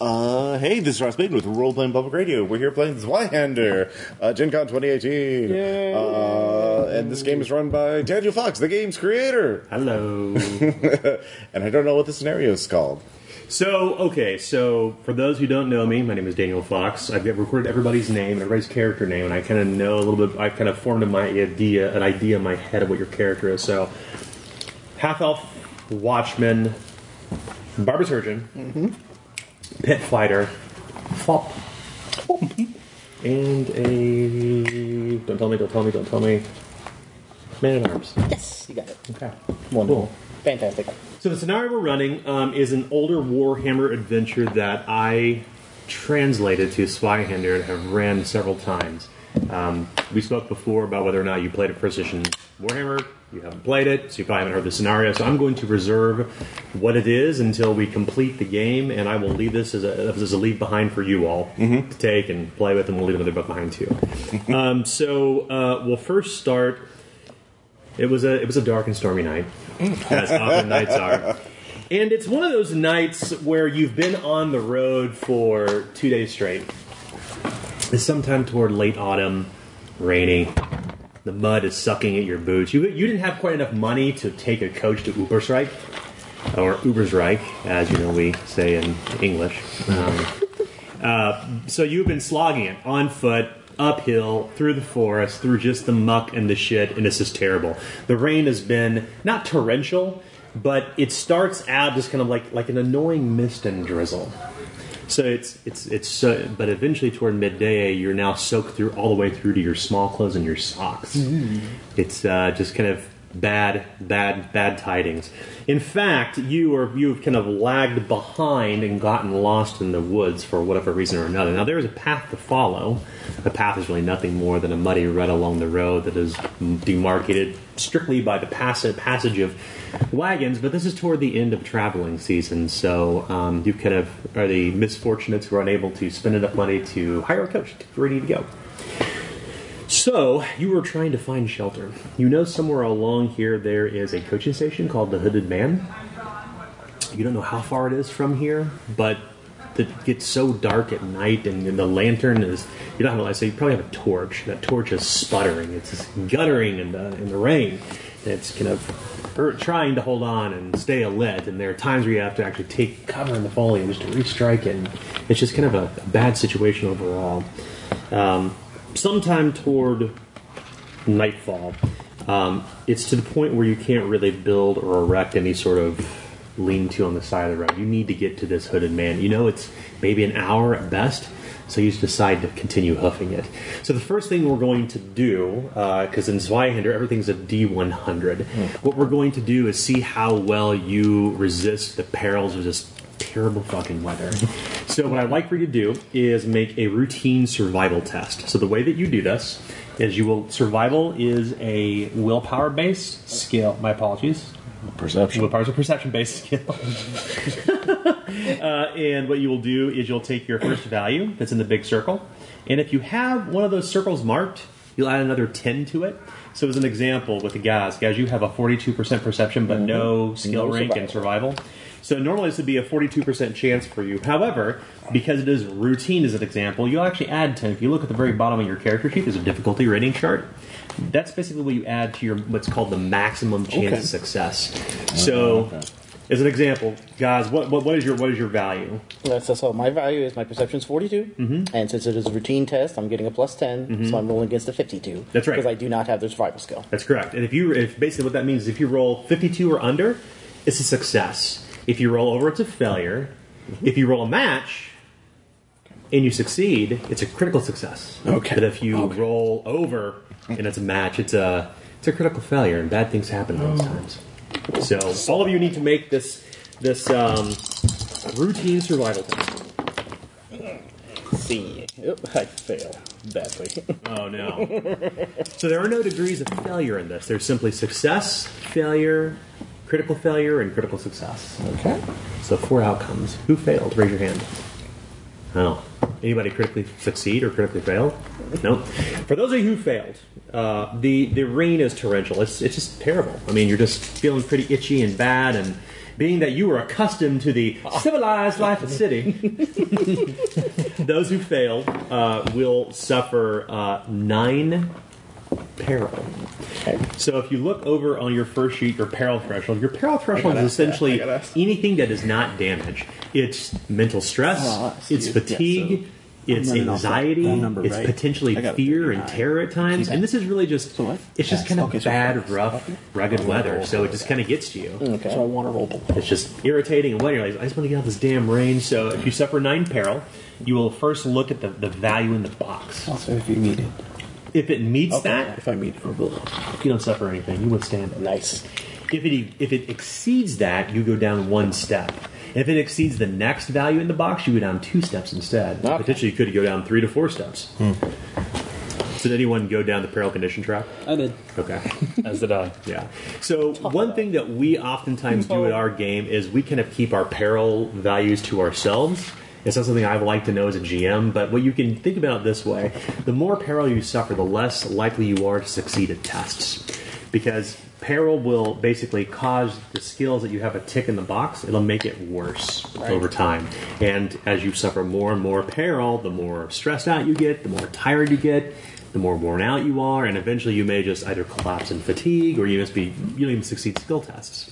Uh, hey, this is Ross Baden with Role Playing Public Radio. We're here playing Zweihander, uh, Gen Con 2018. Yay. Uh, and this game is run by Daniel Fox, the game's creator. Hello. and I don't know what the scenario is called. so, okay, so for those who don't know me, my name is Daniel Fox. I've recorded everybody's name and everybody's character name, and I kind of know a little bit. I've kind of formed in my idea, an idea in my head of what your character is. So, half elf, watchman, barber surgeon, pit fighter, fop, and a don't tell me, don't tell me, don't tell me, man at arms. Yes, you got it. Okay, Wonderful. Fantastic. So the scenario we're running um, is an older Warhammer adventure that I translated to Spyhander and have ran several times. Um, we spoke before about whether or not you played a first edition Warhammer. You haven't played it, so you probably haven't heard the scenario. So I'm going to reserve what it is until we complete the game, and I will leave this as a, as a leave behind for you all to take and play with, and we'll leave another book behind too. um, so uh, we'll first start it was a it was a dark and stormy night, as often nights are. And it's one of those nights where you've been on the road for two days straight. It's sometime toward late autumn, rainy. The mud is sucking at your boots. You you didn't have quite enough money to take a coach to Uberstrike, or Ubersreich, as you know we say in English. Um, so you've been slogging it on foot, uphill, through the forest, through just the muck and the shit, and it's just terrible. The rain has been not torrential, but it starts out just kind of like like an annoying mist and drizzle. So it's it's it's so, but eventually toward midday you're now soaked through all the way through to your small clothes and your socks. It's uh, just kind of bad, bad, bad tidings. In fact, you are you've kind of lagged behind and gotten lost in the woods for whatever reason or another. Now there is a path to follow. The path is really nothing more than a muddy rut along the road that is demarcated strictly by the pass- passage of wagons. But this is toward the end of traveling season, so um, you kind of are the misfortunates who are unable to spend enough money to hire a coach ready to go. So, you were trying to find shelter. You know, somewhere along here there is a coaching station called the Hooded Man. You don't know how far it is from here, but it gets so dark at night, and, the lantern is. You don't have a light, so you probably have a torch. That torch is sputtering, it's just guttering in the, in the rain. And it's kind of er, trying to hold on and stay alit, and there are times where you have to actually take cover in the foliage to restrike it. And it's just kind of a, a bad situation overall Um, sometime toward nightfall, um, it's to the point where you can't really build or erect any sort of lean-to on the side of the road. You need to get to this hooded man. You know it's maybe an hour at best, so you just decide to continue hoofing it. So the first thing we're going to do, because in Zweihander everything's a D100, what we're going to do is see how well you resist the perils of this terrible fucking weather. so what I'd like for you to do is make a routine survival test. So the way that you do this is you will survival is a willpower based skill. My apologies. Perception. Willpower is a perception based skill. uh, and what you will do is you'll take your first value that's in the big circle, and if you have one of those circles marked, you'll add another 10 to it. So, as an example with the guys, guys, you have a 42% perception but no skill No rank and survival. So, normally this would be a 42% chance for you. However, because it is routine as an example, you'll actually add 10. If you look at the very bottom of your character sheet, there's a difficulty rating chart. That's basically what you add to your what's called the maximum chance Okay. of success. So, as an example, guys, what, what what is your what is your value? Uh, So, so my value is my perception's 42, mm-hmm. and since it is a routine test, I'm getting a plus 10, so I'm rolling against a 52. That's right. Because I do not have the survival skill. That's correct. And if you if basically what that means is if you roll 52 or under, it's a success. If you roll over, it's a failure. Mm-hmm. If you roll a match and you succeed, it's a critical success. Okay. But if you roll over and it's a match, it's a it's a critical failure, and bad things happen Oh. those times. So all of you need to make this this um, routine survival test. See. Oop, I fail badly. Oh no. so there are no degrees of failure in this. There's simply success, failure, critical failure, and critical success. okay. So four outcomes. Who failed? Raise your hand. Oh. Anybody critically succeed or critically fail? No. For those of you who failed, uh, the the rain is torrential. It's it's just terrible. I mean, you're just feeling pretty itchy and bad, and being that you were accustomed to the civilized life of the city, those who fail uh, will suffer uh, nine peril. Okay. So if you look over on your first sheet, your peril threshold, your peril threshold is gotta- essentially I gotta- anything that is not damage. It's mental stress, Oh, that's it's cute. Yeah, fatigue, so I'm it's running off that- anxiety, that number, it's right? potentially I got a fear and 39. terror at times. And this is really just, So what? it's just Yes. kind of Okay, Oh. Mm. so bad, that's- rough, rugged weather. So it just kind of gets to you. Okay. So I want to roll below. It's just irritating and wet. You're like, I just want to get out of this damn range. So if you suffer nine peril, you will first look at the, the value in the box. Also, if you meet it. If it meets that, Ah. If I meet it or below. you don't suffer anything. You withstand it. Nice. If it e, if it exceeds that, you go down one step. If it exceeds the next value in the box, you go down two steps instead. Okay. Potentially, you could go down three to four steps. Did anyone go down the peril condition track? I did. Okay. As did I. Yeah. So one thing that we oftentimes do at our game is we kind of keep our peril values to ourselves. It's not something I've liked to know as a GM, but what you can think about it this way: the more peril you suffer, the less likely you are to succeed at tests, because peril will basically cause the skills that you have a tick in the box. It'll make it worse over time, and as you suffer more and more peril, the more stressed out you get, the more tired you get, the more worn out you are, and eventually you may just either collapse in fatigue or you must be you don't even succeed skill tests.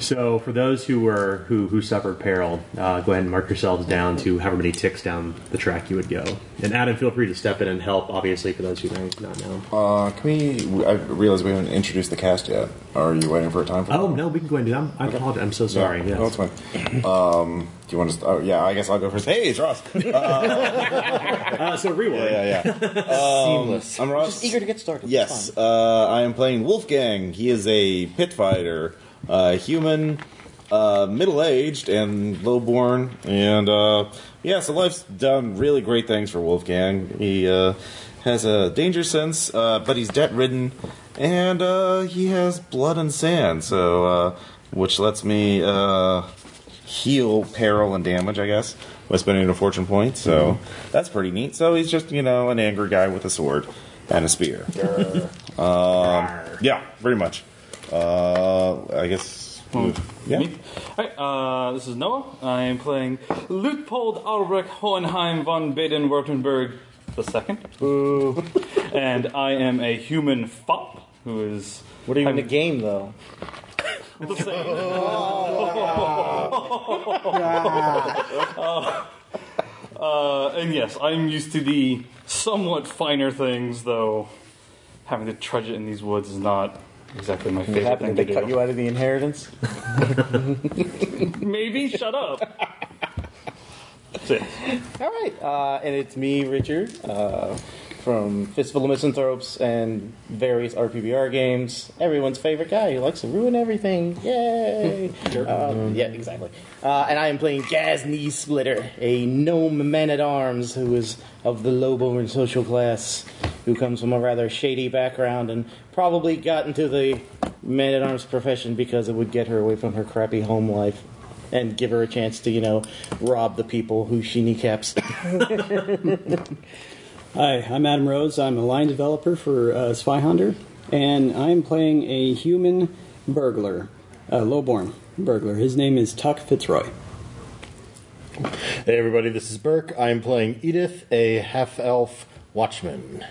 So for those who were who who suffered peril, uh, go ahead and mark yourselves down to however many ticks down the track you would go. And Adam, feel free to step in and help. Obviously, for those who may not know. Uh, can we? I realize we haven't introduced the cast yet. Are you waiting for a time? For oh no, we can go ahead and do that. I apologize. I'm so sorry. No, yes. no, it's fine. Um, do you want to? Oh, yeah, I guess I'll go first. Hey, it's Ross. yeah, Uh, so rewind. yeah. Seamless. I'm Ross. Just eager to get started. It's Yes, fine. uh, I am playing Wolfgang. He is a pit fighter, uh, human, uh, middle aged, and lowborn. And uh, yeah, so life's done really great things for Wolfgang. He uh, has a danger sense, uh, but he's debt ridden, and uh, he has blood and sand, so uh, which lets me uh, heal peril and damage, I guess. By spending a fortune point, so that's pretty neat. So he's just, you know, an angry guy with a sword and a spear. Um, Yeah, very much. Uh, I guess. Yeah. Me? Alright, uh, this is Noah. I am playing Luitpold Albrecht Hohenheim von Baden-Württemberg II. and I am a human fop who is... What are you in the game though? We'll say- Uh, and yes, I'm used to the somewhat finer things, though having to trudge it in these woods is not exactly my What favorite thing happened? to Did they cut do. you out of the inheritance? Maybe shut up. See, All right, uh, and it's me, Richard, uh, from Fistful of Misanthropes and various RPBR games. Everyone's favorite guy who likes to ruin everything. Yay! um, yeah, exactly. Uh, and I am playing Jazz Knee Splitter, a gnome man at arms who is of the lowborn social class, who comes from a rather shady background and probably got into the man at arms profession because it would get her away from her crappy home life. And give her a chance to, you know, rob the people who she kneecaps. Hi, I'm Adam Rhodes. I'm a line developer for uh, Spy Hunter, and I'm playing a human burglar, a lowborn burglar. His name is Tuck Fitzroy. Hey everybody, this is Burke. I'm playing Edith, a half elf watchman.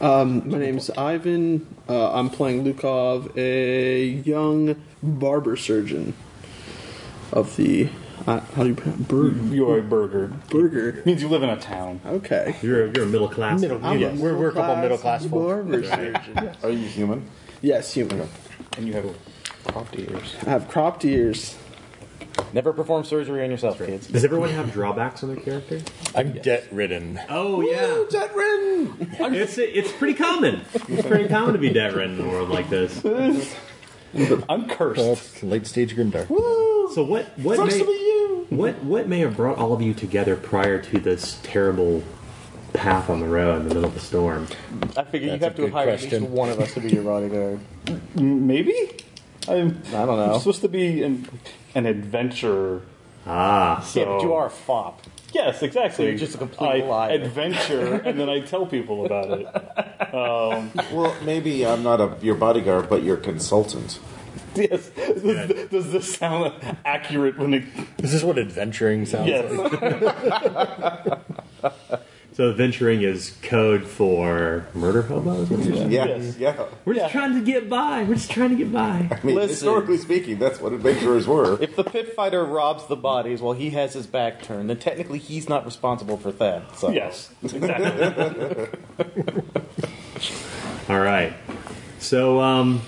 My name's Ivan. Uh, I'm playing Lukov, a young barber surgeon of the. Uh, how do you pronounce bur- you are a burger. burger? means you live in a town. Okay. You're a, you're a middle class. I'm a yes. We're, we're a couple middle-class middle class folks. barber surgeon. Are you human? Yes, human. And you have cropped ears. I have cropped ears. Never perform surgery on yourself, kids. Does everyone have drawbacks on their character? I'm debt ridden. Oh yeah. Dead rim. It's it's pretty common. It's pretty common to be debt ridden in a world like this. I'm cursed. Oh. late stage grimdark. So what what Sucks may, to be you. what what may have brought all of you together prior to this terrible path on the road in the middle of the storm? I figure you That's have a to good hire at least question. one of us to be your bodyguard. M- Maybe? I'm, I don't know. I'm supposed to be an, an adventurer. Ah, Yeah, but you are a fop. Yes, exactly. you're just a complete I liar. adventure, and then I tell people about it. Well, maybe I'm not a, your bodyguard, but your consultant. Yes. Does, does this sound accurate when it. Is this what adventuring sounds like? Yes. So venturing is code for murder hobos. Yes, yeah. We're just trying to get by. We're just trying to get by. I mean, Listen. historically speaking, that's what adventurers were. If the pit fighter robs the bodies while he has his back turned, then technically he's not responsible for theft. So. Yes. Exactly. All right. So um,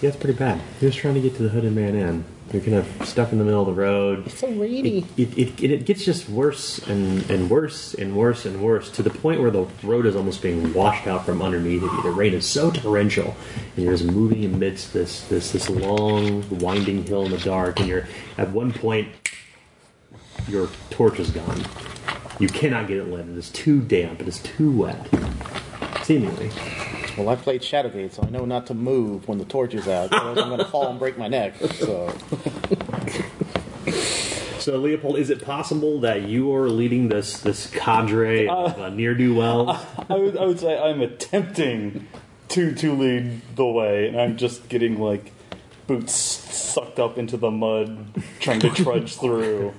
yeah, it's pretty bad. He was trying to get to the Hooded Man Inn. You're kind of stuck in the middle of the road. It's so rainy. It, it, it, it gets just worse and, and worse and worse and worse to the point where the road is almost being washed out from underneath of you. The rain is so torrential, and you're just moving amidst this this this long winding hill in the dark. And you're at one point, your torch is gone. You cannot get it lit. It is too damp. It is too wet. Seemingly, Well, I played Shadowgate, so I know not to move when the torch is out. Otherwise, I'm going to fall and break my neck. So so Leopold, is it possible that you are leading this this cadre of uh, near do wells? I would, I would say I'm attempting to to lead the way, and I'm just getting like boots sucked up into the mud, trying to trudge through.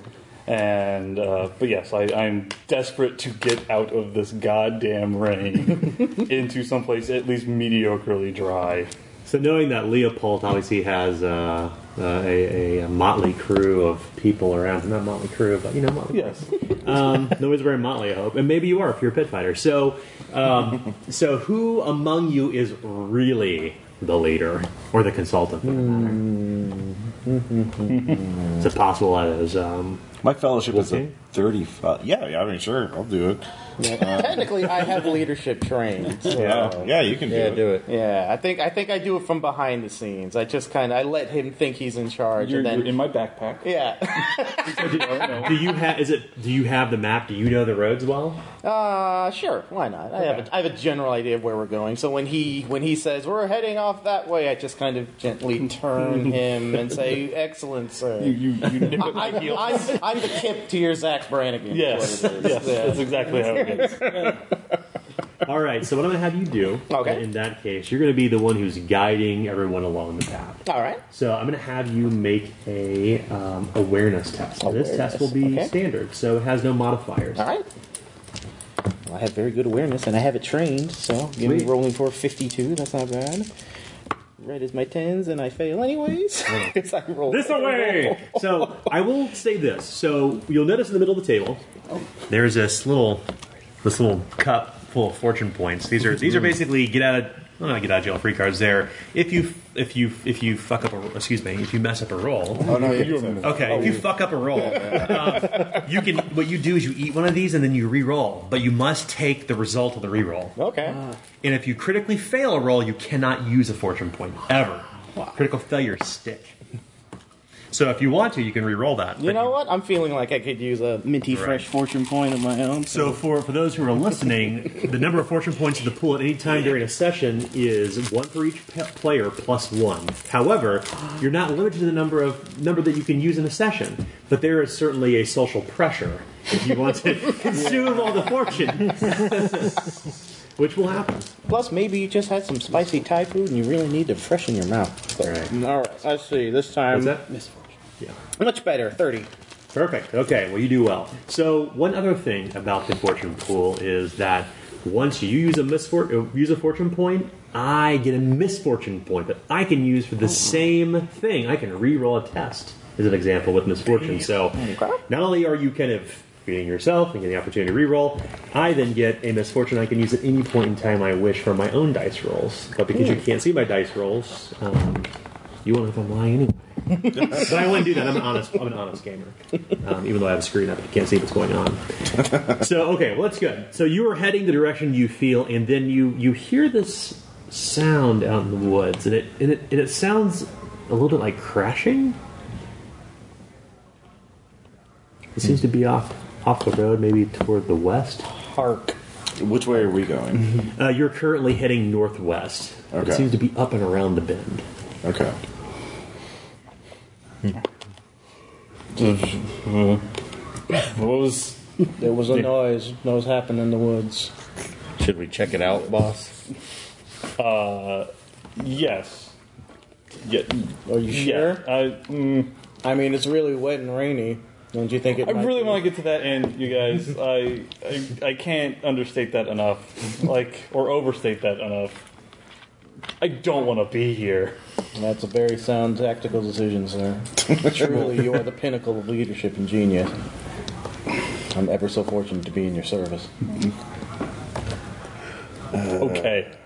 And uh, but yes, I, I'm desperate to get out of this goddamn rain into someplace at least mediocrely dry. So knowing that Leopold obviously has uh, uh, a, a, a motley crew of people around him, not motley crew, but you know, motley. Yes, Um, nobody's wearing motley, I hope, and maybe you are if you're a pit fighter. So, um, so who among you is really the leader or the consultant? For that matter? Is it possible that is? Um, My fellowship is a Okay. 35. Yeah, yeah, I mean, sure, I'll do it. technically, I have leadership trained. So. Yeah, yeah, you can do Yeah, it. do it. Yeah, I think I think I do it from behind the scenes. I just kind of I let him think he's in charge, you're, and then you're in my backpack. yeah, do you have? Is it? Do you have the map? Do you know the roads well? uh, sure, why not? I have a, I have a general idea of where we're going. So when he when he says we're heading off that way, I just kind of gently turn him and say, "Excellent, sir." You you, you nip at my I'm, heel. I'm, I'm the Kip to your Zach Brannigan. is Yes, what it is. yes, that's exactly Oh, how it is. All right. So what I'm going to have you do? Okay. In that case, you're going to be the one who's guiding everyone along the path. All right. So I'm going to have you make a um, awareness test. And This test will be Awareness, okay. standard, so it has no modifiers. All right. Well, I have very good awareness, and I have it trained, so give me Sweet. rolling for 52. That's not bad. Red is my tens, and I fail anyways. 'Cause I roll. This away. so I will say this. So you'll notice in the middle of the table, there's this little, this little cup full of fortune points. These are these are basically get out of well, not get out of jail free cards. There, if you if you if you fuck up a excuse me, if you mess up a roll, Oh, no, Oh. you do it. Okay, if you fuck up a roll, uh, you can. What you do is you eat one of these and then you re-roll, but you must take the result of the re-roll. Okay. And if you critically fail a roll, you cannot use a fortune point ever. Critical failures stick. So if you want to, you can re-roll that. you know what? I'm feeling like I could use a minty fresh fortune point of my own. So for, for those who are listening, the number of fortune points in the pool at any time during a session is one for each p- player plus one. However, you're not limited to the number of number that you can use in a session, but there is certainly a social pressure if you want to consume all the fortune, which will happen. Plus, maybe you just had some spicy Thai food and you really need to freshen your mouth. So- All right. All right. I see. This time, What's that? much better. 30. Perfect. Okay. Well, you do well. So one other thing about the fortune pool is that once you use a misfortune, use a fortune point, I get a misfortune point that I can use for the same thing. I can re-roll a test as an example with misfortune. So not only are you kind of beating yourself and getting the opportunity to re-roll, I then get a misfortune I can use at any point in time I wish for my own dice rolls. But because you can't see my dice rolls, um, you won't know if I'm lying anyway but I wouldn't do that. I'm an honest. I'm an honest gamer. Um, even though I have a screen up, you can't see what's going on. So okay, well that's good. So you are heading the direction you feel, and then you you hear this sound out in the woods, and it and it, and it sounds a little bit like crashing. It seems to be off off the road, maybe toward the west. Hark. Which way are we going? Uh, you're currently heading northwest. Okay. It seems to be up and around the bend. Okay. What was? There was a noise. Noise happened in the woods. Should we check it out, boss? Uh, Yes. Yeah. Are you sure? Yeah. I, mm, I mean, it's really wet and rainy. Don't you think it? I might really be? want to get to that end, you guys. I, I I can't understate that enough, like or overstate that enough. I don't want to be here. That's a very sound tactical decision, sir. Truly, you are the pinnacle of leadership and genius. I'm ever so fortunate to be in your service. Okay.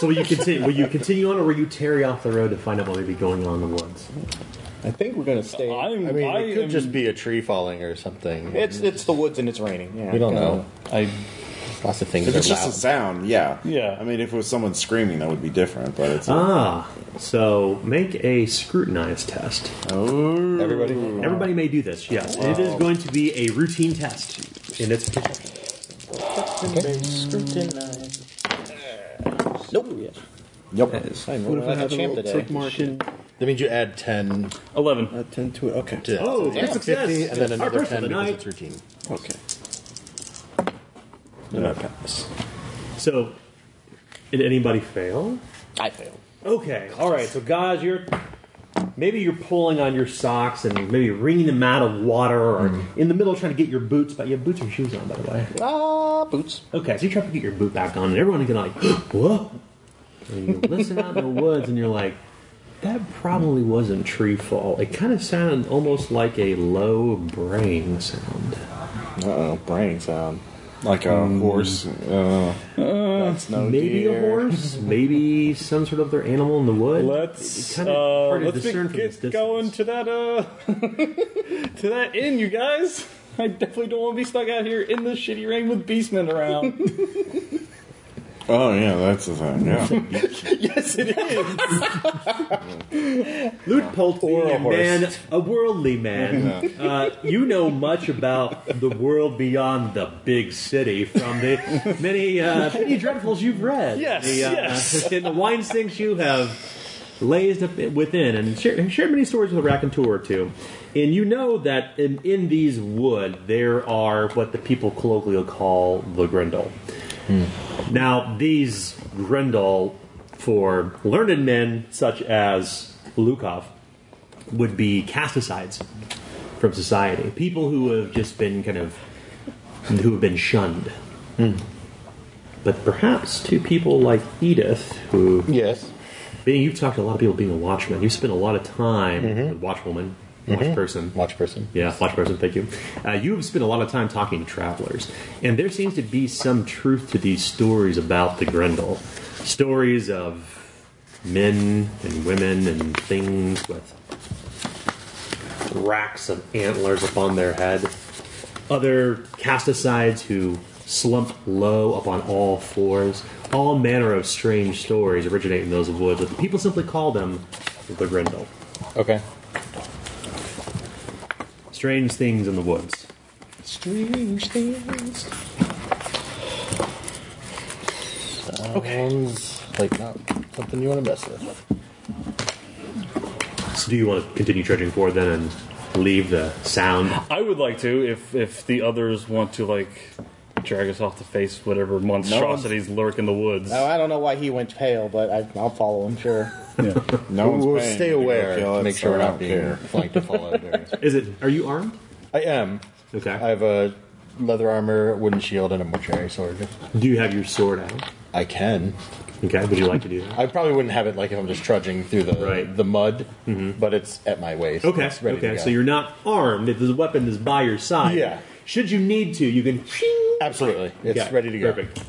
So will you continue? Will you continue on, or will you tarry off the road to find out what may be going on in the woods? I think we're gonna stay. I'm, I mean, I it could am- just be a tree falling or something. it's it's the woods and it's raining. Yeah, we don't kinda. know. I Lots of things If are it's just loud. a sound, yeah. Yeah. I mean, if it was someone screaming, that would be different, but it's. Ah, so make a scrutinize test. Um, Everybody, Everybody may do this. Yes, it is going to be a routine test, and it's Yep. I'm What if I like a have a champ little today. tick mark and that means you add ten eleven. uh, ten to it? Okay. to that. Oh, So you that's have success. fifty, and then Our another person of ten the night. because it's routine. Okay. so. Did anybody fail? I failed. Okay, all right. So, guys, you're maybe you're pulling on your socks and maybe wringing them out of water, or in the middle of trying to get your boots. But you have boots or shoes on, by the way. Ah, boots. Okay, so you try to get your boot back on, and everyone can like, whoa. And you listen out in the woods, and you're like, that probably wasn't tree fall. It kind of sounded almost like a low braying sound. Uh oh, brain sound. Mm. Like a horse. Uh, that's Oh, no Maybe a deer. horse, maybe some sort of other animal in the wood. Let's It- it kinda uh, hard to let's be- discern from this get distance. going to that uh to that inn, you guys. I definitely don't want to be stuck out here in this shitty rain with beastmen around. Oh, yeah, that's the thing, yeah. Luitpold Or being a a horse. man, a worldly man, uh, you know much about the world beyond the big city from the many uh, many dreadfuls you've read. Yes, the, yes. And the wine stinks you have lazed up within, and shared, shared many stories with a raconteur or two. And you know that in, in these wood there are what the people colloquially call the Grendel. Hmm. Now, these Grendel, for learned men such as Lukov, would be cast asides from society. People who have just been kind of, who have been shunned. But perhaps to people like Edith, who, Yes. being you've talked to a lot of people being a watchman, you spent a lot of time with watchwoman, watchperson. Watch person. Yeah, Flash Person, thank you. Uh, you have spent a lot of time talking to travelers, and there seems to be some truth to these stories about the Grendel. Stories of men and women and things with racks of antlers upon their head, other casticides who slump low upon all fours. All manner of strange stories originate in those woods, but the people simply call them the Grendel Okay. strange things in the woods. Sounds like not something you want to mess with. So do you want to continue trudging forward then and leave the sound? I would like to, if if the others want to like drag us off to face whatever monstrosities lurk in the woods. Oh, I don't know why he went pale, but I, I'll follow him. Sure. No one's we'll paying stay to go aware kill to it, make so sure we're I not don't being care. flanked and followed. or- Is it? Are you armed? I am. Okay. I have a leather armor, wooden shield, and a mortuary sword. do you have your sword out? I can. Okay. Would you like to do that? I probably wouldn't have it like if I'm just trudging through the Right. Mm-hmm. the mud, but it's at my waist. Okay. It's ready to Okay. go. So you're not armed. If the weapon is by your side, Yeah. Should you need to, you can. absolutely it's Okay, ready to go. Perfect.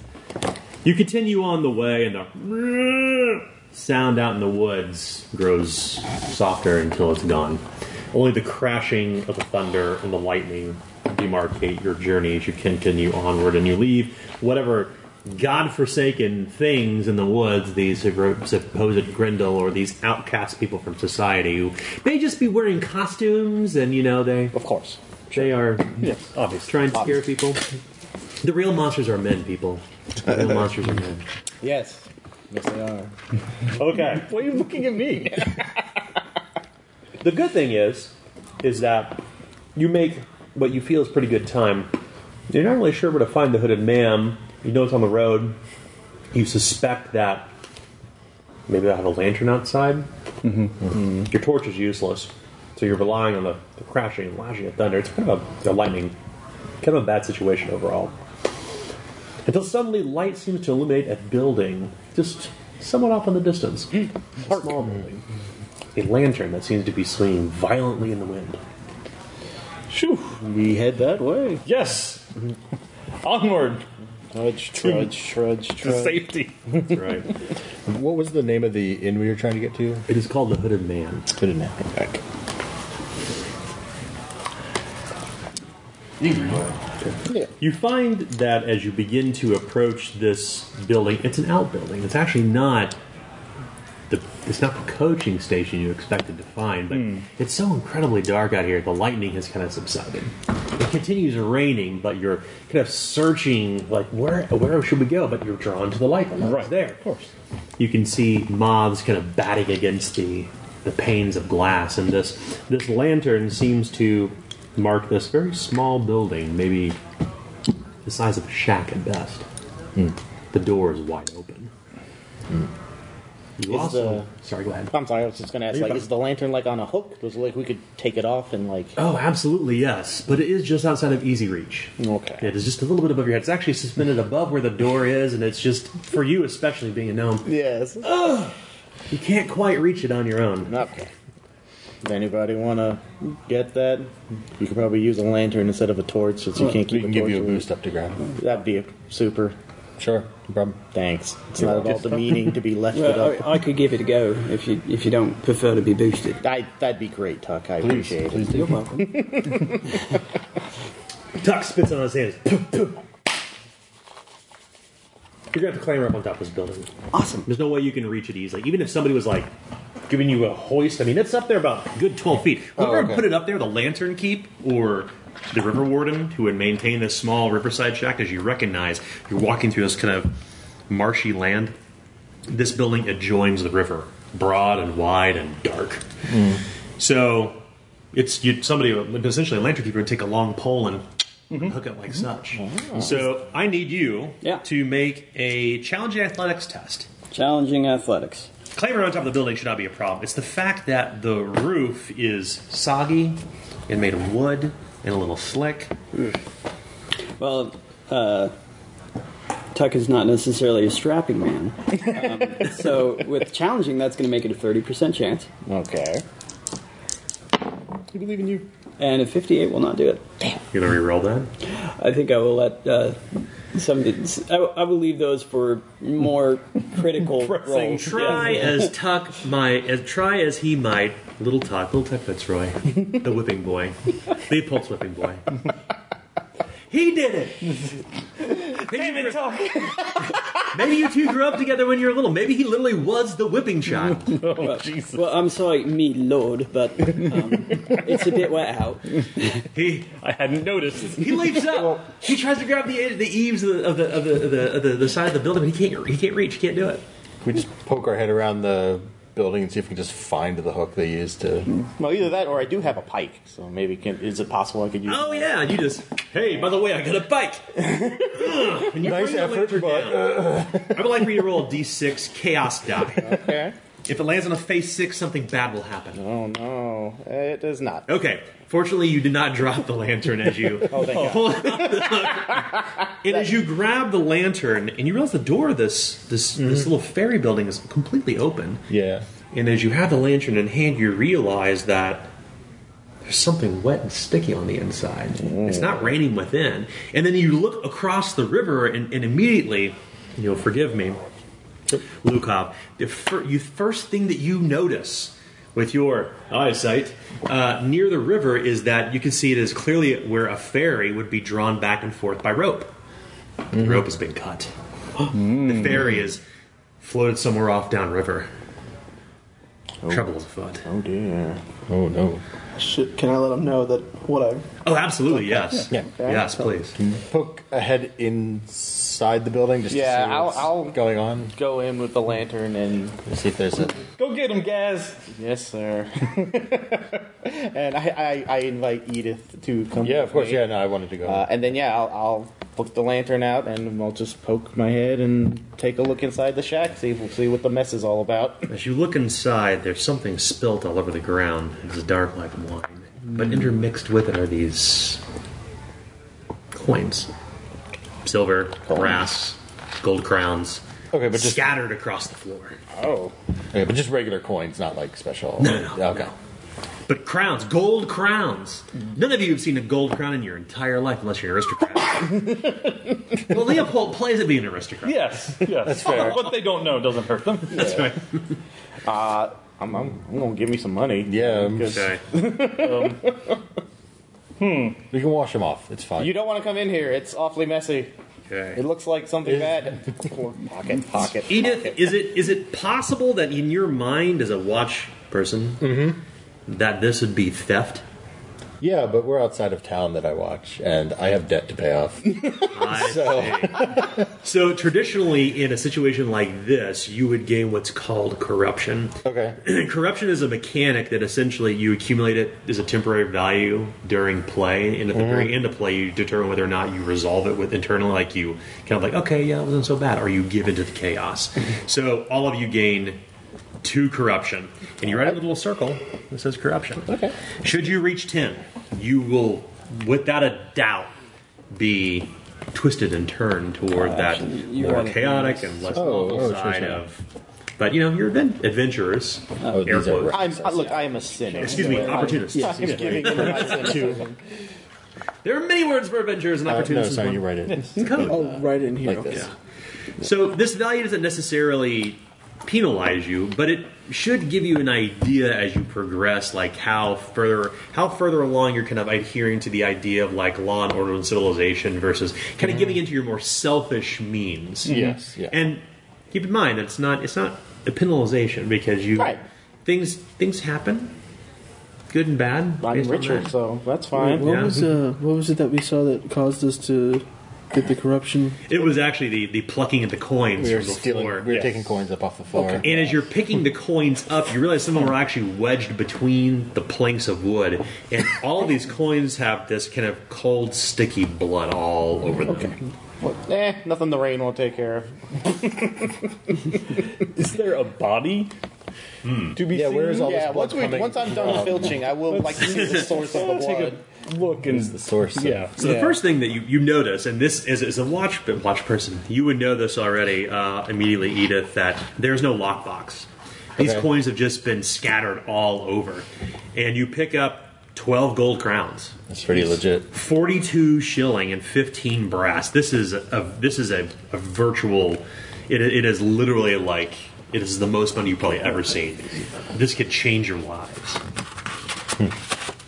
You continue on the way, and the sound out in the woods grows softer until it's gone. Only the crashing of the thunder and the lightning demarcate your journey as you continue onward, and you leave whatever godforsaken things in the woods, these supposed Grendel or these outcast people from society who may just be wearing costumes and, you know, they Of course. they are obviously trying to scare people. The real monsters are men, people. The real monsters are men. Yes. Yes, they are. Okay. Why are you looking at me? The good thing is, is that you make what you feel is pretty good time. You're not really sure where to find the hooded man. You know it's on the road. You suspect that Maybe they'll have a lantern outside. Mm-hmm. Your torch is useless, so you're relying on the, the crashing and lashing of thunder. It's kind of a, a lightning, kind of a bad situation overall. Until suddenly, light seems to illuminate a building just somewhat off in the distance. A small building. A lantern that seems to be swinging violently in the wind. Shoo. We head that way. Yes! Onward Trudge, trudge, trudge, to trudge. safety. That's right. What was the name of the inn we were trying to get to? it is called the Hooded Man. Good enough. You find that as you begin to approach this building, it's an outbuilding. It's actually not the it's not the coaching station you expected to find, but it's so incredibly dark out here. The lightning has kind of subsided. It continues raining, but you're kind of searching, like where where should we go? But you're drawn to the light. Right there, of course. You can see moths kind of batting against the the panes of glass, and this this lantern seems to mark this very small building, maybe the size of a shack at best. The door is wide open. You Is also sorry, go ahead. I'm sorry, I was just gonna ask, You're like, fine. is the lantern like on a hook? Was it like we could take it off and like Oh, absolutely yes, but it is just outside of easy reach. Okay. it is just a little bit above your head. It's actually suspended above where the door is, and it's just for you, especially being a gnome, Yes. you can't quite reach it on your own. Okay. If anybody wanna get that, you could probably use a lantern instead of a torch since you can't We keep can a give torch. you a with- boost up to ground. That'd be super. Sure, no problem. Thanks. It's not at all demeaning to be lifted Well, up. I, I could give it a go if you if you don't prefer to be boosted. I, that'd be great, Tuck. I Please, appreciate please it. do. welcome. Tuck spits on his hands. You're gonna have to clamber up on top of this building. Awesome. There's no way you can reach it easily. Even if somebody was like giving you a hoist, I mean, it's up there about a good 12 feet. Whoever okay. put it up there, the Lantern Keep or the River Warden, who would maintain this small riverside shack, as you recognize, you're walking through this kind of marshy land. This building adjoins the river, broad and wide and dark. So it's you, somebody, essentially a lantern keeper, would take a long pole and hook it like such. So I need you Yeah. to make a challenging athletics test. Challenging athletics. Clambering on top of the building should not be a problem. It's the fact that the roof is soggy and made of wood and a little slick. Well, uh, Tuck is not necessarily a strapping man, um, so with challenging, that's going to make it a thirty percent chance, Okay. We believe in you. and a fifty-eight will not do it. You're gonna re-roll that. I think I will let uh, some. I, I will leave those for more critical roles. Try Oh, uh, as Tuck might, as try as he might. Little Tuck, little Tuck Fitzroy, the whipping boy, the pulse whipping boy. He did it. Damn it, Tuck. Maybe you two grew up together when you were little. Maybe he literally was the whipping child. Well, I'm sorry, me lord, but um, it's a bit wet out. Uh, He I hadn't noticed. He leaps up. he tries to grab the the eaves of the of the of the, of the, of the, the side of the building, but he can't he can't reach. He can't do it. Can we just poke our head around the building and see if we can just find the hook they used to. Well, either that or I do have a pike, so maybe can, is it possible I could use? Oh yeah, you just. Hey, by the way, I got a bike. Ugh, and you Nice bring the effort, lantern but, down. I would like for you to roll a d6 chaos die. Okay. If it lands on a face six, something bad will happen. Oh no, it does not. Okay. Fortunately, you did not drop the lantern as you Oh, thank God. pull out the hook. and as you grab the lantern, and you realize the door of this this this Mm-hmm. little ferry building is completely open. Yeah. And as you have the lantern in hand, you realize that there's something wet and sticky on the inside. It's not raining within. And then you look across the river, and, and immediately, you'll forgive me, Lukov, the fir- you, first thing that you notice with your eyesight uh, near the river is that you can see it is clearly where a ferry would be drawn back and forth by rope. The rope has been cut. The ferry is floated somewhere off downriver. Trouble is afoot. Oh dear. Oh no. Should, can I let them know that what I've Oh, absolutely, yes. Yeah. Yes, please. Poke a head inside the building just Yeah, to see I'll- what's I'll- going on. Go in with the lantern and See if there's a. Go get him, Gaz. yes, sir. and I, I, I invite Edith to come. Yeah, of with course. me. Yeah, no, I wanted to go. Uh, and then Uh, yeah, I'll, I'll flick the lantern out, and I'll just poke my head and take a look inside the shack, see see what the mess is all about. As you look inside, there's something spilt all over the ground. It's dark like wine. But intermixed with it are these coins silver, brass, gold crowns. Okay, but just scattered across the floor. Oh, okay, but just regular coins, not like special. No, no, okay. But crowns, gold crowns. None of you have seen a gold crown in your entire life unless you're an aristocrat. well, Leopold plays at being an aristocrat. Yes, yes. That's fair. What they don't know doesn't hurt them. That's right. uh, I'm, I'm I'm gonna give me some money. Yeah, um, Because Okay. we can wash them off. It's fine. You don't want to come in here. It's awfully messy. It Okay. looks like something bad. pocket, pocket. Edith, is it is it possible that in your mind as a watch person Mm-hmm. that this would be theft? yeah, but we're outside of town that I watch, and I have debt to pay off. I So- see. so traditionally in a situation like this, you would gain what's called corruption. okay. corruption is a mechanic that essentially you accumulate it as a temporary value during play, and at the Mm-hmm. very end of play, you determine whether or not you resolve it with internal, like you kind of like, okay, yeah, it wasn't so bad, or you give into the chaos. Mm-hmm. so all of you gain two corruption, and you write a little circle that says corruption. Okay. Should you reach ten, you will, without a doubt, be twisted and turned toward that you more gotta- chaotic and less Oh, local oh, sure, side sure. of. But you know, you're adven- adventurers. Oh, Air these are quotes. right. I'm, I, look, I am a sinner. Excuse me, opportunists. I'm giving him my sin. There are many words for adventurers and Uh, no, opportunists. sorry, you write it. Oh, right in Uh, here. Like okay. this. So this value doesn't necessarily penalize you, but it should give you an idea as you progress, like how further how further along you're kind of adhering to the idea of like law and order and civilization versus kind of giving into your more selfish means. Mm-hmm. Yes, yeah. And keep in mind that it's not it's not a penalization because you Right. things things happen, good and bad. I'm based on richer, that. so that's Wait, fine. what Yeah. was uh, what was it that we saw that caused us to get the corruption? It was actually the, the plucking of the coins We were from the stealing. floor. We were Yes. taking coins up off the floor. And as you're picking the coins up, you realize some of them are actually wedged between the planks of wood, and all these coins have this kind of cold, sticky blood all over them. Eh, nothing the rain won't take care of. Is there a body to be Yeah, seen? where is all Yeah, this blood once, we, coming once I'm done from? filching, I will like to see the source of the blood. Look Is and the source? of- yeah. So the first thing that you, you notice, and this is as a watch watch person, you would know this already uh, immediately, Edith, that there's no lockbox. These Okay. coins have just been scattered all over, and you pick up twelve gold crowns. That's pretty legit. 42 shilling and 15 brass. This is a this is a, a virtual. It, it is literally like it is the most money you've probably ever seen. This could change your lives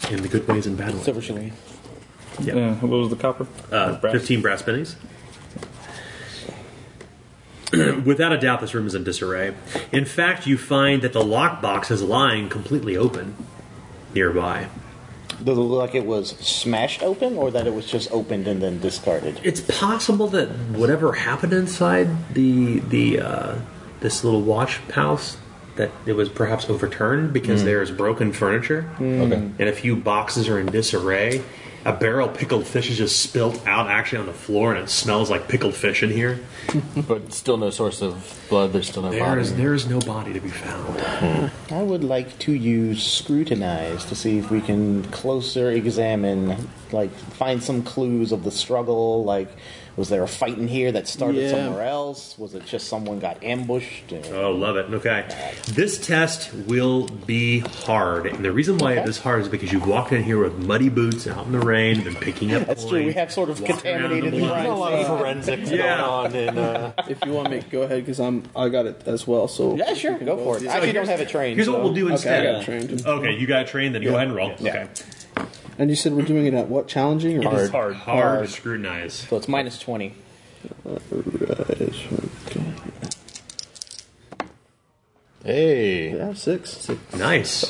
in the good ways and bad ways. Silver shilling. Yeah, what was the copper? Uh, Brass. 15 brass pennies. Without a doubt, this room is in disarray. In fact, you find that the lockbox is lying completely open nearby. Does it look like it was smashed open, or that it was just opened and then discarded? it's possible that whatever happened inside the the uh, this little watch house that it was perhaps overturned because there's broken furniture Okay. and a few boxes are in disarray. A barrel of pickled fish is just spilt out actually on the floor and it smells like pickled fish in here. But still no source of blood. There's still no There body. is there is no body to be found. I would like to use scrutinize to see if we can closer examine, like find some clues of the struggle. Like, was there a fight in here that started Yeah. somewhere else? Was it just someone got ambushed? And- Oh, love it. Okay. This test will be hard. And the reason why it is hard is because you walked in here with muddy boots out in the rain and been picking up That's true. We coins, have sort of walking around contaminated the the block. crime lot of forensics Yeah. on in. Uh, If you want me, go ahead because I'm I got it as well. So Yeah, sure. we can Go for it. I actually don't have a train. Here's what so- we'll do Okay, I instead. got trained. Okay, you got a train, then go ahead and roll. Okay. And you said we're doing it at what? Challenging or Hard. Hard, to scrutinize. So it's minus twenty. hey. Yeah, six. Nice.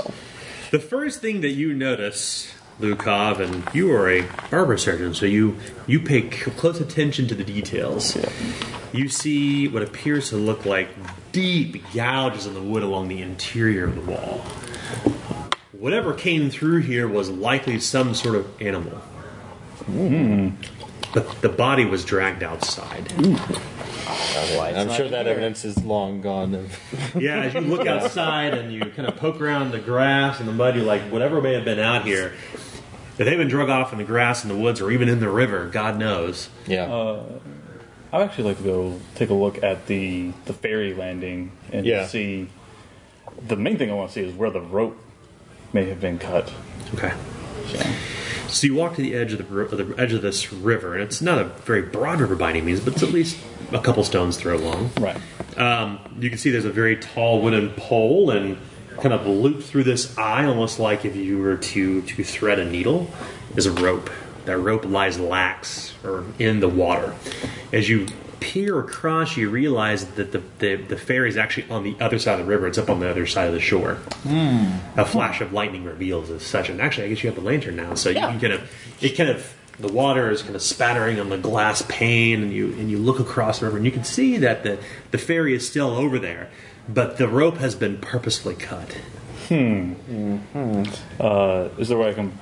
The first thing that you notice, Lukov, and you are a barber surgeon, so you you pay c- close attention to the details. You see what appears to look like deep gouges in the wood along the interior of the wall. Hmm. Whatever came through here was likely some sort of animal. The, the body was dragged outside. I'm sure that evidence is long gone. Yeah, as you look outside and you kind of poke around the grass and the mud, you're like, whatever may have been out here, if they've been drug off in the grass in the woods or even in the river, God knows. yeah. Uh, I'd actually like to go take a look at the the ferry landing and Yeah. see. The main thing I want to see is where the rope may have been cut. Okay. So. So you walk to the edge of the, ri- of the edge of this river, and it's not a very broad river by any means, but it's at least a couple stones throw long. Right. Um, you can see there's a very tall wooden pole and kind of looped through this eye, almost like if you were to to thread a needle, is a rope. That rope lies lax or in the water. As you peer across, you realize that the, the, the ferry is actually on the other side of the river. It's up on the other side of the shore. A flash of lightning reveals as such. And actually, I guess you have the lantern now, so you can kind of it kind of the water is kind of spattering on the glass pane, and you and you look across the river, and you can see that the the ferry is still over there, but the rope has been purposefully cut. Uh, is there a way I can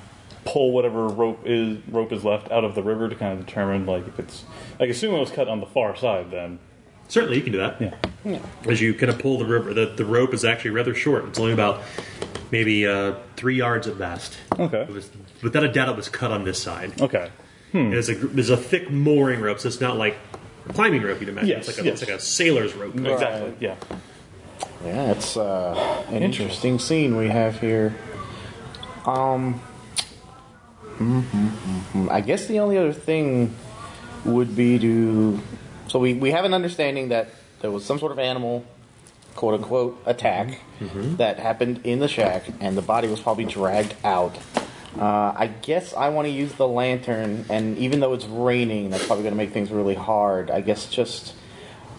pull whatever rope is rope is left out of the river to kind of determine like if it's like assume it was cut on the far side then Certainly, you can do that. yeah As you kind of pull the river, the, the rope is actually rather short. It's only about maybe uh, three yards at best. Okay. It was, without a doubt, it was cut on this side. okay Hmm. And It's a there's a thick mooring rope, so it's not like climbing rope you'd imagine. Yes, it's like a, yes. it's like a sailor's rope. exactly yeah Yeah, it's uh, an interesting scene we have here. Um, mm, mm, mm, mm. I guess the only other thing would be to. So we, we have an understanding that there was some sort of animal, quote unquote, attack Mm-hmm. that happened in the shack, and the body was probably dragged out. Uh, I guess I want to use the lantern, and even though it's raining, that's probably going to make things really hard. I guess just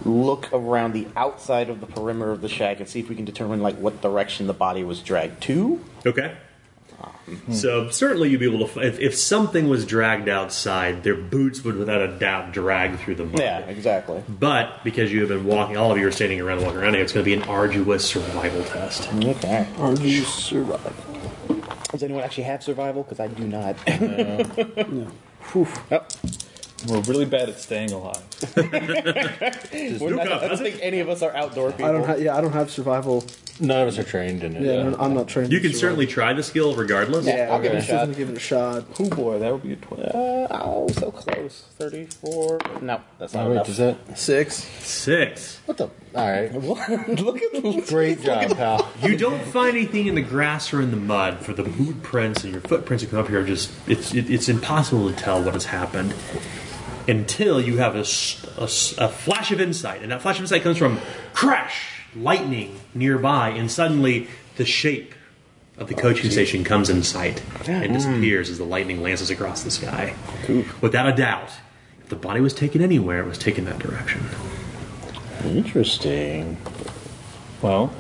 look around the outside of the perimeter of the shack and see if we can determine like what direction the body was dragged to. Okay. So certainly you'd be able to. f- If, if something was dragged outside, their boots would, without a doubt, drag through the mud. exactly. But because you have been walking, all of you are standing around, walking around here. It's going to be an arduous survival test. Okay. Are you survive? Does anyone actually have survival? Because I do not. Oh. we're really bad at staying alive We're not- I don't think any of us are outdoor people. I don't. Ha- yeah, I don't have survival. None of us are trained in it. Yeah, I'm- I'm not trained. You in can survival. certainly try the skill regardless. Yeah, I'll give it a I'm just shot. gonna give it a shot. oh boy that would be a 20 uh, oh, so close. Thirty-four. No, that's not All right, enough. does that? Six. Six. What the? All right. Look at the Great job, pal. You don't find anything in the grass or in the mud for the boot prints and your footprints that come up here. are Just it's it, it's impossible to tell what has happened until you have a, s- a s- a flash of insight, and that flash of insight comes from crash, lightning nearby, and suddenly the shape of the coaching station comes in sight and disappears as the lightning lances across the sky. Without a doubt, if the body was taken anywhere, it was taken that direction. Interesting. well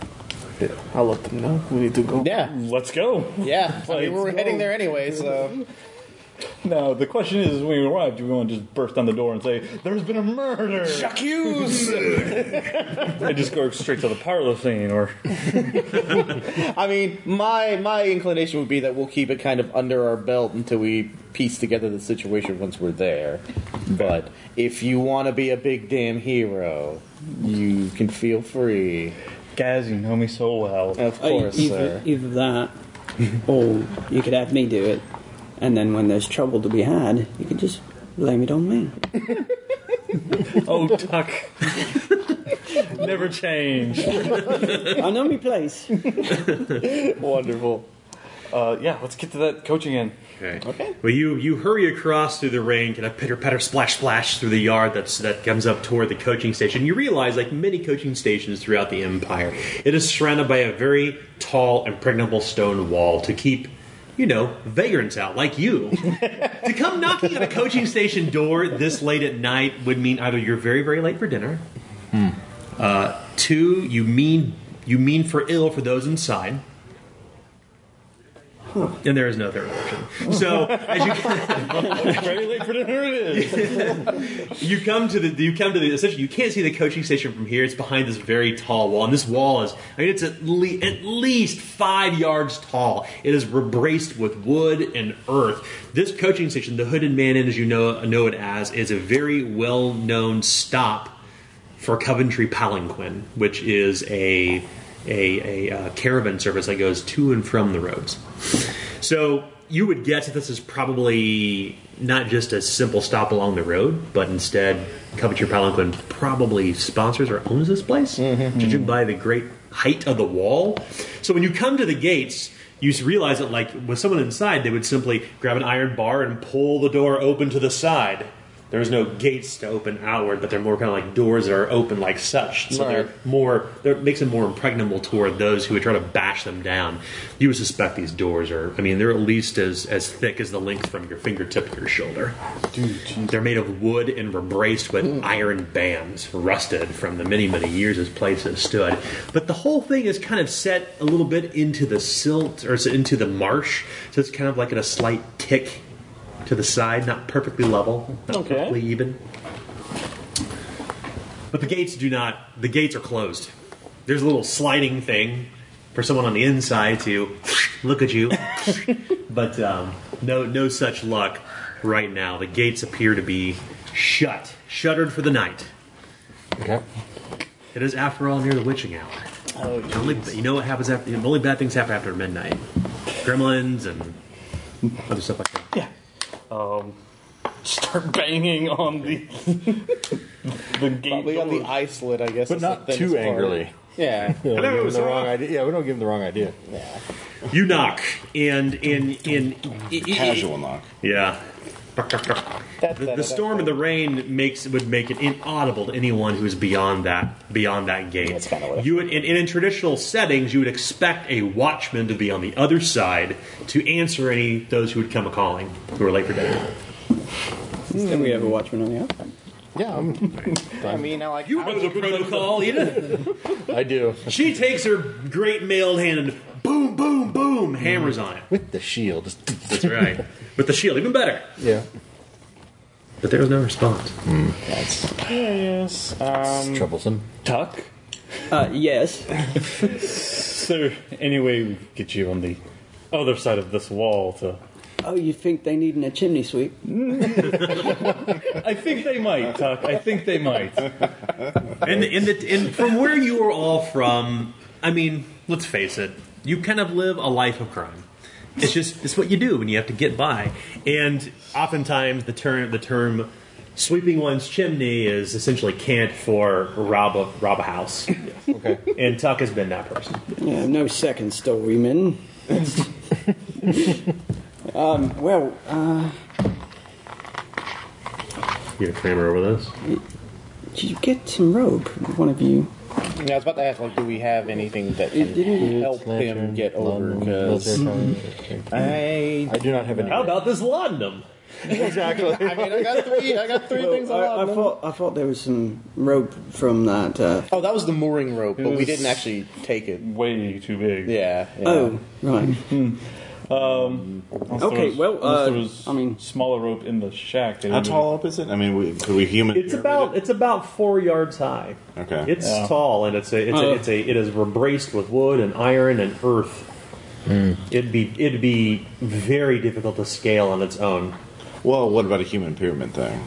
I'll let them know. We need to go. yeah, let's go yeah. I mean, we're Let's heading go. there anyway, so now the question is when we arrive do we want to just burst down the door and say there's been a murder cues. and just go straight to the parlor scene or I mean, my my inclination would be that we'll keep it kind of under our belt until we piece together the situation once we're there. But if you want to be a big damn hero, you can feel free. Gaz you know me so well Of Uh, course, either, sir. either that, or you could have me do it, and then when there's trouble to be had, you can just blame it on me. oh Tuck never change I know me place. Wonderful. uh, yeah let's get to that coaching inn Okay. Well, you you hurry across through the rain, kind of pitter patter, splash splash through the yard that's that comes up toward the coaching station. You realize, like many coaching stations throughout the empire, it is surrounded by a very tall, impregnable stone wall to keep. You know, vagrants out like you. to come knocking on a coaching station door this late at night would mean either you're very, very late for dinner. Uh, two, you mean you mean for ill for those inside. And there is no third option. So as you Very late for dinner it is. you come to the you come to the essentially you can't see the coaching station from here. It's behind this very tall wall, and this wall is I mean it's at, le- at least five yards tall. It is rebraced with wood and earth. This coaching station, the Hooded Man Inn, as you know know it as, is a very well known stop for Coventry Palanquin, which is a a, a uh, caravan service that goes to and from the roads. So you would guess that this is probably not just a simple stop along the road, but instead Coventry Palanquin probably sponsors or owns this place, judging by the great height of the wall. So when you come to the gates, you realize that like with someone inside, they would simply grab an iron bar and pull the door open to the side. There's no gates to open outward, but they're more kind of like doors that are open like such. So they're more, they're, makes them more impregnable toward those who would try to bash them down. You would suspect these doors are, I mean, they're at least as, as thick as the length from your fingertip to your shoulder. They're made of wood and were braced with iron bands, rusted from the many, many years this place has stood. But the whole thing is kind of set a little bit into the silt, or it's into the marsh, so it's kind of like at a slight tick to the side, not perfectly level, not Okay. perfectly even. But the gates do not. The gates are closed. There's a little sliding thing for someone on the inside to look at you, but um, no, no such luck right now. The gates appear to be shut, shuttered for the night. Okay. It is, after all, near the witching hour. Oh, only, you know what happens after? The only bad things happen after midnight. Gremlins and other stuff like that. Um, start banging on the the gate Probably on the door. eye slit, I guess. But is the not thinnest too part. angrily. Yeah. We don't Hello, give him the sir. wrong idea. Yeah, we don't give him the wrong idea. You knock, and in in Casual knock. Yeah. The, the storm and the rain makes would make it inaudible to anyone who is beyond that beyond that gate. That's kinda what I- you would, in, in traditional settings, you would expect a watchman to be on the other side to answer any those who would come a calling who are late for dinner. Then we have a watchman on the outside. Yeah, I'm, I mean, now like You know the protocol, Edith. I do. She takes her great mailed hand and boom, boom, boom, hammers on it. With the shield. That's right. With the shield, even better. Yeah. But there was no response. yes. Um, It's troublesome. tuck. Uh, yes. So anyway, we could get you on the other side of this wall to. Oh, you think they need a chimney sweep? I think they might, Tuck. I think they might. And in the in from where you are all from, I mean, let's face it, you kind of live a life of crime. It's just it's what you do when you have to get by. And oftentimes the term the term sweeping one's chimney is essentially cant for rob a rob a house. Okay. And Tuck has been that person. Yeah, no second story, man. um, well, uh, You gonna clamor over this? did you get some rope, one of you? yeah, I was about to ask, like, do we have anything that It can didn't. help him Lantern, get over? lantern, Because lantern. I, I do not have any. How about this laudanum? exactly? I mean, I got three. I got three things. I, I, I want. thought I thought there was some rope from that. Uh, oh, that was the mooring rope, but we was- didn't actually take it. Way too big. Yeah. yeah. Oh, right. Unless Okay, there was- well, unless uh, there was I mean- smaller rope in the shack. How tall up is it? I mean, we, could we human? It's about it's about four yards high. Okay. It's Yeah. tall and it's a it's, a Uh. it's a it is rebraced with wood and iron and earth. It'd be it'd be very difficult to scale on its own. well, what about a human pyramid thing?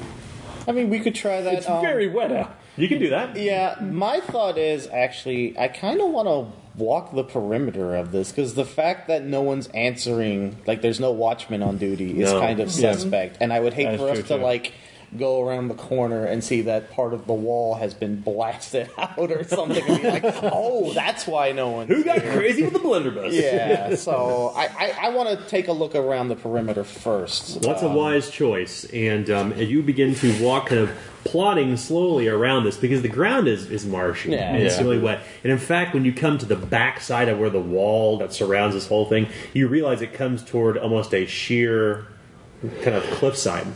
I mean, we could try that. It's um, very wet out. You can do that. Yeah, my thought is actually, I kind of want to walk the perimeter of this because the fact that no one's answering, like there's no watchman on duty, is No. kind of suspect. And I would hate That is for us true, to too. like go around the corner and see that part of the wall has been blasted out or something, and be like, "Oh, that's why no one." Who got crazy with the blunderbuss? Yeah, so I, I, I want to take a look around the perimeter first. Well, that's a wise choice, and um, and you begin to walk, kind of plodding slowly around this because the ground is is marshy Yeah. and it's Yeah. really wet. And in fact, when you come to the back side of where the wall that surrounds this whole thing, you realize it comes toward almost a sheer kind of cliffside.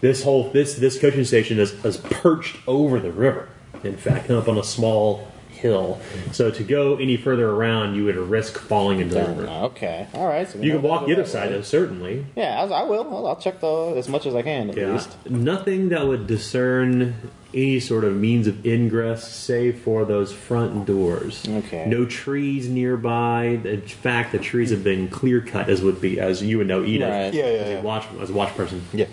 This whole this this coaching station is is perched over the river. In fact, kind of on a small hill. So to go any further around, you would risk falling into the river. Uh, Okay. All right. So we You know can walk what the to do other that side, way. though, certainly. Yeah, I, I will. I'll, I'll check the as much as I can at Yeah. least. Nothing that would discern any sort of means of ingress save for those front doors. Okay. No trees nearby. In fact, the trees have been clear cut, as would be, as you would know, Edith. Right. Yeah, yeah, As, yeah. a watch, as a watch person. Yeah.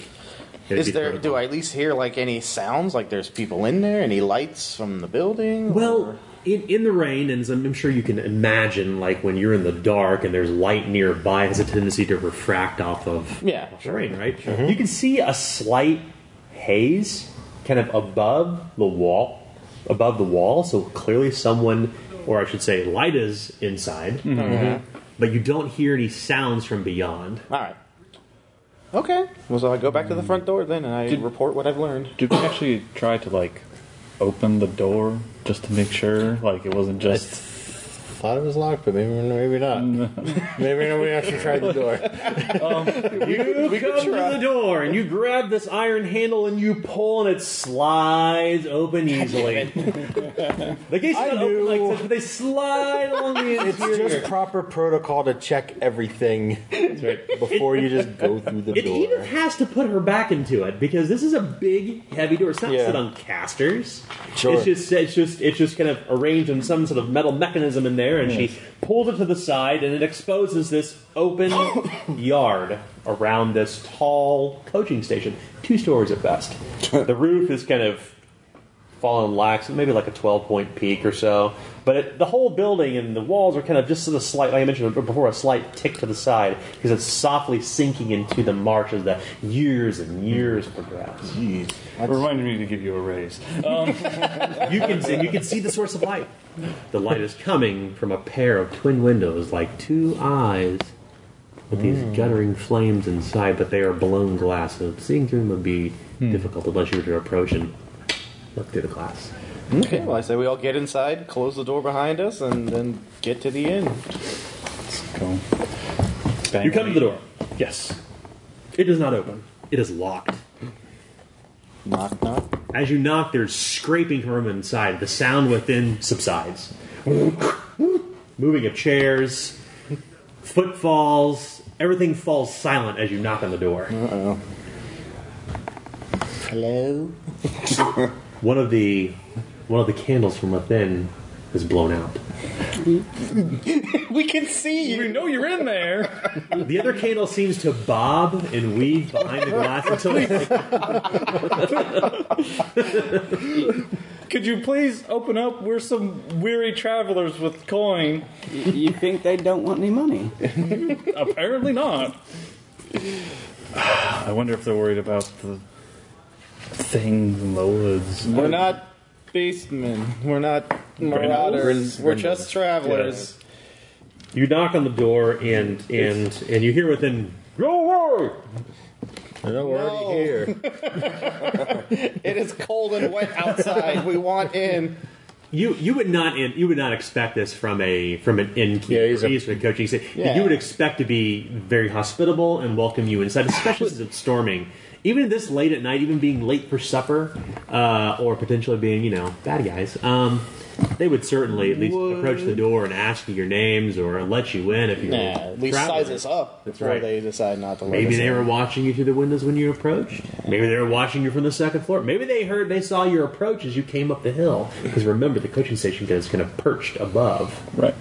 It'd Is be there? protocol. Do I at least hear like any sounds? Like there's people in there? Any lights from the building? Well, in, in the rain, and as I'm, I'm sure you can imagine, like when you're in the dark and there's light nearby, it has a tendency to refract off of Yeah, off the rain, right? You can see a slight haze kind of above the wall, above the wall. So clearly, someone, or I should say, light is inside, but you don't hear any sounds from beyond. all right. Okay. Well, so I go back to the front door then, and I report what I've learned. Did we actually try to like open the door just to make sure, like it wasn't just? Thought it was locked, but maybe maybe not. Mm. maybe nobody actually tried the door. You come to the door and you grab this iron handle and you pull and it slides open easily. the gates are I not open like knew. this, but they slide along the It's interior. just proper protocol to check everything before you just go through the it door. even has to put her back into it because this is a big, heavy door. It's not Yeah. set on casters. Sure. It's just it's just it's just kind of arranged in some sort of metal mechanism in there, and she pulled it to the side, and it exposes this open yard around this tall coaching station, two stories at best. the roof is kind of fallen lax, maybe like a 12 point peak or so. But it, the whole building and the walls are kind of just sort of slight, like I mentioned before, a slight tick to the side because it's softly sinking into the marsh as the years and years progress. Reminded me to give you a raise. You can see, you can see the source of light. The light is coming from a pair of twin windows, like two eyes with these guttering flames inside, but they are blown glass, so seeing through them would be difficult unless you were to approach and look through the glass. Okay. Well, I say we all get inside, close the door behind us, and then get to the inn. Cool. You come to the door. Yes. It does not open. It is locked. Knock, knock. As you knock, there's scraping from inside. The sound within subsides. Moving of chairs, footfalls, everything falls silent as you knock on the door. Hello. One of the one of the candles from within is blown out. We can see you. We know you're in there. The other candle seems to bob and weave behind the glass until it Could you please open up? We're some weary travelers with coin. Y- You think they don't want any money? Apparently not. I wonder if they're worried about the things in the woods. We're not beastmen. We're not marauders. We're just travelers. you knock on the door and and and you hear within go away. No, we're No. already here. It is cold and wet outside. we want in. You you would not in, you would not expect this from a from an innkeeper. Yeah, he's a- he's from a coaching staff. Yeah. You would expect to be very hospitable and welcome you inside, especially since it's storming. Even this late at night, even being late for supper, uh, or potentially being you know bad guys, um, they would certainly at least approach the door and ask you your names or let you in if you. Nah, were at least traveling. size us up That's before right. they decide not to let Maybe us they in. were watching you through the windows when you approached. Maybe they were watching you from the second floor. Maybe they heard, they saw your approach as you came up the hill. Because remember, the coaching station is kind of perched above. Right.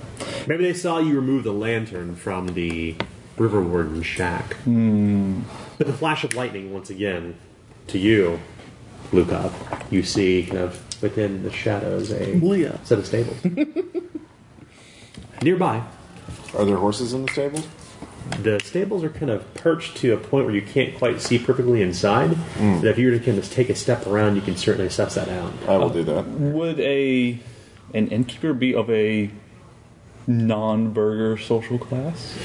Maybe they saw you remove the lantern from the River Warden shack. But the flash of lightning, once again, to you, Lukov, you see kind of within the shadows a Leah. set of stables. Nearby, Are there horses in the stable? the stables are kind of perched to a point where you can't quite see perfectly inside. But if you were to kind of take a step around, you can certainly suss that out. I will do that. Would a an innkeeper be of a non-burger social class?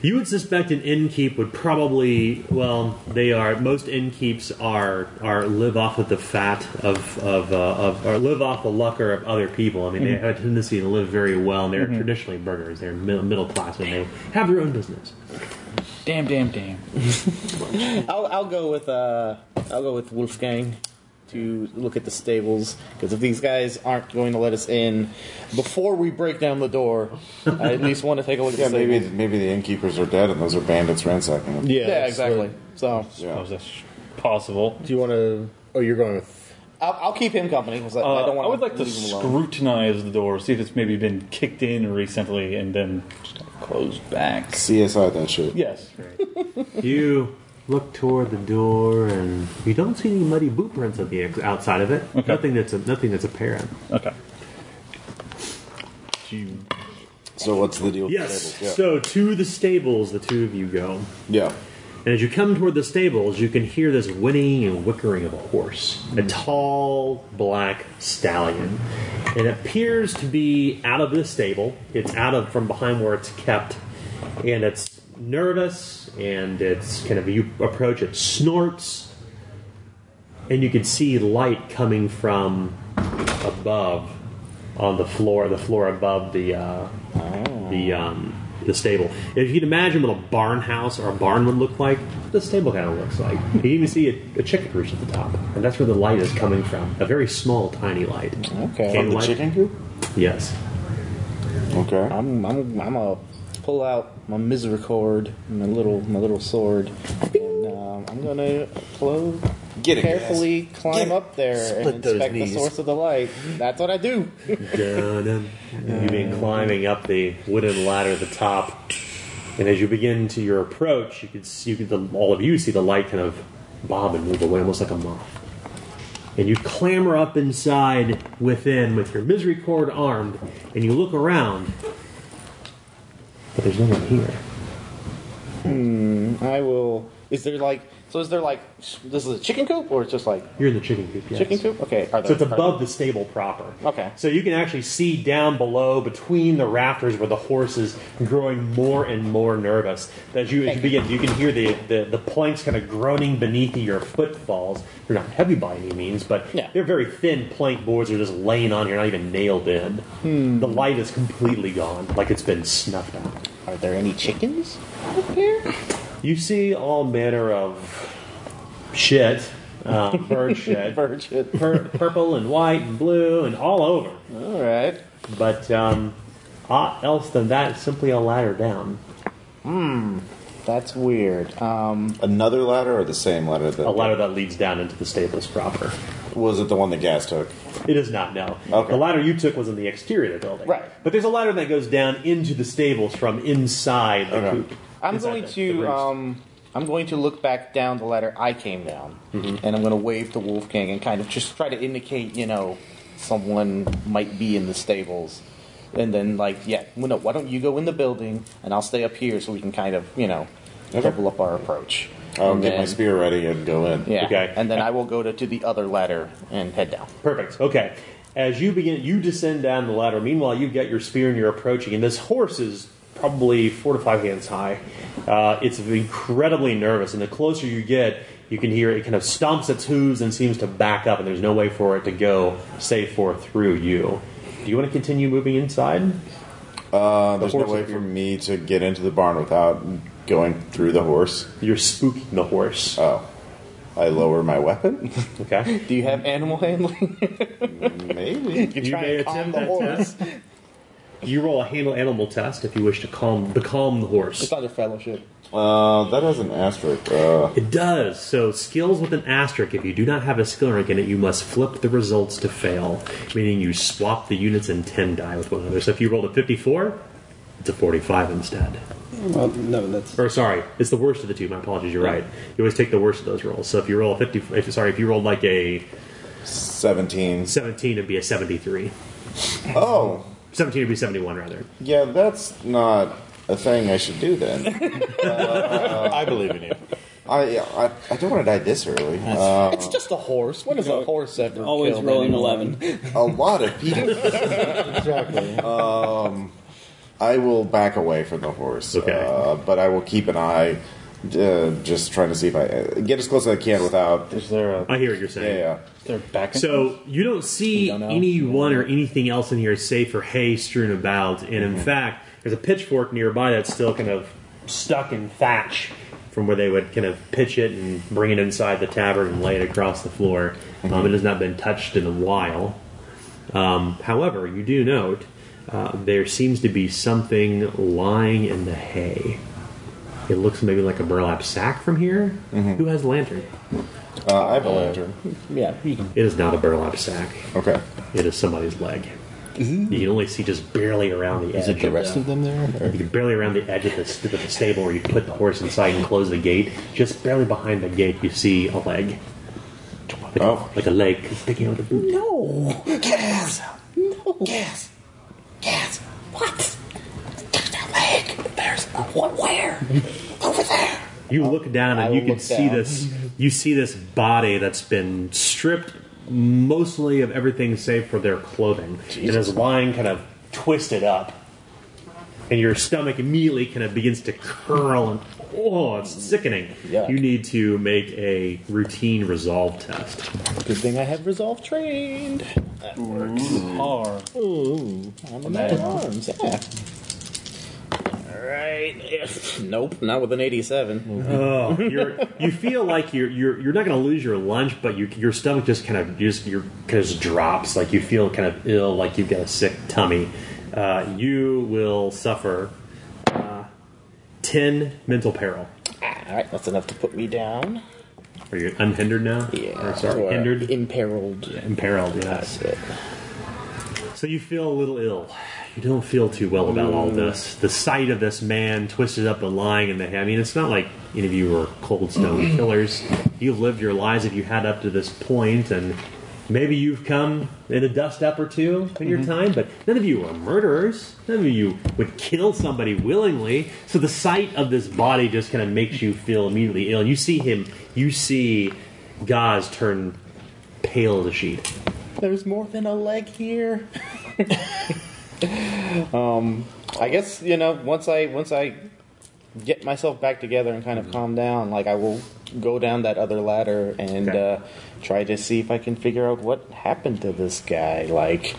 You would suspect an innkeep would probably well, they are most innkeeps are are live off of the fat of of, uh, of or live off the lucre of other people. I mean, they have a tendency to live very well, and they're traditionally burgers. They're middle, middle class, and they have their own business. Damn, damn, damn. I'll, I'll go with uh, I'll go with Wolfgang. to look at the stables because if these guys aren't going to let us in before we break down the door, I at least want to take a look Yeah, at the stables. maybe maybe the innkeepers are dead and those are bandits ransacking them. Yeah, Yeah, that's exactly. So Yeah. How's that sh- possible? the- do you want to? Oh, you're going with. I'll, I'll keep him company 'cause I, I Uh, don't want. I would like to scrutinize the door, see if it's maybe been kicked in recently, and then just kinda close back. CSI that shit. Yes. You look toward the door, and you don't see any muddy boot prints on the ex- outside of it. Nothing that's nothing that's apparent. Okay. So what's the deal? with Yes. the tables? So to the stables, the two of you go, Yeah. yeah. and as you come toward the stables, you can hear this whinnying and whickering of a horse, Mm. a tall black stallion. It appears to be out of the stable. It's out of from behind where it's kept, and it's nervous. And it's kind of you approach it, snorts, and you can see light coming from above on the floor, the floor above the uh, the um, the stable. If you can imagine what a barn house or a barn would look like, the stable kind of looks like. You can even see a, a chicken roost at the top, and that's where the light is coming from. A very small, tiny light. Okay. Can The light- chicken coop? Yes. Okay. I'm I'm I'm a pull out my misericord, and my little my little sword, and um, I'm gonna close. Get it. Carefully climb Get- up there split and those inspect the knees. source of the light. That's what I do. Dun-dun. You've been climbing up the wooden ladder at the top, and as you begin to your approach, you can see you can, the, all of you see the light kind of bob and move away, almost like a moth. And you clamber up inside within with your misery cord armed, and you look around, but there's no one here. I will. Is there like so? Is there like this is a chicken coop or it's just like You're in the chicken coop. Yes. chicken coop? Okay, are there, So it's are there- above the stable proper. Okay. So you can actually see down below between the rafters where the horse is growing more and more nervous. As you, as you begin, you can hear the, the, the planks kind of groaning beneath your footfalls. They're not heavy by any means, but Yeah. they're very thin plank boards that are just laying on here, not even nailed in. The light is completely gone, like it's been snuffed out. Are there any chickens up here? You see all manner of shit, uh, bird shit. Virgin. Pur- purple and white and blue and all over. All right. But um, aught else than that, it's simply a ladder down. That's weird. Um, Another ladder or the same ladder that A ladder that leads down into the stables proper. was it the one that gas took? It is not, no. Okay. The ladder you took was in the exterior of the building. Right. But there's a ladder that goes down into the stables from inside the Okay. coop. I'm Inside going the- the to roost. um, I'm going to look back down the ladder I came down, Mm-hmm. and I'm going to wave to Wolfgang and kind of just try to indicate, you know, someone might be in the stables, and then like, yeah, well, no, why don't you go in the building and I'll stay up here so we can kind of, you know, double up our approach. I'll And get my then- spear ready and go in. Yeah. Okay. And then I will go to, to the other ladder and head down. Perfect. Okay. As you begin, you descend down the ladder. Meanwhile, you've got your spear and you're approaching, and this horse is probably four to five hands high. Uh, it's incredibly nervous, and the closer you get, you can hear it kind of stomps its hooves and seems to back up, and there's no way for it to go save for through you. Do you want to continue moving inside? Uh, there's no horse way is- for me to get into the barn without going through the horse. You're spooking the horse. Oh. I lower my weapon? Okay. Do you have animal handling? Maybe. you You try may and calm attempt the that horse. You roll a handle animal test if you wish to calm becalm the horse. It's under fellowship. Uh, that has an asterisk. Uh, It does. So skills with an asterisk. If you do not have a skill rank in it, you must flip the results to fail, meaning you swap the units and ten die with one another. So if you rolled a fifty-four, it's a forty-five instead. Well, no, that's Or sorry, it's the worst of the two. My apologies. You're right. You always take the worst of those rolls. So if you roll a fifty, if, sorry, if you rolled like a 17. seventeen, it'd be a seventy-three. Oh, Seventeen would be seventy-one rather. yeah, that's not a thing I should do then. I believe in you. I, I, I don't want to die this early. Uh, it's just a horse. What does a horse ever always kill rolling anyone? eleven. a lot of people. Exactly. I will back away from the horse. Okay. Uh, but I will keep an eye, uh, just trying to see if I uh, get as close as I can without. Is there a I hear what you're saying. Uh, Yeah. is there a back So you don't see know. anyone or anything else in here save for hay strewn about, and in fact, there's a pitchfork nearby that's still kind of stuck in thatch, from where they would kind of pitch it and bring it inside the tavern and lay it across the floor. Um, it has not been touched in a while. Um, however, you do note uh, there seems to be something lying in the hay. It looks maybe like a burlap sack from here. Who has lantern? Uh, I have a lantern. Yeah, you can. It is not a burlap sack. Uh, Okay. It is somebody's leg. You can only see just barely around the edge. Mm-hmm. Is it the rest of them there? Or- You can barely around the edge of the, st- of the stable where you put the horse inside and close the gate. Just barely behind the gate, you see a leg. Like, Oh. like a leg sticking out of the boot. No! Yes! No! Yes! Yes! What? There's no leg! There's no one where? Over there! You look down I and will you can look see down. this. You see this body that's been stripped mostly of everything save for their clothing. It is lying kind of twisted up, and your stomach immediately kind of begins to curl. And oh, it's sickening. Yuck. You need to make a routine resolve test. Good thing I have resolve trained. Are. Ooh, I'm a man at arms. Yeah. All right. Nope, not with an 87. Oh, you're, you feel like you're you're, you're not going to lose your lunch, but you, your stomach just kind of just your kind of just drops. Like you feel kind of ill, like you've got a sick tummy. Uh, you will suffer uh, ten mental peril. All right, that's enough to put me down. Are you unhindered now? Yeah. Or, sorry, or hindered, Imperiled. imperiled. Yes. That's it. So you feel a little ill. You don't feel too well about all this. The sight of this man twisted up and lying in the hay. I mean, it's not like any of you are cold stone killers. You've lived your lives if you had up to this point, and maybe you've come in a dust up or two in your time, but none of you are murderers. None of you would kill somebody willingly. So the sight of this body just kind of makes you feel immediately ill. And you see him, you see Gaz turn pale as a sheet. There's more than a leg here. um, I guess you know once I once I get myself back together and kind of calm down, like I will go down that other ladder and Okay. uh, try to see if I can figure out what happened to this guy. Like,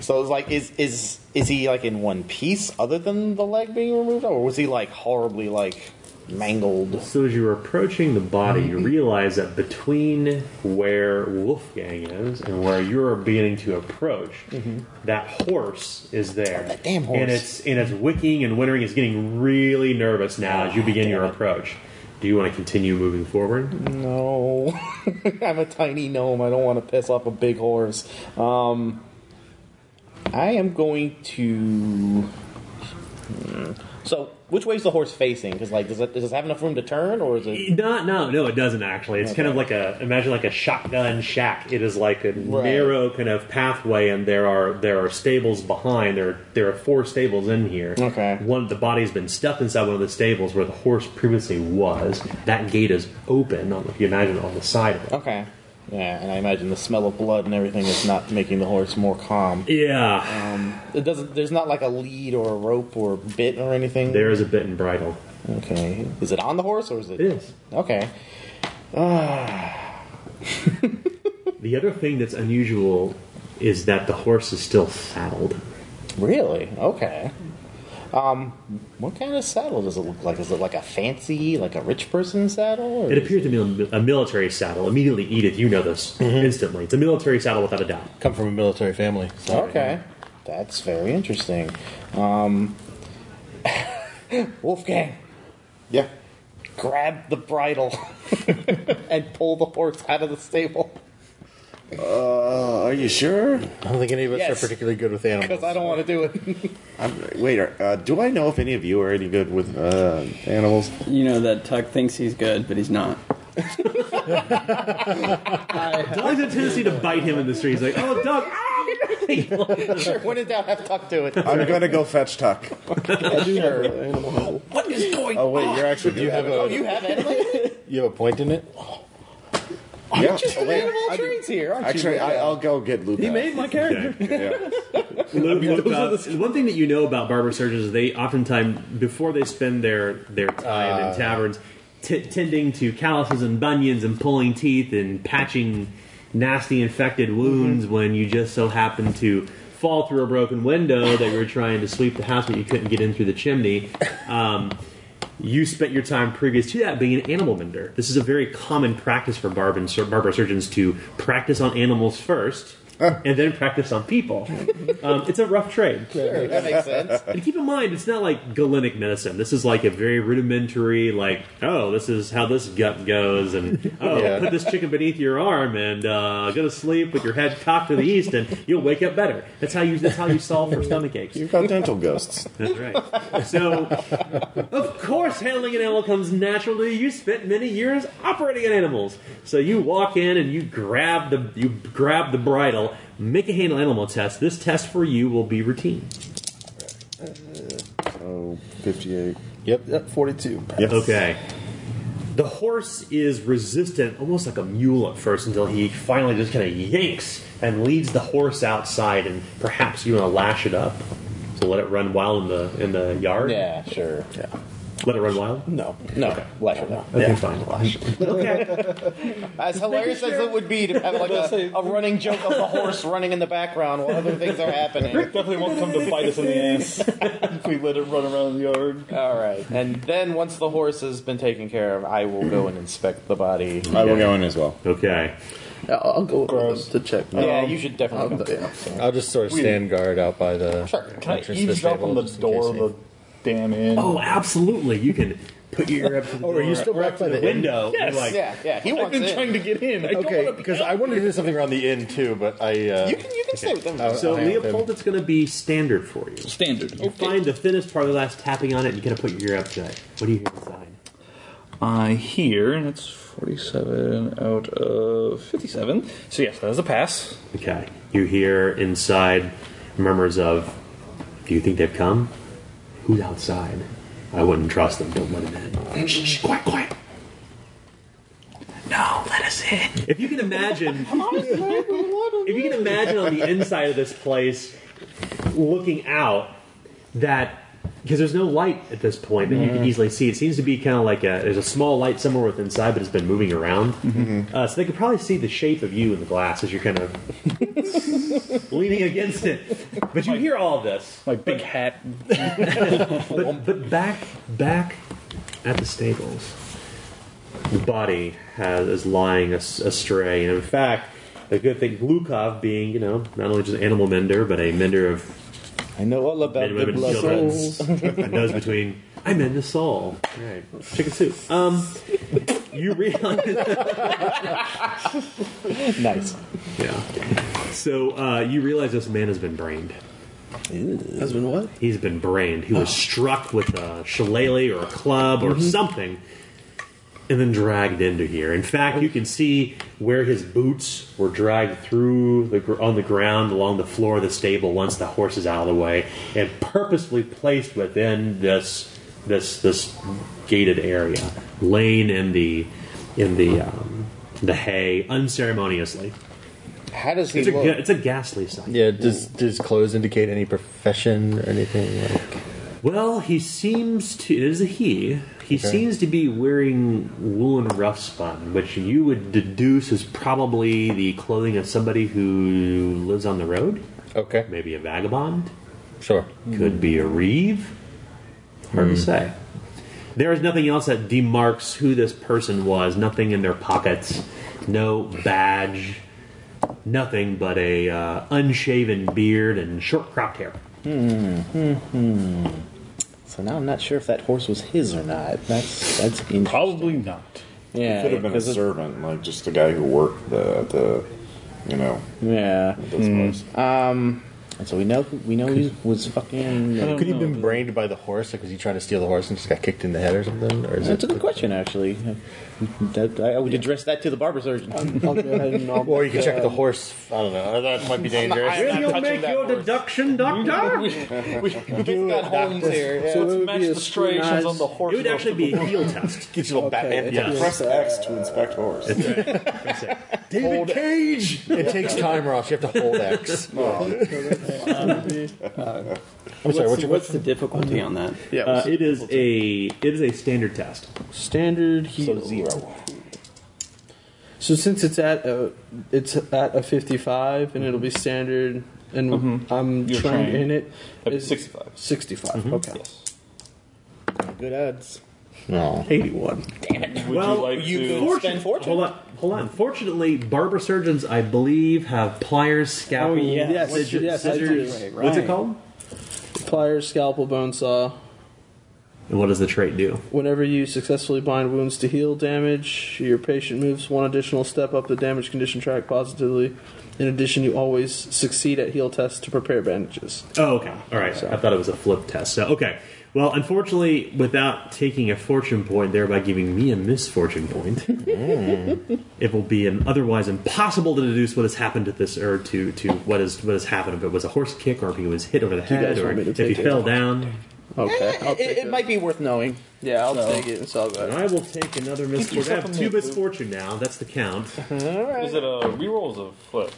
so it's like is is is he like in one piece other than the leg being removed, or was he like horribly like mangled? So as you're approaching the body, Mm-hmm. you realize that between where Wolfgang is and where you're beginning to approach, that horse is there. Mm-hmm. that damn horse. And it's and it's wicking and wintering. It's getting really nervous Ah, now as you begin your approach. Do you want to continue moving forward? No, I'm a tiny gnome. I don't want to piss off a big horse. Um, I am going to. Hmm. So, which way's the horse facing? Because like, does it, does it have enough room to turn, or is it? Not, no, no, it doesn't actually. It's kind of like a imagine like a shotgun shack. It is like a narrow kind of pathway, and there are there are stables behind. There are, there are four stables in here. Okay. One the body's been stuffed inside one of the stables where the horse previously was. That gate is open. On, if you imagine on the side of it. Okay. Yeah, and I imagine the smell of blood and everything is not making the horse more calm. Yeah. It doesn't. There's not like a lead or a rope or bit or anything. There is a bit and bridle. Okay. Is it on the horse or is it? It is. Okay. The other thing that's unusual is that the horse is still saddled. Really? Okay. Um, what kind of saddle does it look like? Is it like a fancy, like a rich person saddle? Or It appears to be a- a military saddle. Immediately, Edith, you know this instantly. It's a military saddle without a doubt. Come from a military family. so- Okay, that's very interesting. Um, Wolfgang, Yeah. grab the bridle and pull the horse out of the stable Uh, are you sure? I don't think any of us Yes. are particularly good with animals. because I don't want to do it. I'm, wait, are- uh, do I know if any of you are any good with uh, animals? You know that Tuck thinks he's good, but he's not. Dogs have a tendency to bite him in the street. He's like, oh, dog. sure, when in doubt, have Tuck do it. I'm gonna go fetch Tuck. I do have an animal handler. Oh wait, you're actually do You have Oh, a you have animal, you have a point in it. yeah. Oh, animal traits here, aren't you? Actually, I, I'll go get Luke. He made My character. yeah. Look, about- one thing that you know about barber surgeons is they oftentimes, before they spend their, their time Ah. in taverns, t- tending to calluses and bunions and pulling teeth and patching nasty infected Mm-hmm. wounds when you just so happen to fall through a broken window that you were trying to sweep the house but you couldn't get in through the chimney. Um, you spent your time previous to that being an animal mender. This is a very common practice for barber, barber surgeons to practice on animals first and then practice on people. Um, it's a rough trade. that makes sense. And keep in mind, it's not like Galenic medicine. This is like a very rudimentary, like, oh, this is how this gut goes, and oh, put this chicken beneath your arm and uh, go to sleep with your head cocked to the east, and you'll wake up better. That's how you. That's how you solve for stomach aches. You've got dental ghosts. That's right. So, of course, handling an animal comes naturally. You spent many years operating on animals, so you walk in and you grab the you grab the bridle, make a handle animal test. This test for you will be routine. Oh, 58. Yep. Yep, 42. Yes. Okay. The horse is resistant, almost like a mule at first, until he finally just kind of yanks and leads the horse outside, and perhaps you want to lash it up. So let it run wild in the in the yard. Yeah, sure. Let it run wild. No. No, lash it out. Okay, fine. Okay. As hilarious as it would be to have like a, a running joke of the horse running in the background while other things are happening. Definitely won't come to bite us in the ass if we let it run around the yard. All right, and then once the horse has been taken care of, I will go and inspect the body. I will go in as well. Okay. Yeah, I'll I'll go Gross. to check. Yeah, you should definitely. Um, go. yeah. I'll just sort of stand guard out by the Can I entrance to the eavesdrop stable on the just in door of case the damn inn? Oh, absolutely. You can put your ear up to the Oh, door. are you still or back up by to the the inn? window. Yes. Like, Yeah, yeah, he I've wants been it. trying to get in. I don't Okay, wanna be because out. I wanted to do something around the inn too, but I. Uh, You can you can stay with them. I'll- So I'll hang out with Leopold, him. it's going to be standard for you. standard. You find the thinnest part of the glass, tapping on it, and you kind of put your ear up to it. What do you hear inside? I hear that's 47 out of 57. So yes, that is a pass. Okay. You hear inside murmurs of, "Do you think they've come? Who's outside? I wouldn't trust them. Don't let them in. Shh, shh, quiet, quiet. No, let us in. If you can imagine, if you can imagine on the inside of this place, looking out, that because there's no light at this point that you can easily see. It seems to be kind of like a there's a small light somewhere with inside, but it's been moving around. Uh, so they could probably see the shape of you in the glass as you're kind of leaning against it. But you hear all of this. My big hat. But, but back back at the stables, the body has, is lying as- astray. And in fact, the good thing, Glukov being, you know, not only just an animal mender, but a mender of I know all about men, women, and children. and those between, I mend the soul. Right. Chicken soup. Um, you realize. Nice. yeah. So uh, you realize this man has been brained. Has been what? He's been brained. He Oh. was struck with a shillelagh or a club Mm-hmm. or something, and then dragged into here. In fact, you can see where his boots were dragged through the gr- on the ground along the floor of the stable once the horse is out of the way, and purposely placed within this this this gated area, laying in the in the um, the hay unceremoniously. How does he It's a, look? ga- it's a ghastly sight. Yeah, does does clothes indicate any profession or anything? Like, Well, he seems to. It is a he. He seems to be wearing woolen rough spun, which you would deduce is probably the clothing of somebody who lives on the road. okay, Maybe a vagabond. sure. Could be a reeve. Hard to say. There is nothing else that demarks who this person was. Nothing in their pockets. No badge. Nothing but a uh, unshaven beard and short cropped hair. So now I'm not sure if that horse was his or not. That's that's interesting. Probably not. yeah, Could have been a 'cause it- servant, like just a guy who worked the, the you know, Yeah. this Hmm. place. Um. And so we know we know he was fucking. uh, Could he have been brained by the horse? Like, was he trying to steal the horse and just got kicked in the head or something? Or is That's a it? good question, actually. That, I would address that to the barber surgeon. I'll go ahead and I'll- Or you could check the horse. I don't know. That might be dangerous. Will you make your deduction, Doctor? We've got Holmes here. yeah. So it would Match be the a screen striations eyes- on the horse. It would actually be a heel test. Get you a little Batman. Yeah. Press X to inspect horse. David Cage. It takes time, Ross. You have to hold X. I'm sorry. What's your What's the difficulty on that? Yeah, Uh, so it is a it is a standard test. standard heel. So zero. since it's at a, it's at a 55 and it'll be standard and I'm You're trained trained in it. at is 65. 65. Okay. Yes. Good odds. No. 81. Would you like to? fortune- spend fortune. Hold on, hold on. Fortunately, barber surgeons, I believe, have pliers, scalpel, yes. Yes, scissors. yes, I do. scissors. Right, What's it right. called? Pliers, scalpel, bone saw. And what does the trait do? Whenever you successfully bind wounds to heal damage, your patient moves one additional step up the damage condition track positively. In addition, you always succeed at heal tests to prepare bandages. Oh, okay. All right. I thought it was a flip test. So, okay. Well, unfortunately, without taking a fortune point, thereby giving me a misfortune point, it will be an otherwise impossible to deduce what has happened to this or to to what is what has happened. If it was a horse kick, or if he was hit over the head, guys or want me to if he take it? fell down. Okay, Eh, I'll it, take it might be worth knowing. Yeah, I'll take it. It's all And good. I will take another misfortune. I yourself have a two minute, misfortune now. That's the count. Is it a rerolls of flip?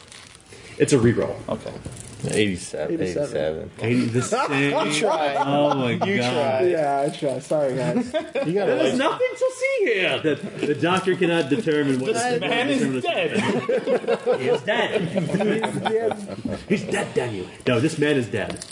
It's a reroll. Okay. 87. 87. Eighty- the same- Try. Oh my god! Yeah, I try. Sorry, guys. You gotta There's like, nothing to see here. The, the doctor cannot determine what This man is determine the- dead. He is dead. He's dead, Daniel. No, this man is dead.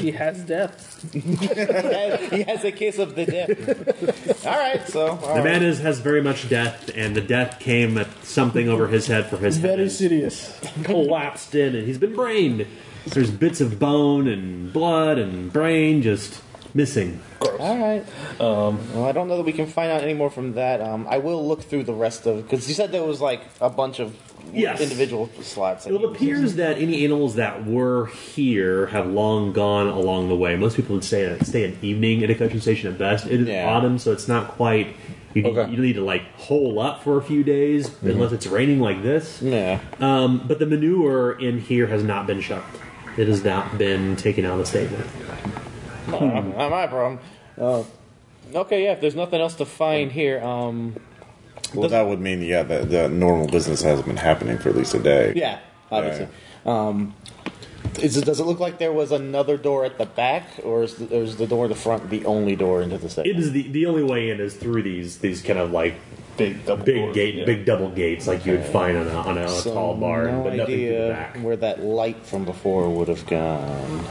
He has death. he has a case of the death. all right, so all The right. man is, has very much death, and the death came at something over his head for his head Very and serious. collapsed in, and he's been brained. So there's bits of bone and blood and brain just missing. All right. Um, well, I don't know that we can find out any more from that. Um, I will look through the rest of because you said there was like a bunch of Yes. individual slots. that It you- appears that any animals that were here have long gone along the way. Most people would stay stay an evening at a coaching station at best. It is Yeah. autumn, so it's not quite. You, Okay. you need to like hole up for a few days unless it's raining like this. Yeah. Um, but the manure in here has not been shoveled. It has not been taken out of the statement. Not my problem. Uh, okay, yeah. If there's nothing else to find here, um, Well, that would mean, yeah, that the normal business hasn't been happening for at least a day. yeah, obviously. Um, is it, does it look like there was another door at the back, or is the, or is the door in the front the only door into the It second? is the the only way in is through these these kind of like Big double big doors, gate yeah. big double gates like you would find on a, on a tall barn, no but nothing through the idea back. where that light from before would have gone.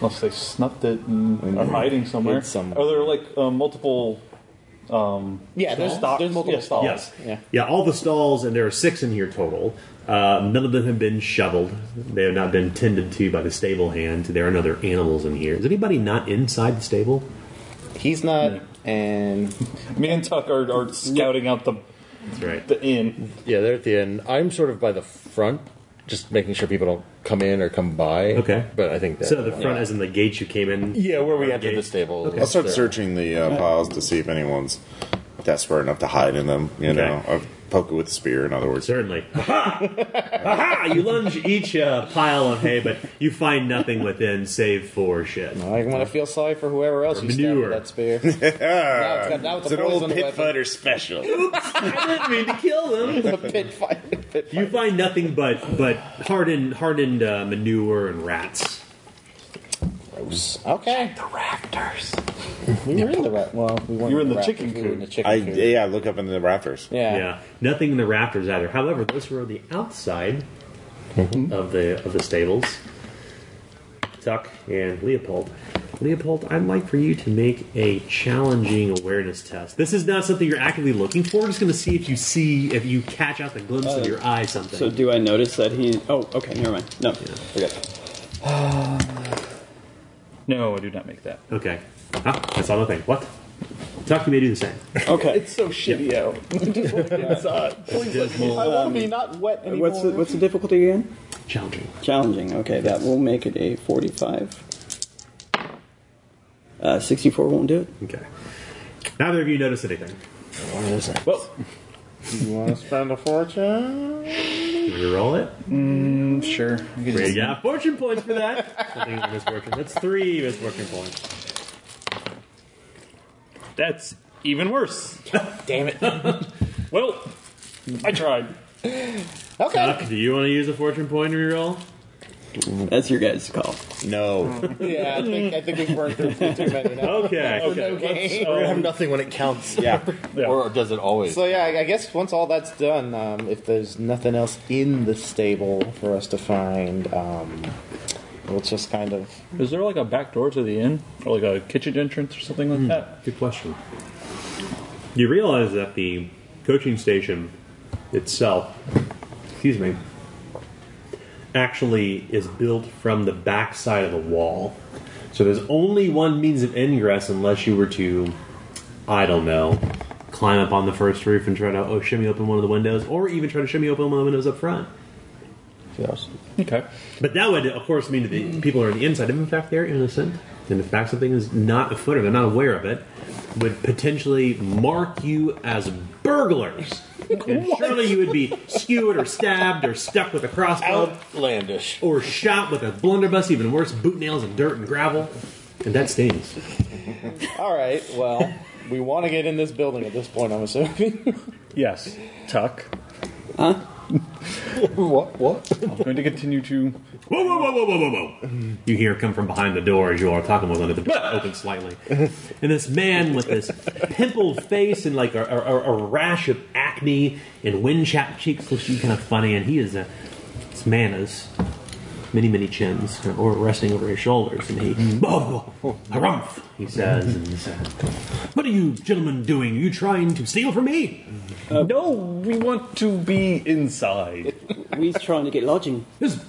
Unless they snuffed it and are hiding somewhere. It's somewhere. Are there like uh, multiple? um, Yeah, there's Stalls? there's multiple Yeah, stalls. Yes. Yeah. all the stalls, and there are six in here total. Uh, none of them have been shoveled. They have not been tended to by the stable hand. There are other animals in here. Is anybody not inside the stable? He's not, and Me and Tuck are, are scouting out the That's right. the inn. yeah, they're at the end. I'm sort of by the front, just making sure people don't come in or come by. Okay. But I think that. So the front, as in the gates you came in. yeah, where we entered Gate. the stable. Okay. is I'll start there. searching the uh, piles to see if anyone's desperate enough to hide in them. You know, i poke it with a spear, in other words. Certainly. Aha! Aha! You lunge each uh, pile of hay, but you find nothing within save for shit. I want to feel sorry for whoever else you stabbed Manure. with that spear. now it's got now it's, It's a an old poison pit weapon. fighter special. I didn't mean to kill them. It's a pit fight. Pit You find nothing but but hardened hardened uh, manure and rats. fight. Okay. The raptors. We were in the ra- well, we weren't. You were in the raptors, chicken we were in the chicken I coop. yeah, I look up into the rafters. yeah. Yeah, nothing in the rafters either. However, those were the outside of the of the stables. Tuck and Leopold. Leopold, I'd like for you to make a challenging awareness test. This is not something you're actively looking for. just going to see if you see if you catch out the glimpse of your eye something. So do I notice that he? Oh, okay, never mind. No, No, I do not make that. okay, ah, that's all the thing. What? Tuck, you may do the same. okay. It's so shitty out. I want to be not wet anymore. What's the, what's the difficulty again? Challenging. Challenging. Okay, that will make it a forty-five. Uh, Sixty-four won't do it. Okay. Neither of you notice anything. Well, you want to spend a fortune? Can we roll it? Mm, sure. I could We just- got fortune points for that. Something on misfortune. That's three misfortune points. That's even worse. Damn it. Well, I tried. Okay. Doc, Uh, do you want to use a fortune point reroll? That's your guys' call. No, yeah, I think I think we've burned through too many now. Okay. No game. We're gonna have nothing when it counts. yeah, Or does it always? So yeah, I I guess once all that's done, um, if there's nothing else in the stable for us to find, um, we'll just kind of Is there like a back door to the inn, or like a kitchen entrance, or something like that? Good question. You realize that the coaching station itself, excuse me, actually is built from the back side of the wall. So there's only one means of ingress unless you were to, I don't know, climb up on the first roof and try to oh, shimmy open one of the windows, or even try to shimmy open one of the windows up front. Yes. Okay. But that would, of course, mean that the people are on the inside. If in fact they're innocent, and in fact something is not afoot or they're not aware of it, would potentially mark you as burglars. And surely you would be skewered or stabbed or stuck with a crossbow. Outlandish. Or shot with a blunderbuss, even worse, boot nails and dirt and gravel. And that stings. All right. Well, we want to get in this building at this point. I'm assuming. Yes. Tuck. Huh? what? What? I'm going to continue to. Whoa, whoa, whoa, whoa, whoa, whoa, whoa! You hear come from behind the door as you are talking with under the door open slightly, and this man with this pimpled face and like a, a, a rash of acne and wind-chapped cheeks looks at you kind of funny, and he is a this man is many many chins or resting over his shoulders, and he whoa, whoa, whoa, harumph, he says, and he says, "What are you gentlemen doing? Are you trying to steal from me?" no, we want to be inside. We's trying to get lodging. This,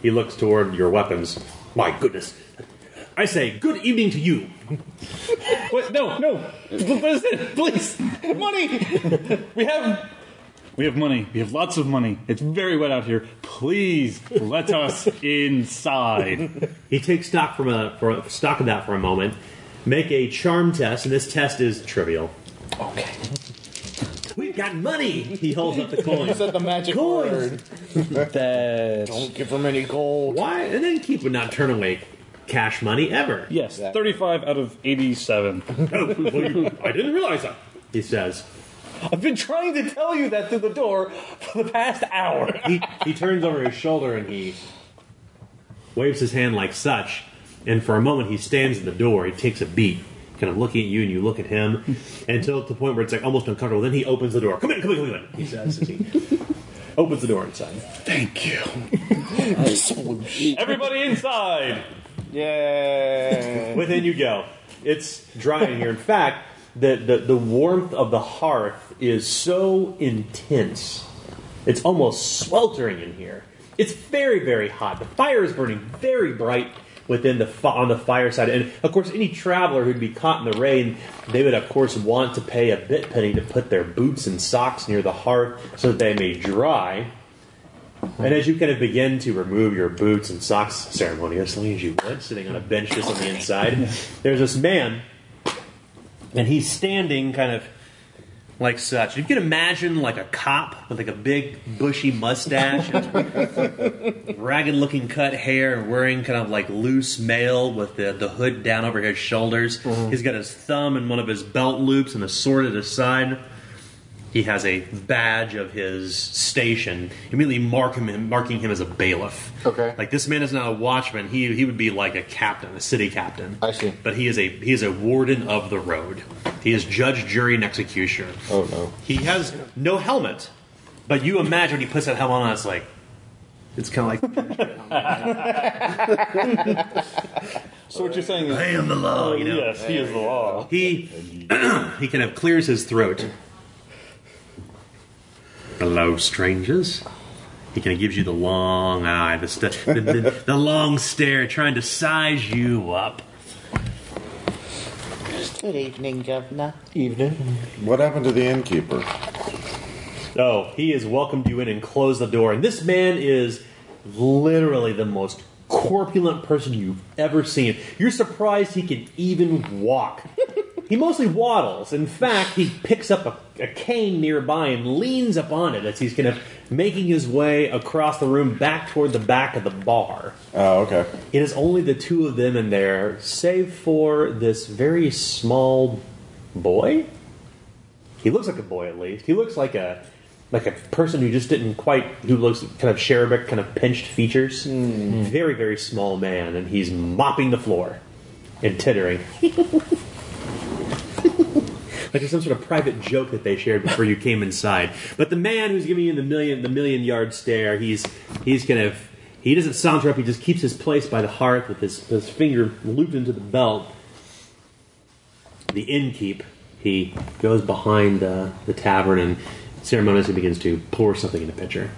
he looks toward your weapons. My goodness. I say, good evening to you. Wait, no, no. Listen, please. Money. We have. We have money. We have lots of money. It's very wet out here. Please let us inside. He takes stock from a for, stock of that for a moment. Make a charm test, and this test is trivial. Okay. We've got money. He holds up the You coin. said the magic Coins. word. That's Don't give him any gold. Why? And then keep would not turn away cash money ever. yes, thirty-five out of eighty-seven. Oh, well, you- I didn't realize that. He says. I've been trying to tell you that through the door for the past hour. he, he turns over his shoulder and he waves his hand like such. And for a moment, he stands at the door. He takes a beat, kind of looking at you, and you look at him until to the point where it's like almost uncomfortable. Then he opens the door. Come in, come in, come in, come in. He says as he opens the door inside. Thank you. Everybody inside. Yeah. Within you go. It's dry in here. In fact, the, the, the warmth of the hearth is so intense. It's almost sweltering in here. It's very, very hot. The fire is burning very bright within the fi- on the fireside. And of course, any traveler who'd be caught in the rain, they would of course want to pay a bit penny to put their boots and socks near the hearth so that they may dry. And as you kind of begin to remove your boots and socks ceremoniously as you would, sitting on a bench just on the inside, there's this man, and he's standing kind of like such. You can imagine like a cop with like a big bushy mustache and ragged looking cut hair and wearing kind of like loose mail with the, the hood down over his shoulders. He's got his thumb in one of his belt loops and a sword at his side he has a badge of his station, immediately mark him, marking him as a bailiff. Okay. Like this man is not a watchman. He he would be like a captain, a city captain. I see. But he is a he is a warden of the road. He is judge, jury, and executioner. Oh no. He has no helmet, but you imagine when he puts that helmet on, it's like it's kind of like So what you're saying is, I am the law, you know. yes, he is the law. He he kind of clears his throat. Hello, strangers. He kind of gives you the long eye, the, st- the, the, the long stare, trying to size you up. Good evening, Governor. What happened to the innkeeper? Oh, he has welcomed you in and closed the door. And this man is literally the most corpulent person you've ever seen. You're surprised he can even walk. he mostly waddles. In fact, he picks up a, a cane nearby and leans up on it as he's kind of making his way across the room back toward the back of the bar. Oh, okay. It is only the two of them in there, save for this very small boy. He looks like a boy, at least. He looks like a like a person who just didn't quite who looks kind of cherubic, kind of pinched features. Very, very small man, and he's mopping the floor and tittering. Like it's some sort of private joke that they shared before you came inside. But the man who's giving you the million the million yard stare, he's he's kind of he doesn't saunter up. He just keeps his place by the hearth with his his finger looped into the belt. The innkeep He goes behind the, the tavern and ceremoniously begins to pour something in a pitcher.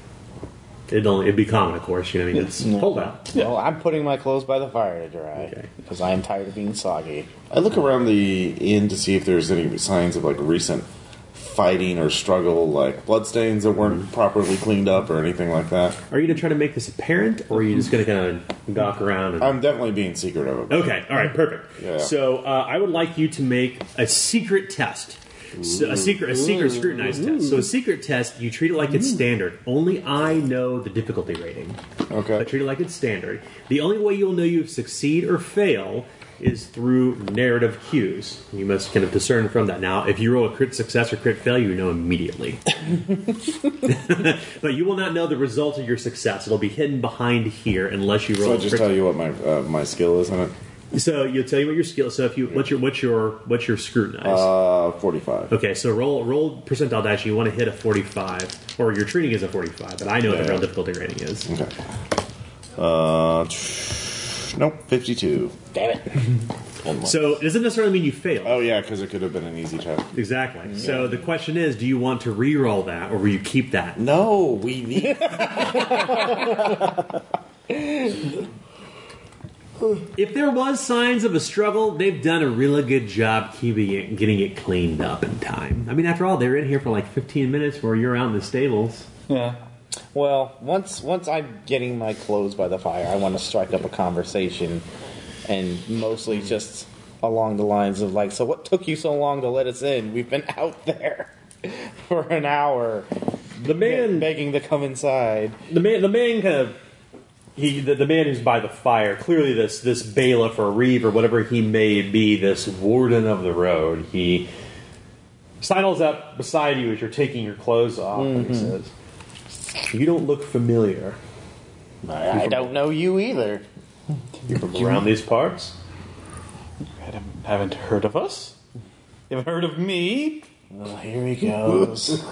It'd, only, it'd be common, of course. You know, what I mean, it's hold out. Well, I'm putting my clothes by the fire to dry because I'm tired of being soggy. I look around the inn to see if there's any signs of like recent fighting or struggle, like bloodstains that weren't properly cleaned up or anything like that. Are you going to try to make this apparent, or are you just going to kind of gawk around? And... I'm definitely being secretive. About Okay, all right, perfect. Yeah. So uh, I would like you to make a secret test. So a secret, a secret scrutinized test. So a secret test, you treat it like it's standard. Only I know the difficulty rating. Okay. I treat it like it's standard. The only way you'll know you succeed or fail is through narrative cues. You must kind of discern from that. Now, if you roll a crit success or crit fail, you know immediately. but you will not know the result of your success. It'll be hidden behind here unless you roll. So a I'll just crit- tell you what my uh, my skill is in it. so you'll tell you what your skill. So if you what's your what's your what's your scrutinized? Uh, forty-five. okay, so roll roll percentile dash. You want to hit a forty five, or your treating is a forty five. But I know what Yeah. the real difficulty rating is. Okay. Uh, tch, nope, fifty-two. Damn it. So it doesn't necessarily mean you fail. Oh yeah, because it could have been an easy check. Exactly. So the question is, do you want to re-roll that, or will you keep that? No, we need. If there was signs of a struggle, they've done a really good job keeping it, getting it cleaned up in time. I mean, after all, they're in here for like fifteen minutes, where you're out in the stables. Yeah. Well, once once I'm getting my clothes by the fire, I want to strike up a conversation, and mostly just along the lines of like, "So what took you so long to let us in? We've been out there for an hour, The man begging to come inside." the man the man kind of he the, the man who's by the fire clearly this this bailiff or reeve or whatever he may be this warden of the road he sidles up beside you as you're taking your clothes off and Mm-hmm. he says you don't look familiar I, I don't know you either. you're from around these parts I haven't heard of us. You haven't heard of me? Well, here he goes.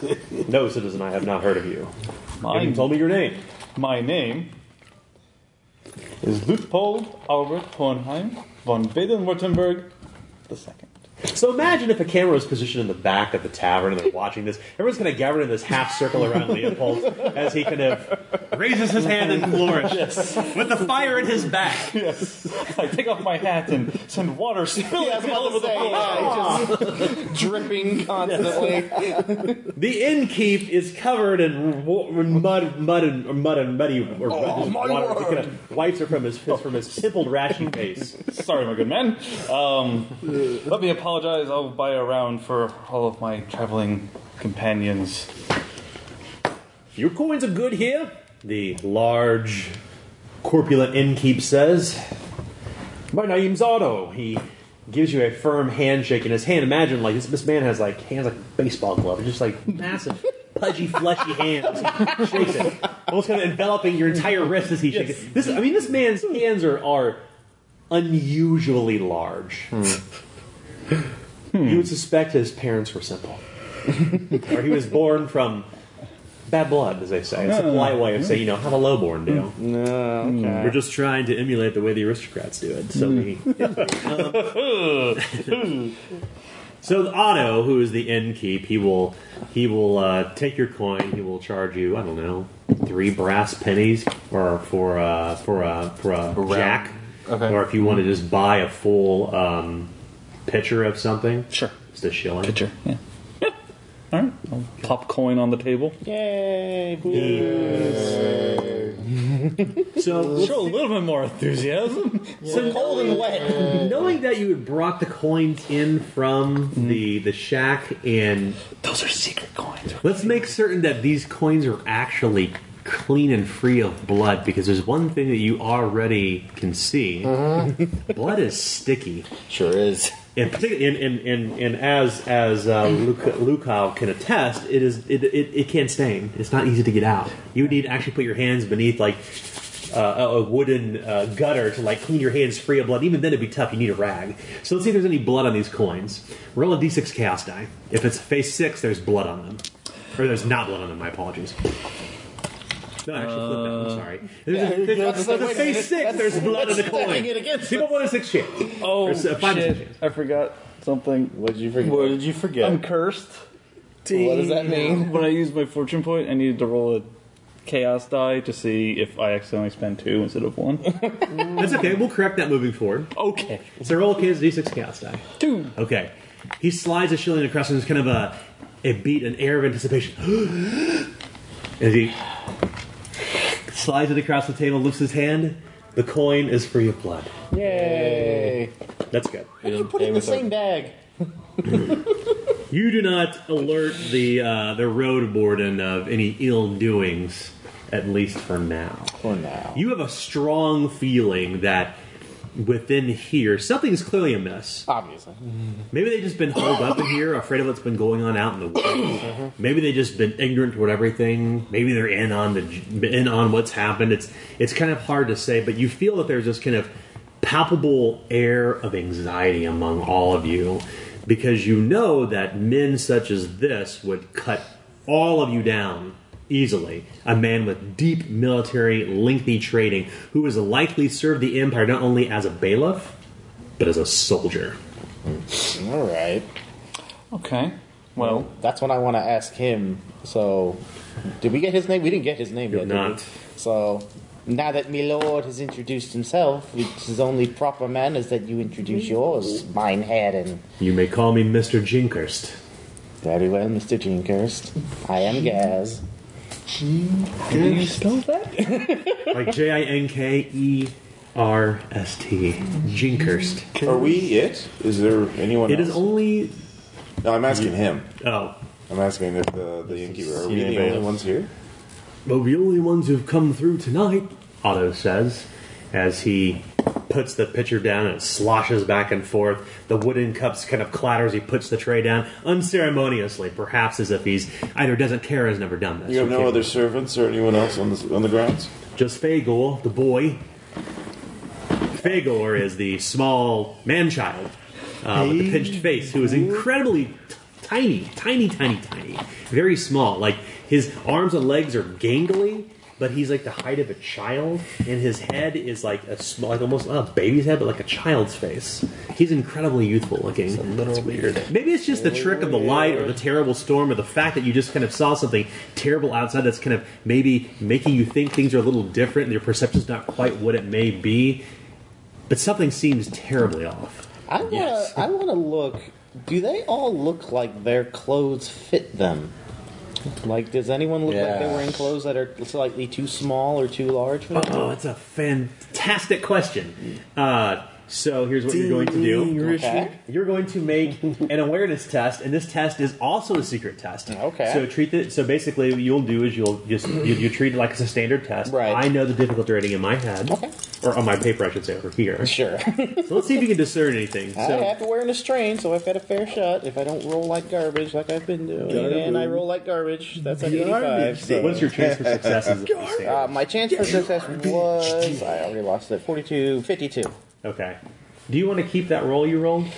no citizen i have not heard of you you My, haven't told me your name my name is Luitpold Albert Hohenheim von Baden-Württemberg the second. So imagine if a camera was positioned in the back of the tavern and they're watching this. Everyone's kind of gathered in this half circle around Leopold as he kind of raises his hand and flourishes with the fire in his back. I take off my hat and send water spilling all over the floor. Dripping constantly. The innkeep is covered in, wa- in mud, mud and or mud and muddy or mud, water. He kind of wipes it from his from his pimpled, rashy face. Sorry, my good man. Um, let me apologize. I'll buy a round for all of my traveling companions. Your coins are good here, the large, corpulent innkeep says. My name's Otto. He gives you a firm handshake in his hand. Imagine, like, this, this man has, like, hands like a baseball glove. Just, like, massive, pudgy, fleshy hands. He shakes it. Almost kind of enveloping your entire wrist as he shakes it. This, I mean, this man's hands are, are unusually large. You would suspect his parents were simple. or he was born from bad blood, as they say. It's a polite way of saying, you know, how the lowborn do. No, we're just trying to emulate the way the aristocrats do it. So we. Um, so Otto, who is the innkeep, he will he will uh, take your coin. He will charge you, I don't know, three brass pennies, or for uh, for a for a jack, Okay. or if you want to just buy a full um, pitcher of something, Sure. just a shilling. Pitcher. Yeah. All right. I'll pop coin on the table. Yay! boo. So Show a little bit more enthusiasm. So cold and wet. Knowing that you had brought the coins in from the the shack, and Those are secret coins. let's make certain that these coins are actually clean and free of blood, because there's one thing that you already can see: Uh-huh. blood is sticky. Sure is. And particularly, and, and, and, and as as uh, Luca, Lukov can attest, it is it, it, it can stain. It's not easy to get out. You would need to actually put your hands beneath like uh, a a wooden uh, gutter to like clean your hands free of blood. Even then, it'd be tough. You need a rag. So let's see if there's any blood on these coins. Roll a d6 chaos die. If it's face six, there's blood on them, or there's not blood on them. My apologies. No, actually, flip that. I'm sorry. There's, a, there's, Uh, that's there's the a way- face six. There's blood on the that's coin. stacking it against People want a six chance. Oh There's a five and six shit! chance. I forgot. something. What did you forget? What did you forget? I'm cursed. What does that mean? When I used my fortune point, I needed to roll a chaos die to see if I accidentally spend two instead of one. That's okay. We'll correct that moving forward. Okay. So roll a kid's d6 chaos die. Two. Okay. He slides a shilling across and there's kind of a, a beat, an air of anticipation. As he slides it across the table, lifts his hand, the coin is free of blood. Yay! That's good. You put it in the same bag. You do not alert the uh, the road warden of any ill doings, at least for now. For now, you have a strong feeling that within here something's clearly amiss. Obviously, maybe they've just been holed up in here, afraid of what's been going on out in the world. maybe they've just been ignorant toward everything. Maybe they're in on the in on what's happened. It's it's kind of hard to say, but you feel that there's this kind of palpable air of anxiety among all of you because you know that men such as this would cut all of you down easily. A man with deep military, lengthy training who has likely served the empire not only as a bailiff but as a soldier. All right. Okay. Well, that's when I want to ask him. So, did we get his name? We didn't get his name yet. did we? not. So, now that my lord has introduced himself, which is only proper manners that you introduce yours, mine head and You may call me Mr. Jinkhurst. Very well, Mr. Jinkhurst. I am Gaz. How do you spell that? Like J I N K E R S T. Jinkhurst. Are we it? Is there anyone? It else? is only. No, I'm asking him. Oh. I'm asking if uh, the the innkeeper. Are we the anybody only else? ones here? Well, the only ones who've come through tonight, Otto says, as he puts the pitcher down and it sloshes back and forth. The wooden cups kind of clatter as he puts the tray down, unceremoniously, perhaps as if he's either doesn't care or has never done this. You have He no can't- other servants or anyone else on the on the grounds. Just Fagel, the boy. Fagor is the small man child uh, with the pinched face who is incredibly t- tiny, tiny, tiny, tiny. Very small. Like his arms and legs are gangly, but he's like the height of a child, and his head is like a small, like almost not a baby's head, but like a child's face. He's incredibly youthful looking. It's a little weird. Maybe it's just the trick of the light or the terrible storm or the fact that you just kind of saw something terrible outside that's kind of maybe making you think things are a little different and your perception's not quite what it may be. But something seems terribly off. I want to. I want to look. Do they all look like their clothes fit them? Like, does anyone look like they're Yeah. wearing clothes that are slightly too small or too large? For them? Oh, that's a fantastic question. Uh, so here's what you're going to Ding, do. Richard. Okay. You're going to make an awareness test, and this test is also a secret test. Okay. So treat it. So basically, what you'll do is you'll just you, you treat it like it's a standard test. Right. I know the difficulty rating in my head, or on my paper, I should say, over here. Sure. so let's see if you can discern anything. I so have to wear in a strain, so I've got a fair shot. If I don't roll like garbage, like I've been doing, and I roll like garbage, that's an eighty-five. Garbage. So. What's your chance for success as a Uh, my chance for success was I already lost it. 42, 52. Okay. Do you want to keep that roll you rolled?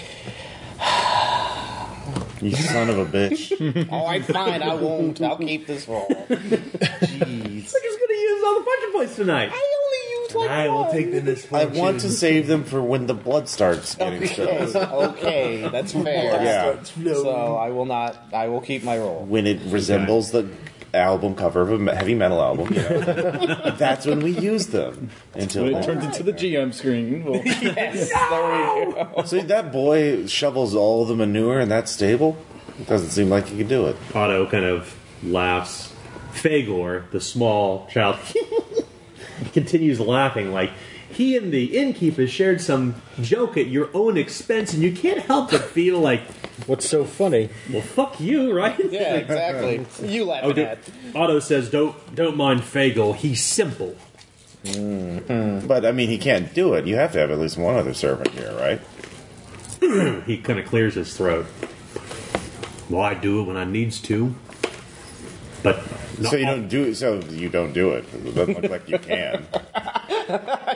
You son of a bitch. All right, fine. I won't. I'll keep this roll. Jeez. We're just going to use all the punch points tonight. I only use like I will take the I misfortune. want to save them for when the blood starts getting Okay, shown. okay, that's fair. Yeah. So I will not. I will keep my roll. When it resembles the album cover of a heavy metal album, you know, that's when we use them. Until when it turns into the GM screen, we'll yes, there we go. See, that boy shovels all the manure in that stable. It doesn't seem like he could do it. Otto kind of laughs. Fagor, the small child, continues laughing like he and the innkeeper shared some joke at your own expense, and you can't help but feel like, "What's so funny?" Well, fuck you, right? Yeah, exactly. You Oh, laughing Okay. at? Otto says, "Don't don't mind Fagel. He's simple." But I mean, he can't do it. You have to have at least one other servant here, right? he kind of clears his throat. Well, I do it when I needs to, but so you don't do. So you don't do it. It doesn't look like you can.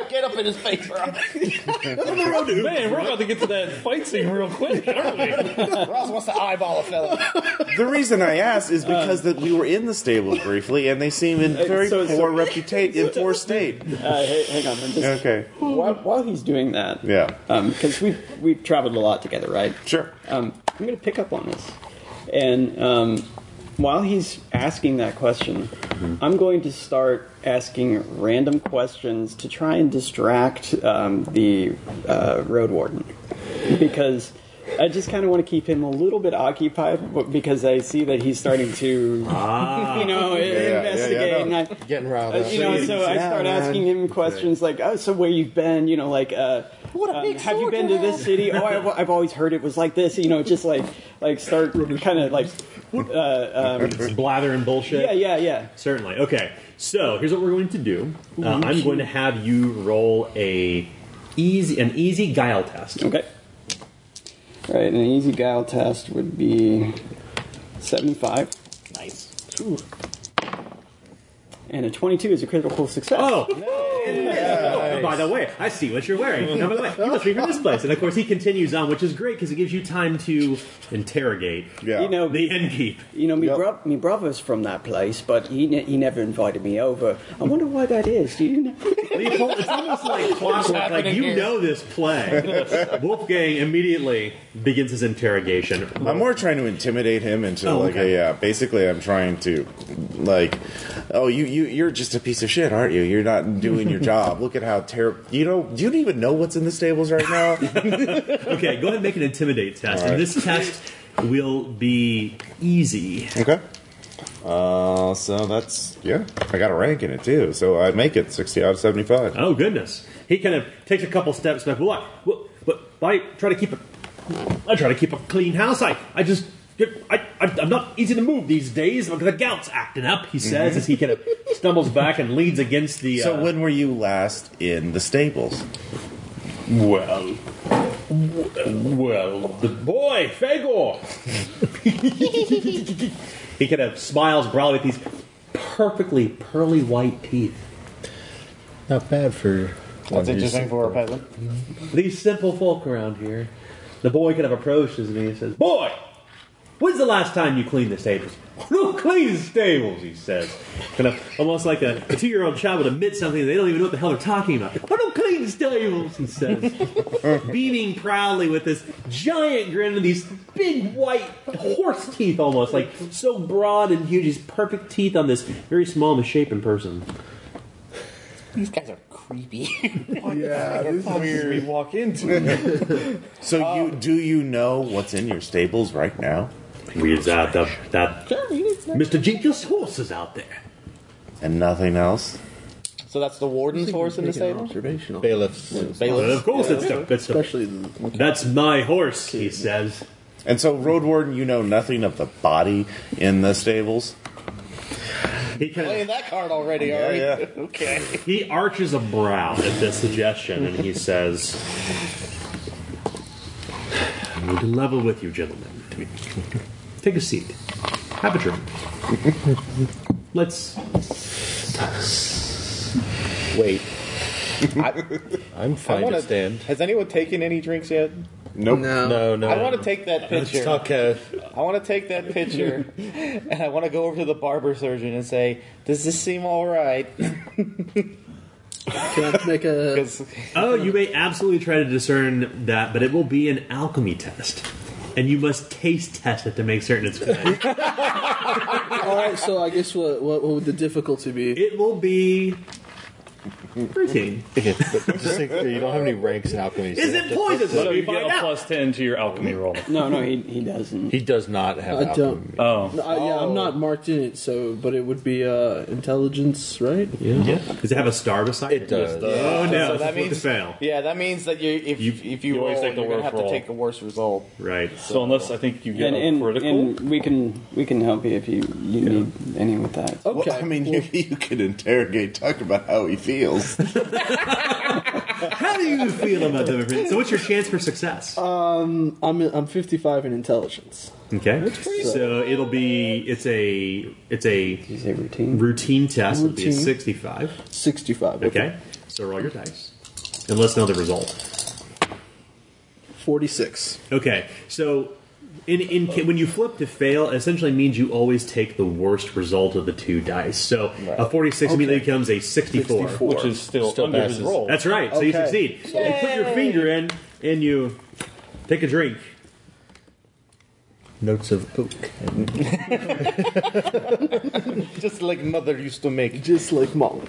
Get up in his face, bro. Man, we're about to get to that fight scene real quick, aren't we? Ross wants to eyeball a fella. The reason I asked is because that we were in the stables briefly, and they seem in very so- so- poor reputation, in poor state. Uh, hey, hang on. Just, Okay. While, while he's doing that, Yeah. Um, because we've we've traveled a lot together, right? Sure. Um, I'm going to pick up on this, and um, while he's asking that question, Mm-hmm. I'm going to start asking random questions to try and distract um, the uh, road warden, because. I just kind of want to keep him a little bit occupied but- because I see that he's starting to, you know, Ah. yeah, investigate. no. and I, Getting riled uh, you know, so I start asking him questions like, "Oh, so where you've been? You know, like, uh, um, have you been to this city? Oh, I've, I've always heard it was like this. You know, just like, like start kind of like, uh, um, It's blather and bullshit. yeah, yeah, yeah. Certainly. Okay. So here's what we're going to do. Uh, Mhm. I'm going to have you roll a easy an easy guile test. Okay. All right, and an easy guile test would be seventy-five, Nice. and a twenty-two is a critical success. Oh. Oh, By the way, I see what you're wearing. Now, by the way, you must be from this place. And of course, he continues on, which is great because it gives you time to interrogate Yeah. you know, the innkeep. You know, me, Yep. bro- me brother's from that place, but he, ne- he never invited me over. I wonder why that is. Do you know? Leopold, it's almost like clockwork. Like happening you here? know this play. Wolfgang immediately begins his interrogation. I'm more trying to intimidate him into Oh, like, okay. a, yeah. Basically, I'm trying to like, oh, you you you're just a piece of shit, aren't you? You're not doing your job. Look at how terrible. You know, you don't even know what's in the stables right now. Okay, go ahead and make an intimidate test. All right. And this test will be easy. okay. Uh, so that's yeah. I got a rank in it too, so I make it sixty out of seventy-five. Oh goodness! He kind of takes a couple steps back. Well, I, well, but I try to keep a, I try to keep a clean house. I, I just, I, I, I'm not easy to move these days. Look, the gout's acting up. He says as he kind of stumbles back and leans against the. So uh, when were you last in the stables? Well, well, the boy Fagor. he kind of smiles broadly with these perfectly pearly white teeth. Not bad for. That's interesting for a peasant. These simple folk around here. The boy kind of approaches me and says, Boy, when's the last time you cleaned the stables? Who cleans the stables? He says. Kind of almost like a, two year old child would admit something they don't even know what the hell they're talking about. I don't clean the stables, he says. Beaming proudly with this giant grin and these big white horse teeth almost, like so broad and huge, these perfect teeth on this very small, misshapen person. These guys are creepy. Yeah, this is We weird. walk into. So you do you know what's in your stables right now? Weirds out that, that Mr. Jinkus' horse is out there. And nothing else? So that's the warden's horse in the stable? Observational. Bailiffs. Well, Bailiff's? of course, it's the, it's the Especially the That's my horse, he says. And so, Road Warden, you know nothing of the body in the stables? He kind Playing that card already, are we? yeah. Okay. of, he arches a brow at this suggestion and he says, "I need to level with you, gentlemen. Take a seat. Have a drink. Let's Wait. I'm I fine wanna- to stand. Has anyone taken any drinks yet? Nope. No, no. I want to take that Let's picture. talk. Uh, I want to take that picture, and I want to go over to the barber surgeon and say, "Does this seem all right?" Can I make a? 'Cause- Oh, you may absolutely try to discern that, but it will be an alchemy test. And you must taste test it to make certain it's good. All right, so I guess what what, what would the difficulty be? it will be 13. just think that you don't have any ranks in alchemy. so Is that- it poison? So We you get find a out. plus ten to your alchemy roll. No, no, he, he doesn't. He does not have I alchemy. don't. Oh, No, I, yeah, I'm not marked in it, so but it would be uh, intelligence, right? Yeah. Does it have a star beside it? It does. Oh no, so it's that that means means fail. Yeah, that means that you if You- you, if you, you always roll, take the you're gonna worst have to roll. take the worst result. Right. so unless I think you get and, a and, critical. and we can we can help you if you, you need any with that. Okay. Well, I mean, you, you could interrogate, talk about how he feels. How do you feel about that? Uh, So what's your chance for success? Well, I'm I'm 55 in intelligence. okay. So it'll be it's a it's a Is it routine? routine test. It'll be a Routine. sixty-five. 65. Okay. So roll your dice. And let us know the result. 46. Okay, so in, in ca- when you flip to fail, it essentially means you always take the worst result of the two dice. So a 46 immediately becomes a 64, 64. Which is still Still under his passes. roll. That's right, so you Okay. succeed. So you put your Yay. finger in and you take a drink. Notes of oak. Just like mother used to make. Just like mom.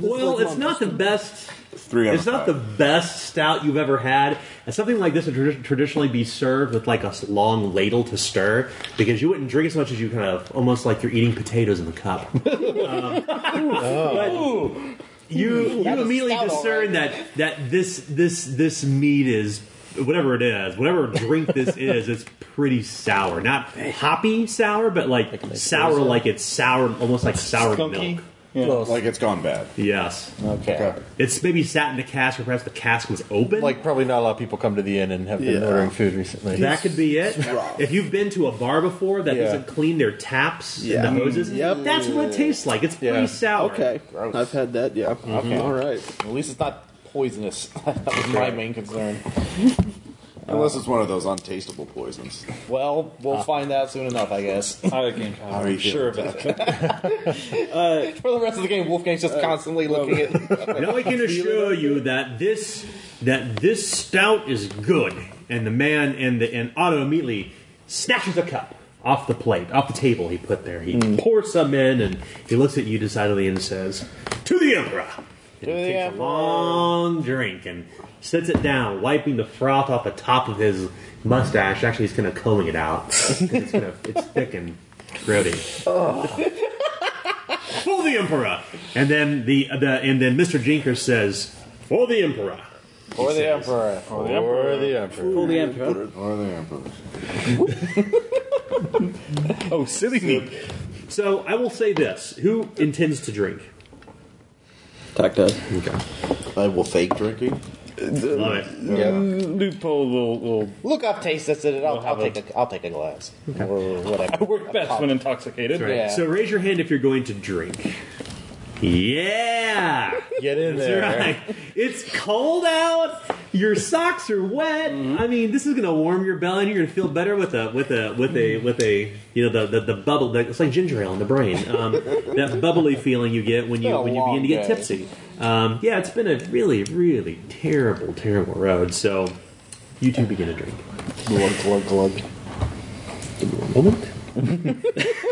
Well, it's not the best. out of It's not the best stout you've ever had. And something like this would tradi- traditionally be served with like a s- long ladle to stir because you wouldn't drink as much as you kind of almost like you're eating potatoes in the cup. Um, But you you That's a immediately stout, all discern that that this this this meat is whatever it is, whatever drink this is, it's pretty sour. Not hoppy sour, but like, sour sour. like it's sour, almost like sour Skunky? milk. Yeah. Close. Like it's gone bad. Yes. Okay. Okay. It's maybe sat in a cask, or perhaps the cask was open. Like, probably not a lot of people come to the inn and have been Yeah. ordering food recently. That could be it. If you've been to a bar before that Yeah. doesn't clean their taps Yeah. Mm, and the hoses, Yep. that's what it tastes like. It's pretty sour. Okay. I've had that, yeah. Okay. Mm-hmm. All right. At least it's not poisonous. that was my main concern. Unless it's one of those untastable poisons. Ah. Well, we'll find out soon enough, I guess. How are you sure of it? For the rest of the game, Wolfgang's Uh, just constantly looking at. Now I can assure you that this that this stout is good. And the man and the and Otto immediately snatches a cup off the plate, off the table he put there. He Mm. pours some in and he looks at you decidedly and says, To the Emperor. And he takes a long drink and sets it down, wiping the froth off the top of his mustache. Actually, he's kind of combing it out. 'Cause it's, kind of, it's thick and grody. For the Emperor, and then the, the and then Mr. Jinkers says, "For the Emperor." For the Emperor. For the Emperor. For the Emperor. Or the emperor. Oh, silly me. So I will say this: Who intends to drink? Tuck does. Okay. I will fake drinking. Love it. Yeah. Loophole will, will Look, I've taste tested it. I'll, I'll have take a, I'll take a glass. Or I whatever. work best when intoxicated. Right. Yeah. So raise your hand if you're going to drink. Yeah. Get in That's there. right. It's cold out. Your socks are wet. I mean, this is gonna warm your belly, and you're gonna feel better with a with a with a with a you know the the, the bubble. The, it's like ginger ale in the brain. Um, that bubbly feeling you get when been you a when you begin long to get day. tipsy. Um, yeah, it's been a really really terrible terrible road. So you two begin to drink. Glug, glug, glug. Give me one moment.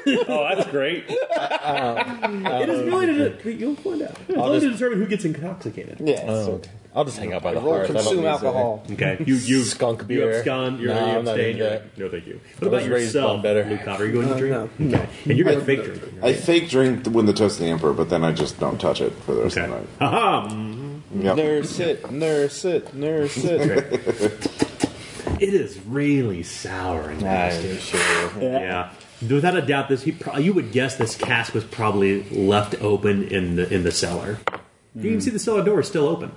Uh, oh, that's great. it um, is really to you'll find out. It's only to determine who gets intoxicated. Yeah. so- Oh, I'll just hang out by the Or hearth. I don't consume use it. alcohol. Okay, you you skunk you beer. abscond, you're Nah, you I'm not abstain, into you're- that. No, thank you. I What was about raised yourself, on better. Luke? Cobb? Are you Uh, going to drink? no. Okay, and you're going to fake drink. I fake drink th- when the toast of the emperor, but then I just don't touch it for the rest of the night. Haha. Yep. Nurse it, nurse it, nurse it. Okay. It is really sour and nasty. Yeah. Without a doubt, this he pro- you would guess this cask was probably left open in the in the cellar. You can see the cellar door is still open.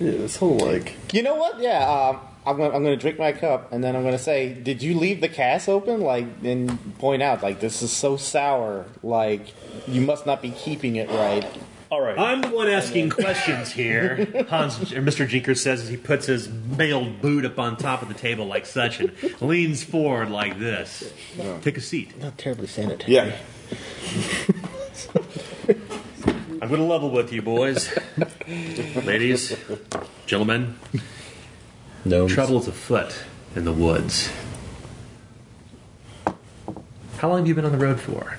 Yeah, this whole like. You know what? Yeah, um, I'm gonna I'm gonna drink my cup, and then I'm gonna say, "Did you leave the cask open?" Like, and point out, like, this is so sour. Like, you must not be keeping it right. All right. I'm the one asking questions here. Hans or Mr. Jinker says as he puts his mailed boot up on top of the table like such and leans forward like this. Take a seat. Not terribly sanitary. Yeah. I'm going to level with you, boys, ladies, gentlemen. No. Trouble is afoot in the woods. How long have you been on the road for?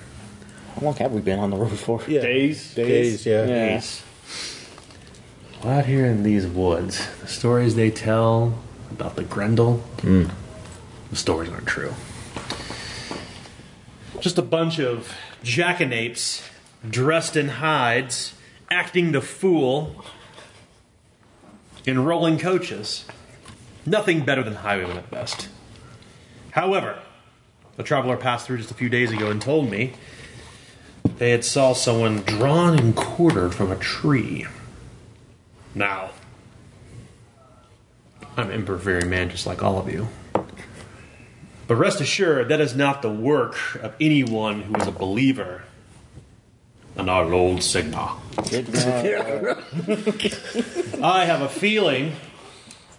How long have we been on the road for? Yeah. Days. Days, yeah. Days. Well, out here in these woods, the stories they tell about the Grendel, the stories aren't true. Just a bunch of jackanapes dressed in hides, acting the fool in rolling coaches. Nothing better than highwaymen at best. However, a traveler passed through just a few days ago and told me they had saw someone drawn and quartered from a tree. Now, I'm Emperor Very Man, just like all of you. But rest assured, that is not the work of anyone who is a believer and our old Sigma. I have a feeling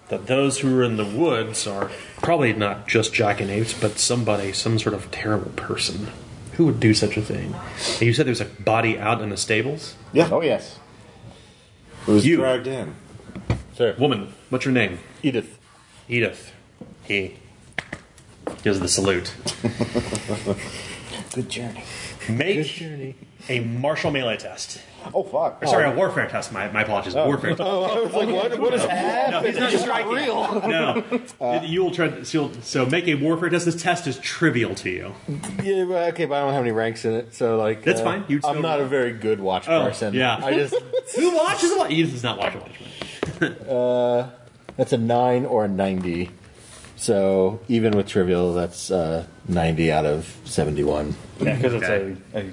that those who are in the woods are probably not just jackanapes, but somebody, some sort of terrible person. Who would do such a thing? And you said there's a body out in the stables? Yeah. Oh, yes. It was you. dragged in. Woman, what's your name? Edith. Edith. He gives the salute. Good journey. Make a martial melee test. Oh fuck! Or, sorry, Oh. a warfare test. My, my apologies. Warfare. test. I was like, what? What is No, he's not striking. No, you will try. so you'll- so make a warfare test. This test is trivial to you. Yeah, but- okay, but I don't have any ranks in it, so like uh, That's fine. You'd I'm still- not a very good watch Oh, person. yeah. I just who watches what? Edith does not watch what. uh, that's a nine or a ninety. So even with trivial, that's uh, ninety out of seventy-one. Yeah, 'cause it's Okay. a,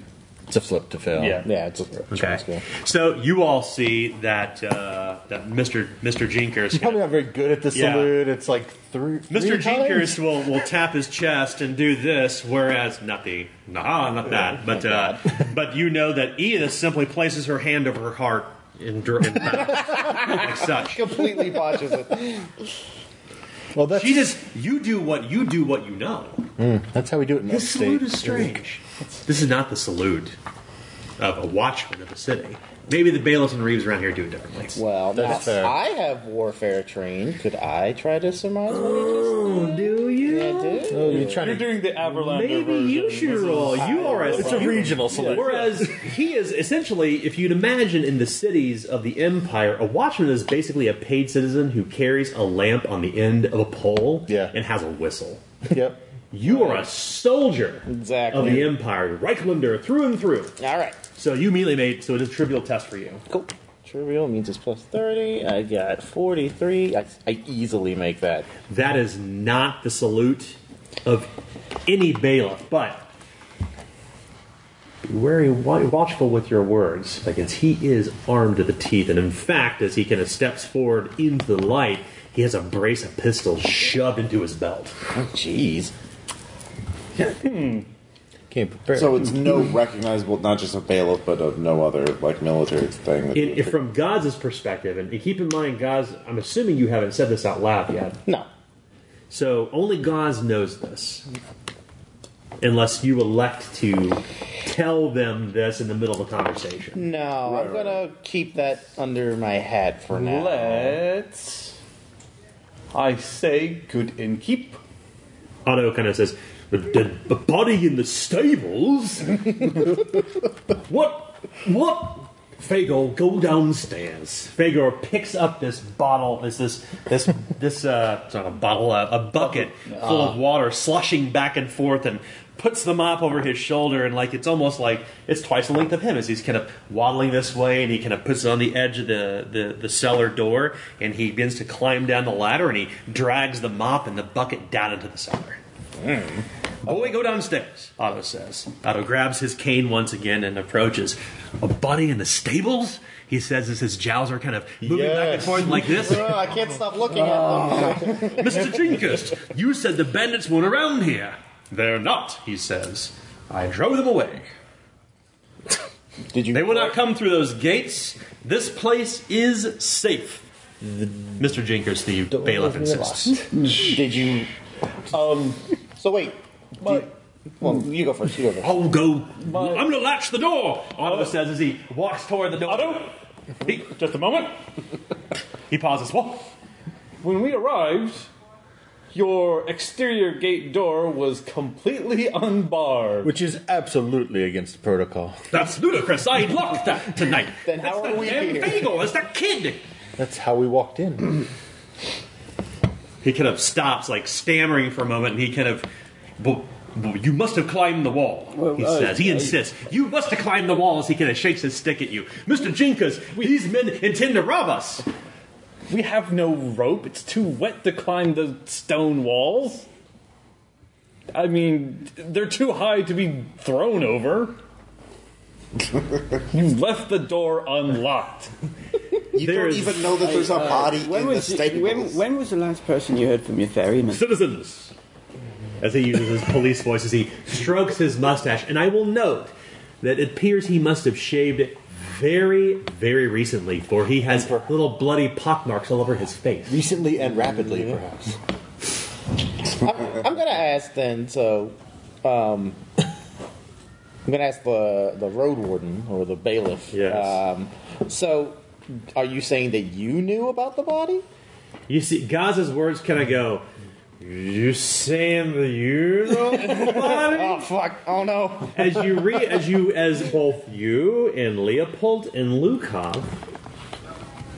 it's a flip to fail. Yeah. yeah, it's a flip. Okay. So you all see that uh, that Mr. Mr. Jinkers. He's probably not very good at the Yeah. salute. It's like three. Mr. three times? Jinkers will, will tap his chest and do this, whereas not the nah, not that, but uh, but you know that Edith simply places her hand over her heart and, dr- and like such. completely botches it. Well, that's she just you do what you do what you know. that's how we do it in His upstate. salute is strange. This is not the salute of a watchman of the city. Maybe the bailiffs and reeves around here do it differently. Well, now, That's fair. I have warfare trained. Could I try to surmise? Oh, do you? Yeah, I do. Oh, you're trying You're doing the Averlander Maybe version. you should roll. You are a, It's a regional solution. select. Whereas he is essentially, if you'd imagine in the cities of the empire, a watchman is basically a paid citizen who carries a lamp on the end of a pole and has a whistle. Yep. You are a soldier exactly. of the empire, you're Reichslander through and through. All right. So you immediately made so it's a trivial test for you. Cool. Trivial means it's plus 30. I got 43. I, I easily make that. That is not the salute of any bailiff, but be wary, wa- watchful with your words, like as he is armed to the teeth, and in fact, as he kind of steps forward into the light, he has a brace of pistols shoved into his belt. Oh, jeez. Can't prepare. So it's no recognizable, not just a bailiff, but of no other like military thing. that- In, if from God's perspective, and keep in mind, God's, I'm assuming you haven't said this out loud yet. No. So only God's knows this. Unless you elect to tell them this in the middle of a conversation. No, I'm gonna keep that under my hat for now. Let's. I say good innkeep. Otto kind of says, "A dead b- body in the stables? what? What? Fagor, go downstairs. Fagor picks up this bottle, is this, this, this, uh, it's not a bottle, a, a bucket full of water, slushing back and forth, and puts the mop over his shoulder, and like, it's almost like, it's twice the length of him as he's kind of waddling this way, and he kind of puts it on the edge of the, the, the cellar door, and he begins to climb down the ladder, and he drags the mop and the bucket down into the cellar. Boy, go downstairs, Otto says. Otto grabs his cane once again and approaches. A bunny in the stables? He says as his jowls are kind of moving back and forth like this. Oh, I can't stop looking at them. Mr. Trinkist, you said the bandits weren't around here. They're not, he says. I drove them away. Did you? They will not come through those gates. This place is safe. Mr. Jinkers, the bailiff insists. Did you? Um. So wait. do- well, you go first. You go first. I'll Oh, go. I'm going to latch the door, Otto says as he walks toward the door. Uh, Otto? He, just a moment. he pauses. What? When we arrived, your exterior gate door was completely unbarred. Which is absolutely against the protocol. That's ludicrous. I locked that tonight. Then how It's are that we damn here? Fagel. It's that kid. That's how we walked in. He kind of stops, like stammering for a moment, and he kind of. "Well, well, you must have climbed the wall, he uh, says. He uh, insists. You must have climbed the wall as he kind of shakes his stick at you. Mr. Jinkas, these men intend to rob us. We have no rope. It's too wet to climb the stone walls. I mean, they're too high to be thrown over. you left the door unlocked. you don't even know that there's a Uh, body when in the was it- stables. when, when was the last person you heard from your ferryman? Citizens! As he uses his police voice, as he strokes his mustache, and I will note that it appears he must have shaved it very, very recently, for he has little bloody pock marks all over his face. Recently and rapidly, perhaps. I'm gonna ask then. So, um, I'm gonna ask the the road warden or the bailiff. Yes. Um, so, are you saying that you knew about the body? You see, Gaza's words kind of go. You saying the you oh fuck! Oh no! as you read, as you, as both you and Leopold and Lukov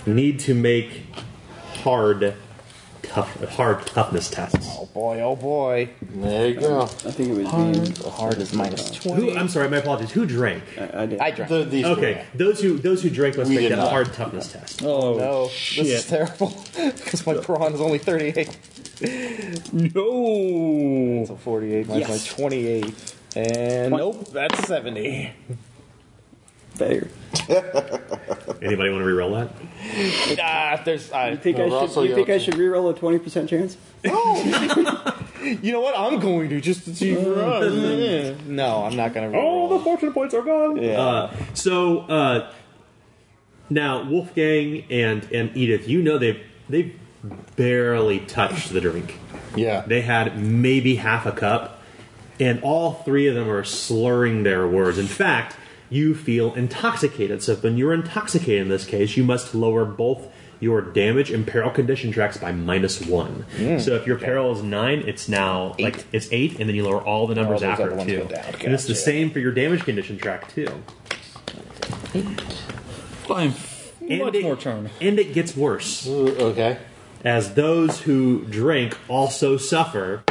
need to make hard, tough, hard toughness tests. Oh boy! Oh boy! There you go. I think it was the hardest minus twenty. Who, I'm sorry, my apologies. Who drank? I, did. I drank. The, these okay, those who those who drank, let's We make did that not. hard toughness test. Oh no! This is terrible because my prawn is only thirty-eight. No. So forty-eight minus Yes. my twenty-eight, and nope, that's seventy. Failure. Anybody want to reroll that? Ah, there's. I You think, I, should, you think I should reroll a 20% chance? You know what? I'm going to just to see for us. No, I'm not gonna. All the fortune points are gone. Uh, so uh, now Wolfgang and and Edith, you know they they barely touched the drink. Yeah, they had maybe half a cup, and all three of them are slurring their words. In fact, you feel intoxicated. So when you're intoxicated in this case, you must lower both. Your damage and peril condition tracks by minus one. Mm. So if your peril is nine, it's now like it's eight, and then you lower all the numbers All those after other ones too. go down. And it's the Gotcha. same for your damage condition track too. I'm much more charmed. And it gets worse. okay. As those who drink also suffer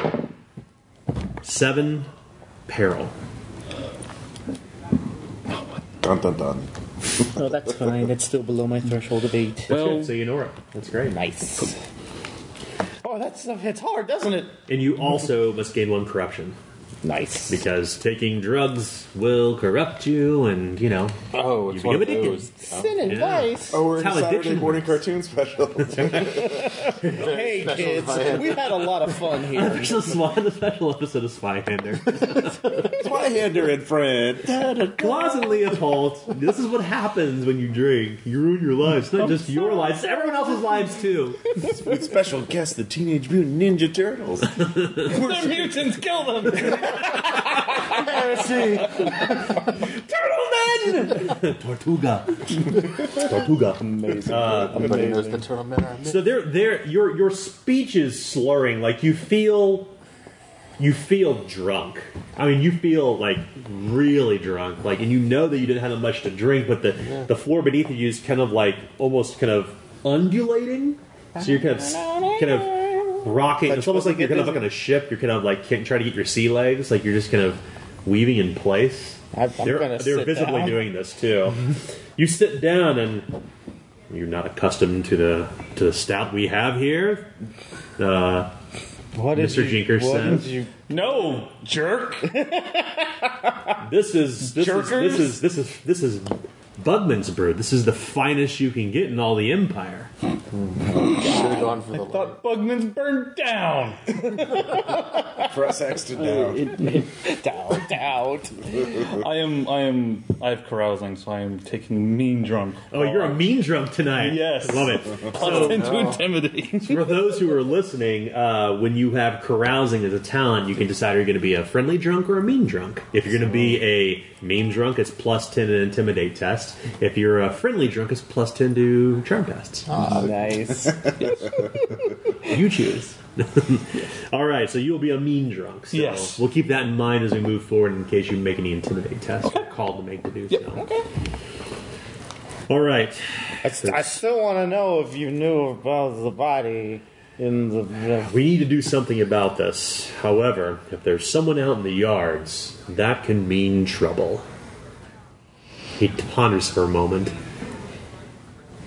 seven peril. Dun dun dun. No, Oh, that's fine. It's still below my threshold of eight. That's good. So you know it. That's great. Nice. Oh, that stuff hits hard, doesn't it? And you also must gain one corruption. Nice. Because taking drugs will corrupt you, and you know. Oh, It's one of those. Sin and vice. Oh, we're in It's how Saturday addiction morning cartoon special. hey Special kids, advice. we've had a lot of fun here. This is why the special episode of Spyhander. Spyhander and friend. Claus and Leopold, this is what happens when you drink. You ruin your lives. Not just your lives, it's everyone else's lives too. With special guest, the Teenage Mutant Ninja Turtles. They're mutants, kill them! Heresy. Tortuga. Tortuga. Amazing. Uh, Everybody knows the turtle men are So they're, they're, your your speech is slurring. Like you feel, you feel drunk. I mean, you feel like really drunk. Like, and you know that you didn't have much to drink, but the the floor beneath you is kind of like almost kind of undulating. So you're kind of s- kind of rocking. It's almost like you're kind of like on a ship. You're kind of like can't- trying to get your sea legs. Like you're just kind of weaving in place. I'm they're gonna they're sit visibly down. doing this too. you sit down and you're not accustomed to the to the stout we have here. Uh, did Mr. you- Jinker what says, did "No, jerk. this is this is, Jerkers? this is this is this is Bugman's brew. This is the finest you can get in all the empire." I thought Bugman's burned down! Press X to doubt. doubt, doubt. I am, I am, I have carousing, so I am taking mean drunk. Oh, you're a mean drunk tonight. Yes. Love it. Plus 10 to intimidate. For those who are listening, uh, when you have carousing as a talent, you can decide you're going to be a friendly drunk or a mean drunk. If you're going to be a mean drunk, it's plus 10 to intimidate test. If you're a friendly drunk, it's plus 10 to charm tests. Oh. Uh, nice. you choose. All right, so you'll be a mean drunk. So Yes. We'll keep that in mind as we move forward in case you make any intimidate tests. You're called to make to do so. Okay. All right. I still want to know if you knew about the body in the. We need to do something about this. However, if there's someone out in the yards, that can mean trouble. He ponders for a moment.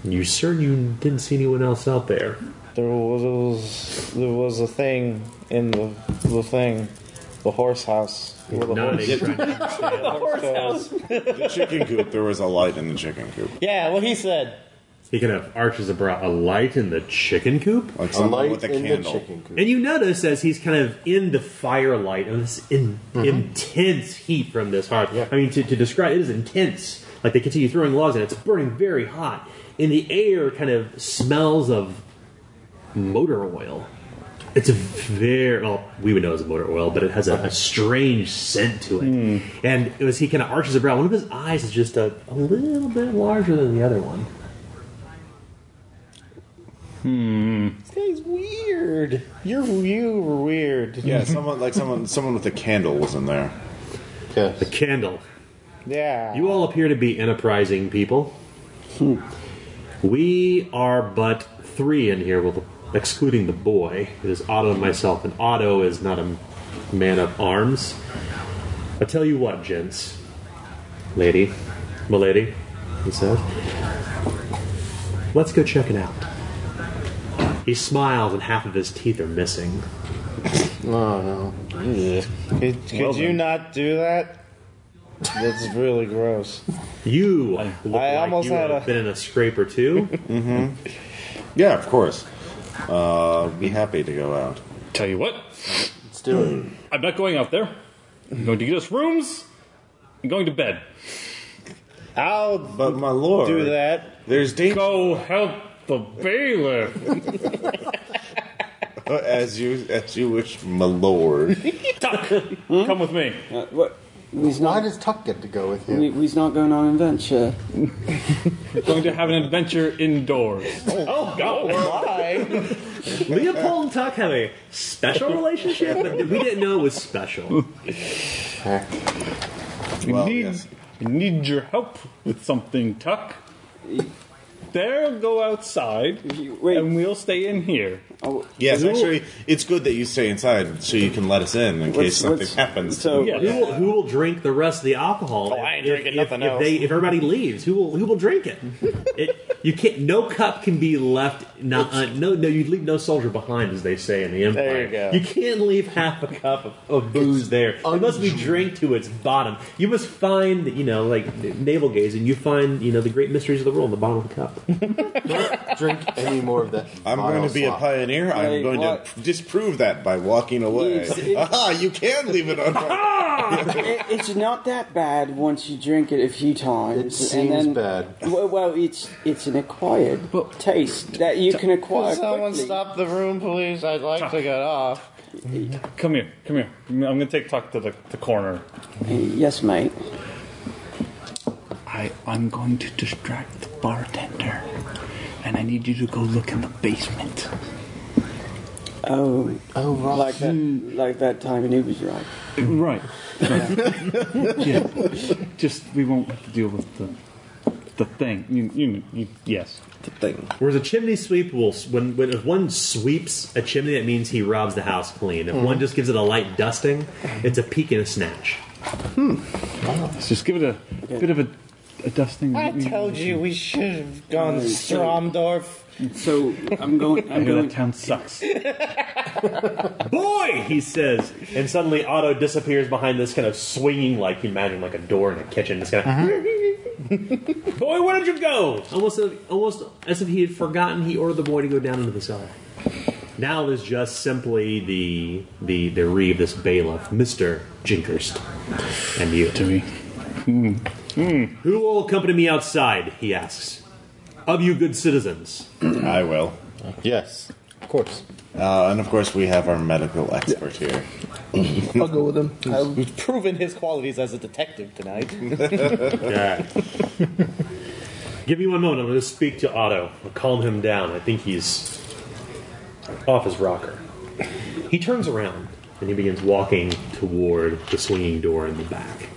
You certain you didn't see anyone else out there? There was there was a thing in the the thing, the horse house. Where the Not horse- even trying the horse house. The chicken coop. There was a light in the chicken coop. Yeah, what he said. He can have arches of brow, a light in the chicken coop, Like someone light with a in the candle. chicken coop. And you notice as he's kind of in the firelight of this in, Mhm. intense heat from this hearth. I mean, to, to describe it is intense. Like they continue throwing logs, and it's burning very hot. In the air, kind of smells of motor oil. It's a very well, we would know it's motor oil, but it has a, a strange scent to it. And it was he kind of arches a brow. One of his eyes is just a, a little bit larger than the other one. Hmm. This guy's weird. You're you were weird. Yeah, someone like someone someone with a candle was in there. The candle. Yeah. You all appear to be enterprising people. Hmm. We are but three in here, with, excluding the boy. It is Otto and myself, and Otto is not a man of arms. I tell you what, gents, lady, milady, he says. Let's go check it out. He smiles, and half of his teeth are missing. Oh no. Could, could Well, you then. not do that? That's really gross. You I almost you had have a been in a scrape or 2 mm-hmm. Yeah, of course. Uh, be happy to go out. Tell you what, let's do it. I'm not going out there. I'm going to get us rooms. I'm going to bed. I'll but my lord do that. There's danger. Go help the bailiff. As you as you wish, my lord. Tuck, come with me. Uh, what? Why does Tuck get to go with you? We, we's not going on uh, adventure. We're going to have an adventure indoors. Oh, God. Why? Leopold and Tuck have a special relationship that we didn't know was special. We need, we need your help with something, Tuck. They'll go outside, and we'll stay in here. oh, Yes, actually, it's good that you stay inside so you can let us in in case What's- something what's- happens. who, will, who will drink the rest of the alcohol? Oh, I ain't if, drinking if- nothing if else. They, if everybody leaves, who will who will drink it? it you can't. No cup can be left. Not uh, no no. You leave no soldier behind, as they say in the empire. There you go. can't leave half a cup of, of booze there. It must be drank to its bottom. You must find you know like navel gazing. You find you know the great mysteries of the world in the bottom of the cup. drink any more of that. I'm going to be a Monosloth. pioneer. I'm Wait, going to disprove that by walking away. It's- it- Aha! You can leave it on. It- it's not that bad once you drink it a few times. It seems bad. Well, well, it's it's an acquired taste that you can acquire. Could someone quickly. stop the room, please? I'd like to get off. Come here, come here. I'm going to take Tuck to the, the corner. Yes, mate. I, I'm going to distract the bartender. And I need you to go look in the basement. Oh, oh, like that, like that time in Uber's right. Right. yeah. Just we won't have to deal with the the thing. You, you, you yes. The thing. Whereas a chimney sweep will, when when if one sweeps a chimney, that means he robs the house clean. If Hmm. Mhm. one just gives it a light dusting, it's a peek and a snatch. Let's just give it a bit of a, a dusting. I told you we should have gone to So- Stromdorf. So I'm going. I I'm hear going. that town sucks. Boy, he says, and suddenly Otto disappears behind this kind of swinging, like you imagine, like a door in a kitchen. It's kind of. boy, where did you go? Almost, as- almost as if he had forgotten he ordered the boy to go down into the cellar. Now there's just simply the the the reeve, this bailiff, Mister Jinkerst, and you. To me. Who will accompany me outside? He asks. Of you good citizens. I will. Yes, of course. Uh, and of course, we have our medical expert here. I'll go with him. I've proven his qualities as a detective tonight. Yeah. Give me one moment. I'm going to speak to Otto. I'll calm him down. I think he's off his rocker. He turns around and he begins walking toward the swinging door in the back.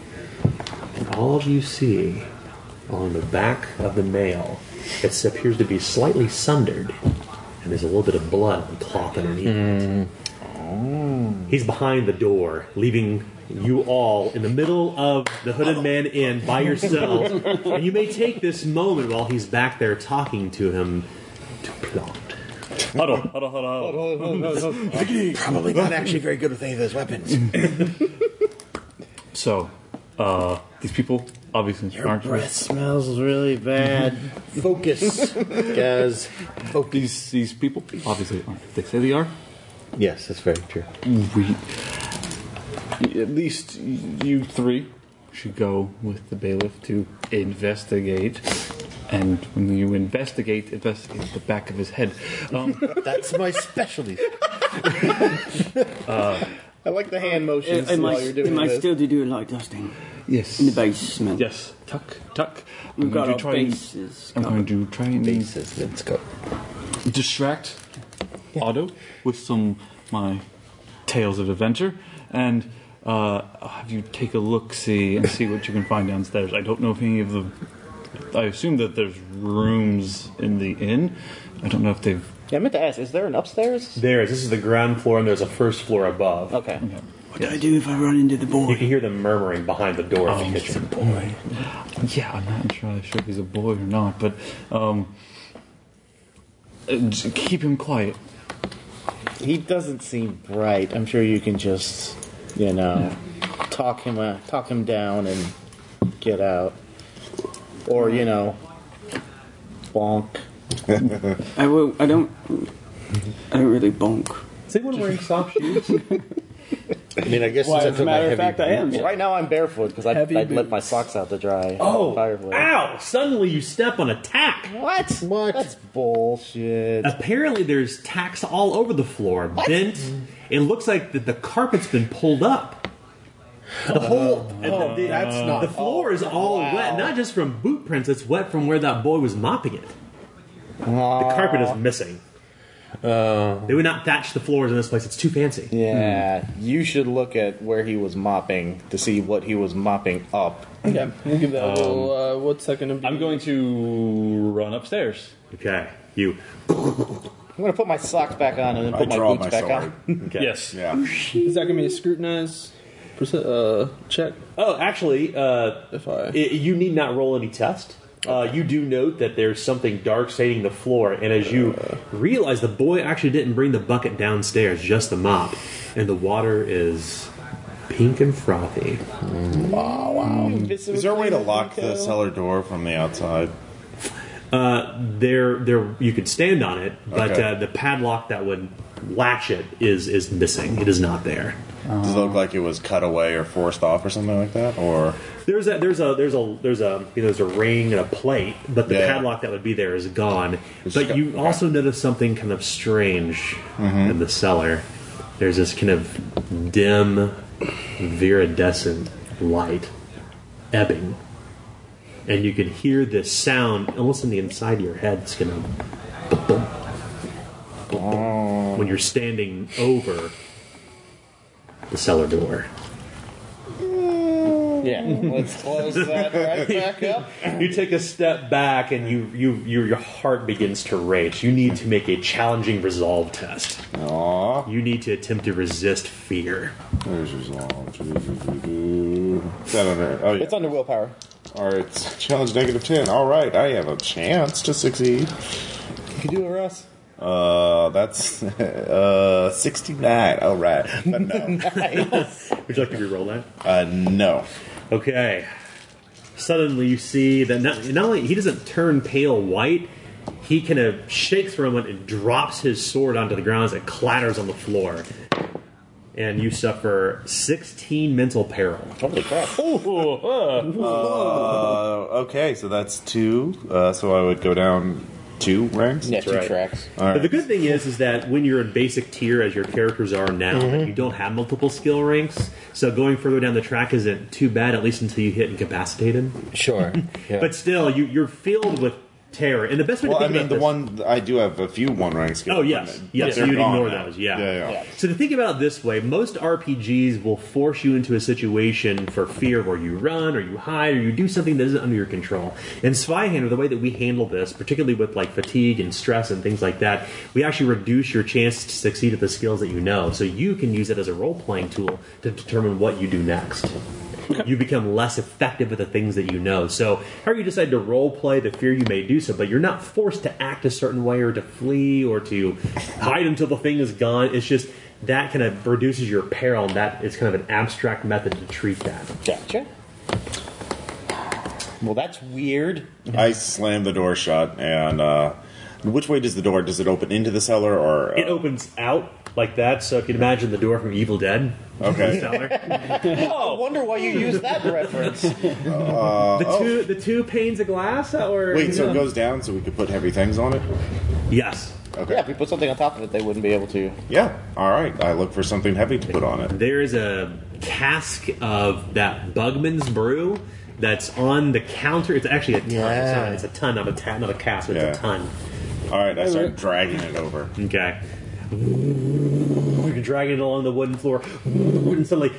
And all of you see on the back of the nail, it appears to be slightly sundered, and there's a little bit of blood on the cloth underneath it. He's behind the door, leaving you all in the middle of the hooded man inn by yourselves. and you may take this moment while he's back there talking to him to plot. Huddle, huddle, huddle, huddle. Probably not actually very good with any of those weapons. So, uh, these people obviously smart. smells really bad. Focus, guys. Focus. These, these people obviously aren't. They say they are. Yes, that's very true. We, at least you three should go with the bailiff to investigate. And when you investigate, investigate the back of his head. Um, That's my specialty. uh, I like the hand motions Am while I, you're doing am I this. still to do a light dusting? Yes. In the basement. Yes. Tuck, tuck. We've Mm-hmm. I'm got going our to try and- bases. I'm going to try and bases. Let's go. Distract Otto with some my tales of adventure, and uh, have you take a look, see, and see what you can find downstairs. I don't know if any of the. I assume that there's rooms in the inn. I don't know if they've. Yeah, I meant to ask, is there an upstairs? There is. This is the ground floor, and there's a first floor above. Okay. What do I do if I run into the boy? You can hear them murmuring behind the door of the kitchen. boy. Yeah, I'm not entirely sure if he's a boy or not, but um, uh, j- keep him quiet. He doesn't seem bright. I'm sure you can just, you know, talk him uh, talk him down and get out, or you know, bonk. I will. I don't. I don't really bonk. Is anyone wearing soft shoes? I mean, I guess Why, since I as a took my matter of heavy fact, I am. boots- Right now, I'm barefoot because I Heavy I let my socks out to dry. Oh, Firewood. Ah! Ow! Suddenly you step on a tack. What? What? That's bullshit. Apparently there's tacks all over the floor. Bent. It looks like the, the carpet's been pulled up. The whole oh, the, the- that's not- the floor is all wow. wet, not just from boot prints. It's wet from where that boy was mopping it. The carpet is missing. they would not thatch the floors in this place. It's too fancy. Yeah, you should look at where he was mopping to see what he was mopping up. Okay, we'll give that a little. Uh, what's that going to be? I'm going to run upstairs. Okay, you. I'm gonna put my socks back on and then put my boots back on. Yes. Yeah. Is that going to be a scrutinize perce- uh, check? Oh, actually, uh, if I I- you need not roll any test. Uh, you do note that there's something dark staining the floor, and as you realize, the boy actually didn't bring the bucket downstairs, just the mop, and the water is pink and frothy. Wow, wow. Is there a way to lock the cellar door from the outside? Uh, there, there, you could stand on it, but Okay. uh, the padlock that would latch it is is missing. It is not there. Does it Uh-huh. look like it was cut away or forced off or something like that? Or There's a there's a there's a there's a you know, there's a ring and a plate, but the Yeah. padlock that would be there is gone. but you also notice something kind of strange in the cellar. There's this kind of dim, viridescent light ebbing, and you can hear this sound almost in the inside of your head. It's kind of when you're standing over the cellar door. Yeah, let's close that right back up. you take a step back and you, you, you your heart begins to race. You need to make a challenging resolve test. Aww. You need to attempt to resist fear. there's resolve. Is that under? Oh yeah. It's under willpower. Or it's challenge negative ten. All right, I have a chance to succeed. You can do it, Russ. Uh, that's uh sixty nine. All right, but no, Would you like to re-roll that? uh, no. Okay. Suddenly you see that not, not only he doesn't turn pale white, he kind of shakes for a moment and drops his sword onto the ground as it clatters on the floor. And you suffer 16 mental peril. Holy crap. Uh, okay, so that's two. Uh, so I would go down two ranks. Yeah, two tracks. All But the right. good thing is, is that when you're in basic tier as your characters are now, Mhm. you don't have multiple skill ranks. So going further down the track isn't too bad, at least until you hit incapacitated. Sure. Yeah. But still, you, you're filled with terror. And the best way Well, to I think mean, about the this- one I do have a few one rank skills. Oh yes, but yes. they're You'd gone ignore now. those. Yeah. yeah, yeah. So to think about it this way, most RPGs will force you into a situation for fear, where you run or you hide or you do something that isn't under your control. In Spyhander, the way that we handle this, particularly with like fatigue and stress and things like that, we actually reduce your chance to succeed at the skills that you know. So you can use it as a role-playing tool to determine what you do next you become less effective at the things that you know. So, however you decide to role play the fear, you may do so, but you're not forced to act a certain way or to flee or to hide until the thing is gone. It's just that kind of reduces your peril, and that is kind of an abstract method to treat that. Gotcha. Well, that's weird. I slam the door shut, and uh, which way does the door? Does it open into the cellar, or uh, It opens out like that, so if you can imagine the door from Evil Dead. Okay. I wonder why you use that reference. Uh, the oh. two the two panes of glass that were Wait, so it goes down, so we could put heavy things on it. Yes. Okay. Yeah, if you put something on top of it, they wouldn't be able to. Yeah. All right. I look for something heavy to put on it. There is a cask of that Bugman's brew that's on the counter. It's actually a ton. It's, not, it's a ton, not a ta- not a cask, but Yeah. it's a ton. All right. I start dragging it over. Okay. You're dragging it along the wooden floor, and suddenly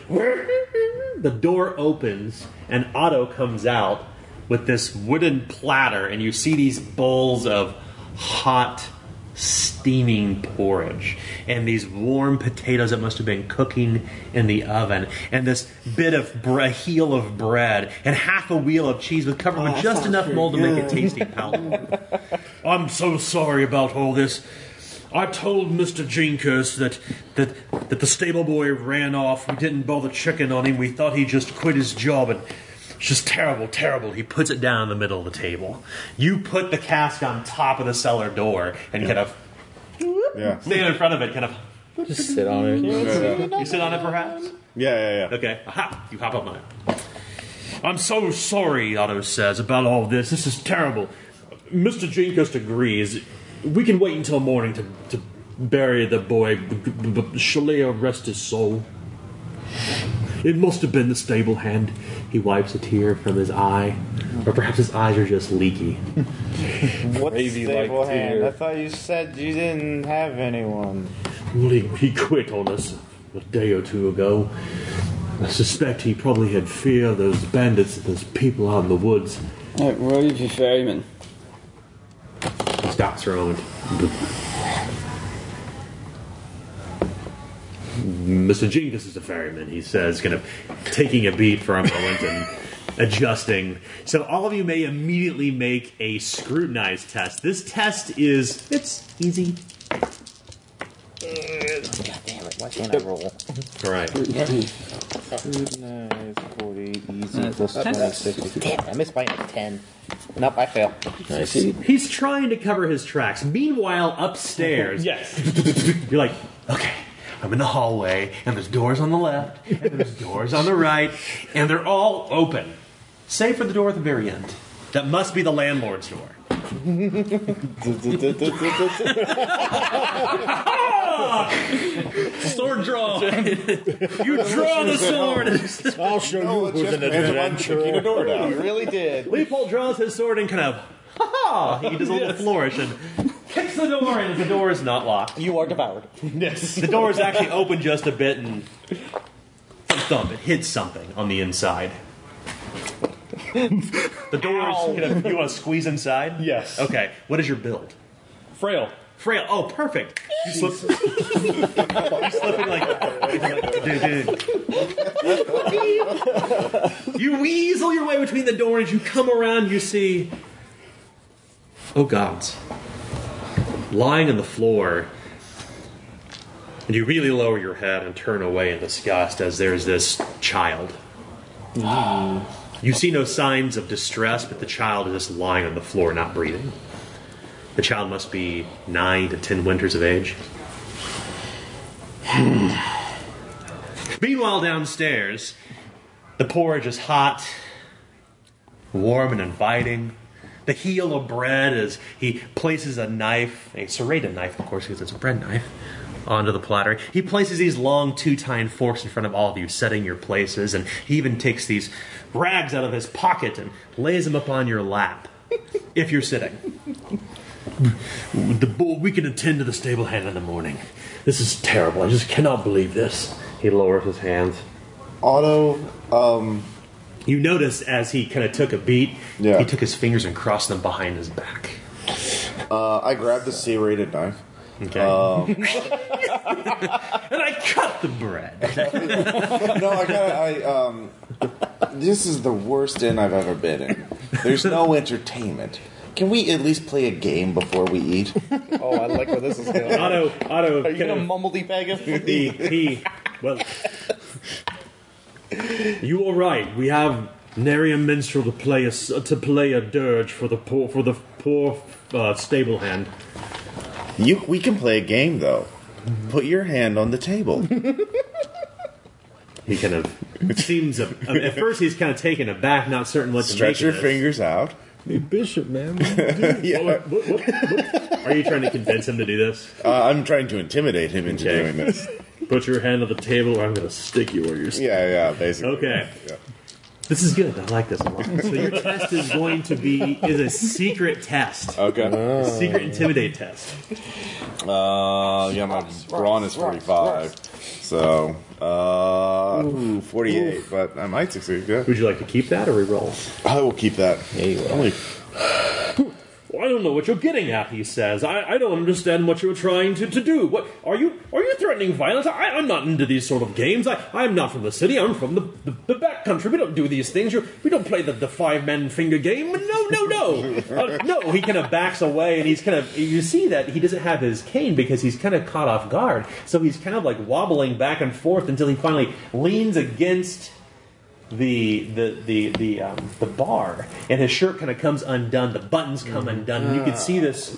the door opens, and Otto comes out with this wooden platter, and you see these bowls of hot, steaming porridge, and these warm potatoes that must have been cooking in the oven, and this bit of bre- heel of bread, and half a wheel of cheese with covered with just enough mold to make it tasty palatable. I'm so sorry about all this. I told Mr. Jinkus that, that that the stable boy ran off. We didn't bother checking on him. We thought he just quit his job and It's just terrible, terrible. He puts it down in the middle of the table. You put the cask on top of the cellar door and kind of Yeah. stand in front of it, kind of just sit on it. You sit on it, perhaps. Yeah, yeah, yeah. Okay. Aha! You hop up on it. I'm so sorry, Otto says, about all this. This is terrible. Mr. Jinkus agrees. We can wait until morning to, to bury the boy. B- b- b- Shalea rest his soul. It must have been the stable hand. He wipes a tear from his eye, or perhaps his eyes are just leaky. What's Gravy like stable hand? tear. I thought you said you didn't have anyone. Well, he, he quit on us a day or two ago. I suspect he probably had fear of those bandits and those people out in the woods. That royalty ferryman. Stops for a moment. Mr. Jinkus is a ferryman, he says, kind of taking a beat for a moment and adjusting. So all of you may immediately make a scrutinized test. This test is it's easy. God damn it! Why can't I roll? Right. Scrutinize, 40, easy, Uh, plus ten. 26. Damn it, I missed by a 10. Nope, I fail. He's trying to cover his tracks. Meanwhile, upstairs. yes. You're like, okay, I'm in the hallway, and there's doors on the left, and there's doors on the right, and they're all open. Save for the door at the very end. That must be the landlord's door. sword draw. you draw the sword. I'll show you who's an adventurer. really did. Leopold draws his sword and kind of, ha ha! He does a little flourish and kicks the door in, and the door is not locked. You are devoured. Yes. The door is actually open just a bit, and thump, thump, it hits something on the inside. the door is. Kind of, you want to squeeze inside? Yes. Uh, Okay. What is your build? Frail. Frail. Oh, perfect. You slip. you slipping like, like dude, dude. You weasel your way between the door and you come around, you see. Oh, gods. Lying on the floor. And you really lower your head and turn away in disgust as there's this child. You see no signs of distress, but the child is just lying on the floor, not breathing. The child must be nine to ten winters of age. Meanwhile, downstairs, the porridge is hot, warm, and inviting. The heel of bread is he places a knife, a serrated knife, of course, because it's a bread knife, onto the platter. He places these long two tined forks in front of all of you, setting your places, and he even takes these rags out of his pocket and lays them upon your lap if you're sitting. The bo- we can attend to the stable hand in the morning. This is terrible. I just cannot believe this. He lowers his hands. Otto, um. You notice as he kind of took a beat, he took his fingers and crossed them behind his back. Uh, I grabbed the serrated knife. Okay. And I cut the bread. no, I got. I um. This is the worst inn I've ever been in. There's no entertainment. Can we at least play a game before we eat? Oh, I like where this is going. Otto- Otto, Are you kind going to of- mumble the bag of he, well, you are right. We have Nary a minstrel to play a s- to play a dirge for the poor for the poor uh, stable hand. You, we can play a game though. Put your hand on the table. he kind of seems a, I mean, at first he's kind of taken aback, not certain what to Stretch make your of this. fingers out. Hey, Bishop, man. Are you trying to convince him to do this? Uh, I'm trying to intimidate him into doing this. Put your hand on the table, or I'm going to stick you where you're. Yeah, yeah, basically. Okay. Yeah. This is good. I like this a lot. So your test is going to be is a secret test. Okay. A secret intimidate test. Uh, yeah, my brawn is 45, so uh, ooh, 48, but I might succeed. Yeah. Would you like to keep that or re-roll? I will keep that. Yeah, you will. Only- Well, I don't know what you're getting at. He says, "I, I don't understand what you're trying to, to do. What are you? Are you threatening violence? I, I'm not into these sort of games. I, I'm not from the city. I'm from the the, the back country. We don't do these things. you we don't play the, the five men finger game. No, no, no, Uh, no." He kind of backs away, and he's kind of you see that he doesn't have his cane because he's kind of caught off guard. So he's kind of like wobbling back and forth until he finally leans against the the the the um, the bar, and his shirt kind of comes undone. The buttons come undone, and you can see this.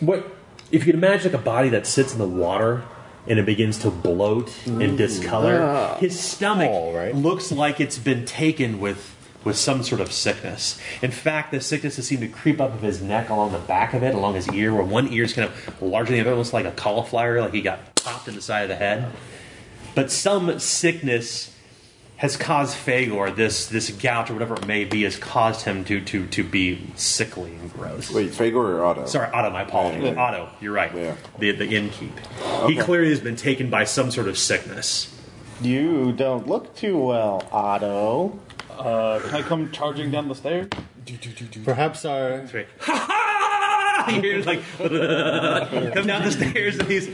What if you can imagine like a body that sits in the water and it begins to bloat and discolor? Ah. His stomach looks like it's been taken with with some sort of sickness. In fact, the sickness has seemed to creep up of his neck along the back of it, along his ear, where one ear is kind of larger than the other, almost like a cauliflower, like he got popped in the side of the head. But some sickness has caused Fagor this this gout or whatever it may be has caused him to to to be sickly and gross. Wait, Fagor or Otto? Sorry, Otto. My apologies. Yeah, yeah. Otto, you're right. The the innkeep. He clearly has been taken by some sort of sickness. You don't look too well, Otto. Uh, can I come charging down the stairs? Perhaps our. You're like come down the stairs and he's.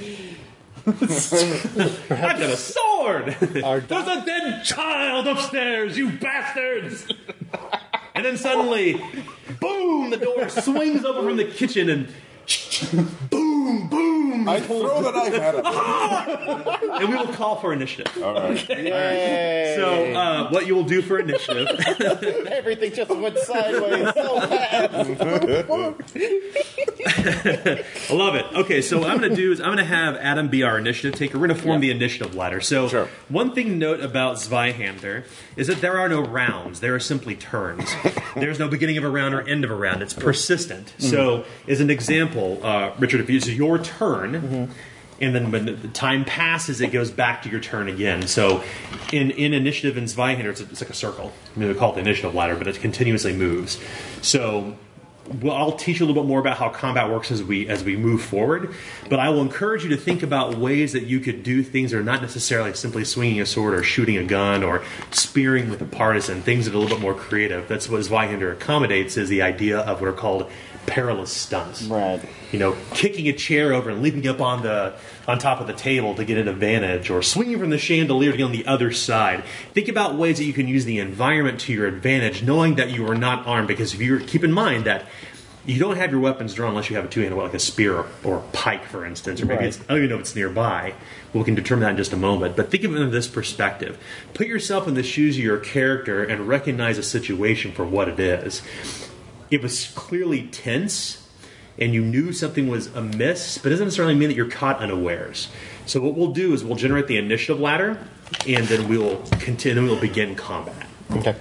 I've got a sword. There's a dead child upstairs, you bastards! and then suddenly, boom! The door swings open from the kitchen and boom, boom! I throw the knife at him, and we will call for initiative. All right. Yay. So, uh, what you will do for initiative? Everything just went sideways so fast. I love it. Okay, so what I'm going to do is I'm going to have Adam be our initiative taker. We're going to form the initiative ladder. So one thing to note about Zweihander is that there are no rounds. There are simply turns. There's no beginning of a round or end of a round. It's persistent. So as an example, uh, Richard, if it's your turn, and then when the time passes, it goes back to your turn again. So in, in initiative in Zweihander, it's, it's like a circle. I mean, we call it the initiative ladder, but it continuously moves. So well, I'll teach you a little bit more about how combat works as we as we move forward. But I will encourage you to think about ways that you could do things that are not necessarily simply swinging a sword or shooting a gun or spearing with a partisan. Things that are a little bit more creative. That's what Zweihander accommodates is the idea of what are called perilous stunts. Right. You know, kicking a chair over and leaping up on the on top of the table to get an advantage, or swinging from the chandelier to get on the other side. Think about ways that you can use the environment to your advantage, knowing that you are not armed. Because if you're keep in mind that you don't have your weapons drawn unless you have a two-handed weapon, like a spear or, or a pike, for instance, or maybe Right. it's, I don't even know if it's nearby. We can determine that in just a moment. But think of it in this perspective: put yourself in the shoes of your character and recognize a situation for what it is. It was clearly tense, and you knew something was amiss, but it doesn't necessarily mean that you're caught unawares. So what we'll do is we'll generate the initiative ladder, and then we'll continue. We'll begin combat. Okay.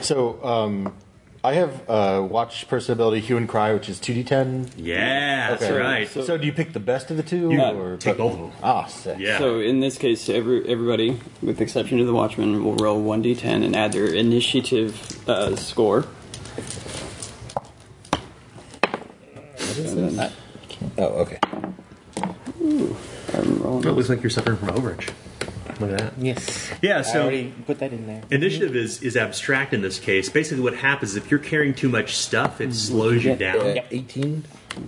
So um, I have uh, watch person ability hue and cry, which is two d ten. Yeah, that's right. So, do you pick the best of the two? You or take both of them. Ah, sick. So in this case, every, everybody, with the exception of the Watchman, will roll 1d10 and add their initiative uh, score. that? Oh, okay. Ooh, I'm rolling. That looks like you're suffering from overage. Look at that. Yes. Yeah, I so- already put that in there. Initiative is, is abstract in this case. Basically, what happens is if you're carrying too much stuff, it slows you down. Eighteen.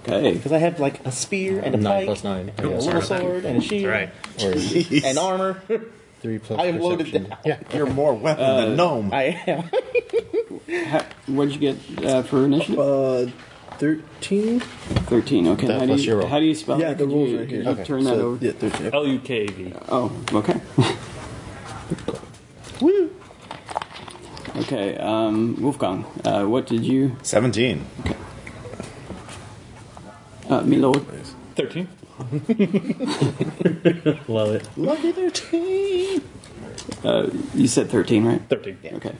Okay. Because I have like a spear and a Nine pike plus nine. and Yeah, a sorry little about that. sword and a shield Right. Or- and armor. Three plus. I am loaded perception. down. Yeah, you're more weapon than gnome. I am. What'd you get uh, for initiative? Uh, thirteen. Thirteen. Okay. how, do you, how do you spell? Yeah, it? the Could rules you- are could here. you Turn that over. Yeah, thirteen. L U K A V. Oh, okay. Woo. Okay, um, Wolfgang, uh, what did you? Seventeen. Okay. Uh, my lord. 13. Love it. Look at their team. Uh, you said 13, right? 13. Yeah. Okay.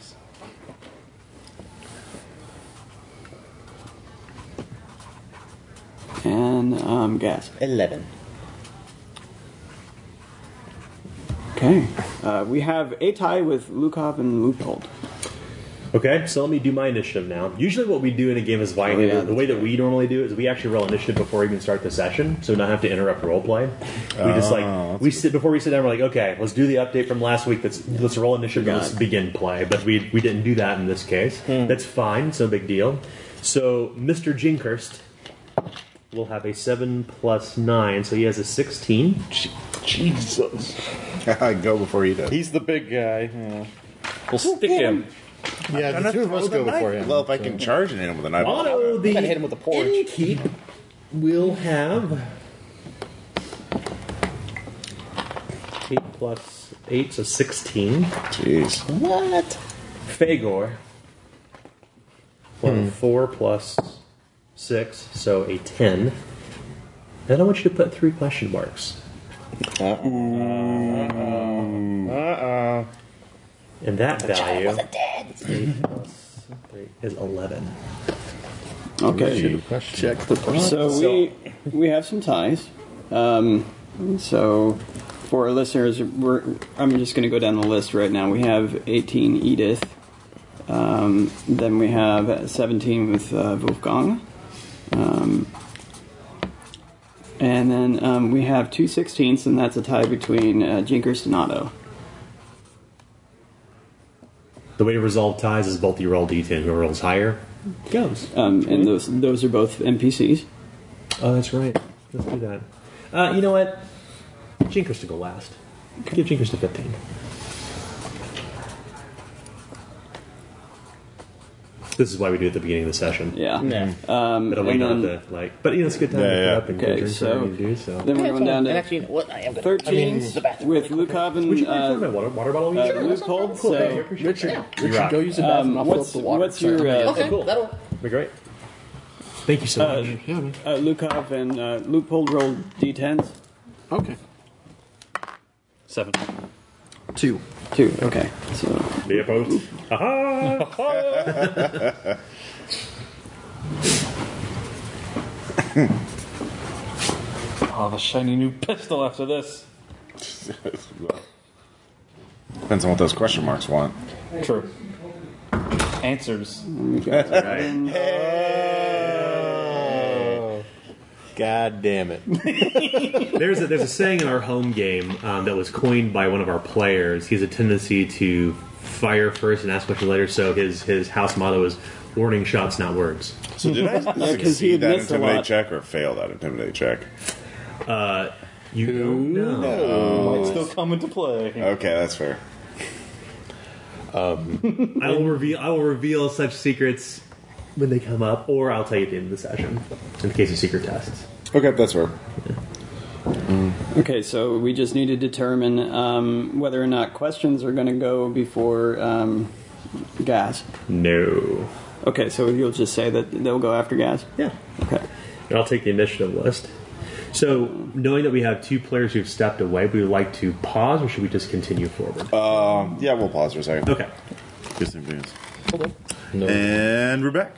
And um, gas. 11. Okay. Uh, we have a tie with Lukov and Loopold. Okay, so let me do my initiative now. Usually, what we do in a game is Vine. yeah, the way that we normally do it is we actually roll initiative before we even start the session, so we don't have to interrupt role play. We just Oh, like we sit before we sit down. We're like, okay, let's do the update from last week. Let's let's roll initiative. and Let's begin play. But we we didn't do that in this case. That's fine. It's no big deal. So Mr. Jinkhurst will have a seven plus nine, so he has a sixteen. Jesus, go before you do. He's the big guy. We'll stick him. Yeah, the two of us go before him, Well, if I so- can charge and hit him with an eyeball. Otto, the hit him with a porch. innkeep will have eight plus eight, so sixteen. Jeez. What? Fagor. Well, four plus six, so a ten. Then I want you to put three question marks. Uh oh. Uh oh. And that The child value wasn't dead. is eight plus three is eleven. Okay. Check the So we we have some ties. Um, so for our listeners, we're I'm just going to go down the list right now. We have 18 Edith. Um, then we have 17 with uh, Wolfgang. Um, and then um, we have two 16s, and that's a tie between uh, Jinkers and Otto. The way to resolve ties is both you roll d10. Whoever rolls higher goes. Um, and those those are both NPCs. Oh, that's right. Let's do that. Uh, you know what? Jinkers to go last. Give Jinkers to 15. This is why we do it at the beginning of the session. Yeah. Yeah. Um, But we and don't then- have to, like, but you know, it's a good time to Yeah, get yeah. up and Okay, go drink so whatever you do, so. then we're going down to- And actually, you know what? I am gonna- I 13 mean, this is the bathroom. with Luke Hobbin. Would you uh, my water, water bottle? Uh, Luke Holt, Cool, so thank uh, you. I appreciate Richard- that. Richard, You're go up. use the bathroom. I'll fill Um, what's, up the water. What's your... Sorry. Uh, Okay, Cool. that'll- Be great. Thank you so uh, much. Uh, Lukov and uh, Loophole rolled d10s. Okay. Seven. Two. Two, okay. So... Be opposed. Aha! Oh, the shiny new pistol after this. Depends on what those question marks want. True. Answers. God damn it. there's, a, there's a saying in our home game um, that was coined by one of our players. He has a tendency to fire first and ask questions later, so his, his house motto is warning shots, not words. So did I succeed that intimidate check or fail that intimidate check? Uh, you don't know. Might still come into play. Okay, that's fair. Um, I will reveal. I will reveal such secrets when they come up, or I'll tell you at the end of the session in the case of secret tests. Okay, that's fair. Okay, so we just need to determine um, whether or not questions are going to go before um, gas. No. Okay, so you'll just say that they'll go after gas? Yeah. Okay. And I'll take the initiative list. So, knowing that we have two players who've stepped away, would we like to pause, or should we just continue forward? Um, yeah, we'll pause for a second. Okay. Just in case. And we're back.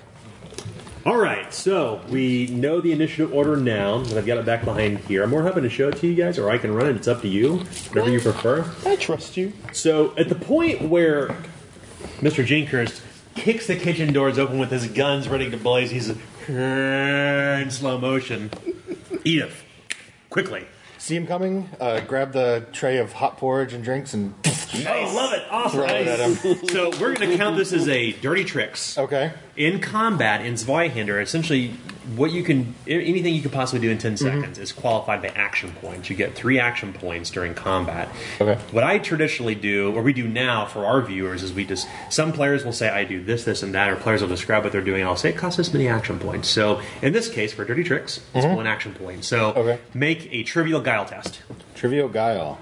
All right, so we know the initiative order now, and I've got it back behind here. I'm more happy to show it to you guys, or I can run it. It's up to you, whatever you prefer. I trust you. So at the point where Mr. Jinkhurst kicks the kitchen doors open with his guns ready to blaze, he's uh, in slow motion. Edith, quickly. See him coming? Uh, grab the tray of hot porridge and drinks and. Oh, love it! Awesome. Throw it at him. so we're going to count this as a dirty tricks. Okay. In combat, in Zweihander, essentially what you can, a- anything you could possibly do in 10 seconds is qualified by action points. You get three action points during combat. Okay. What I traditionally do, or we do now for our viewers, is we just, some players will say, I do this, this, and that, or players will describe what they're doing, and I'll say, it costs this many action points. So in this case, for dirty tricks, it's Mhm. one action point. So make a trivial guile test. Trivial Guile.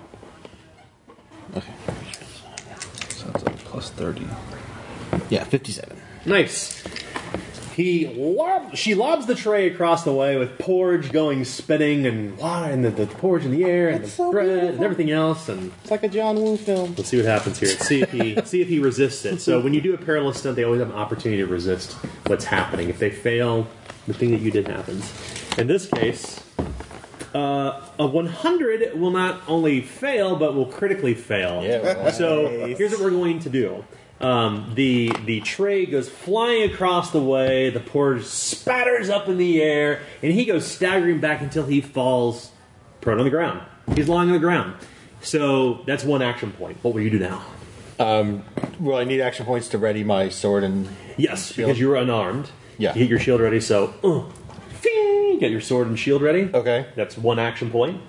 Sounds like plus 30. Yeah, 57. Nice. He lob, she lobs the tray across the way with porridge going spinning and water and the, the porridge in the air and the bread and everything else and It's like a John Woo film. Let's see what happens here. Let's see if he see if he resists it. So when you do a parallel stunt, they always have an opportunity to resist what's happening. If they fail, the thing that you did happens. In this case, uh, a 100 will not only fail but will critically fail. Yeah, so here's what we're going to do. Um, the the tray goes flying across the way. The porridge spatters up in the air, and he goes staggering back until he falls prone on the ground. He's lying on the ground. So that's one action point. What will you do now? Um, well, I need action points to ready my sword and. Yes, because you were unarmed. Yeah. You get your shield ready, so. Uh, fing, get your sword and shield ready. Oh. Okay. That's one action point.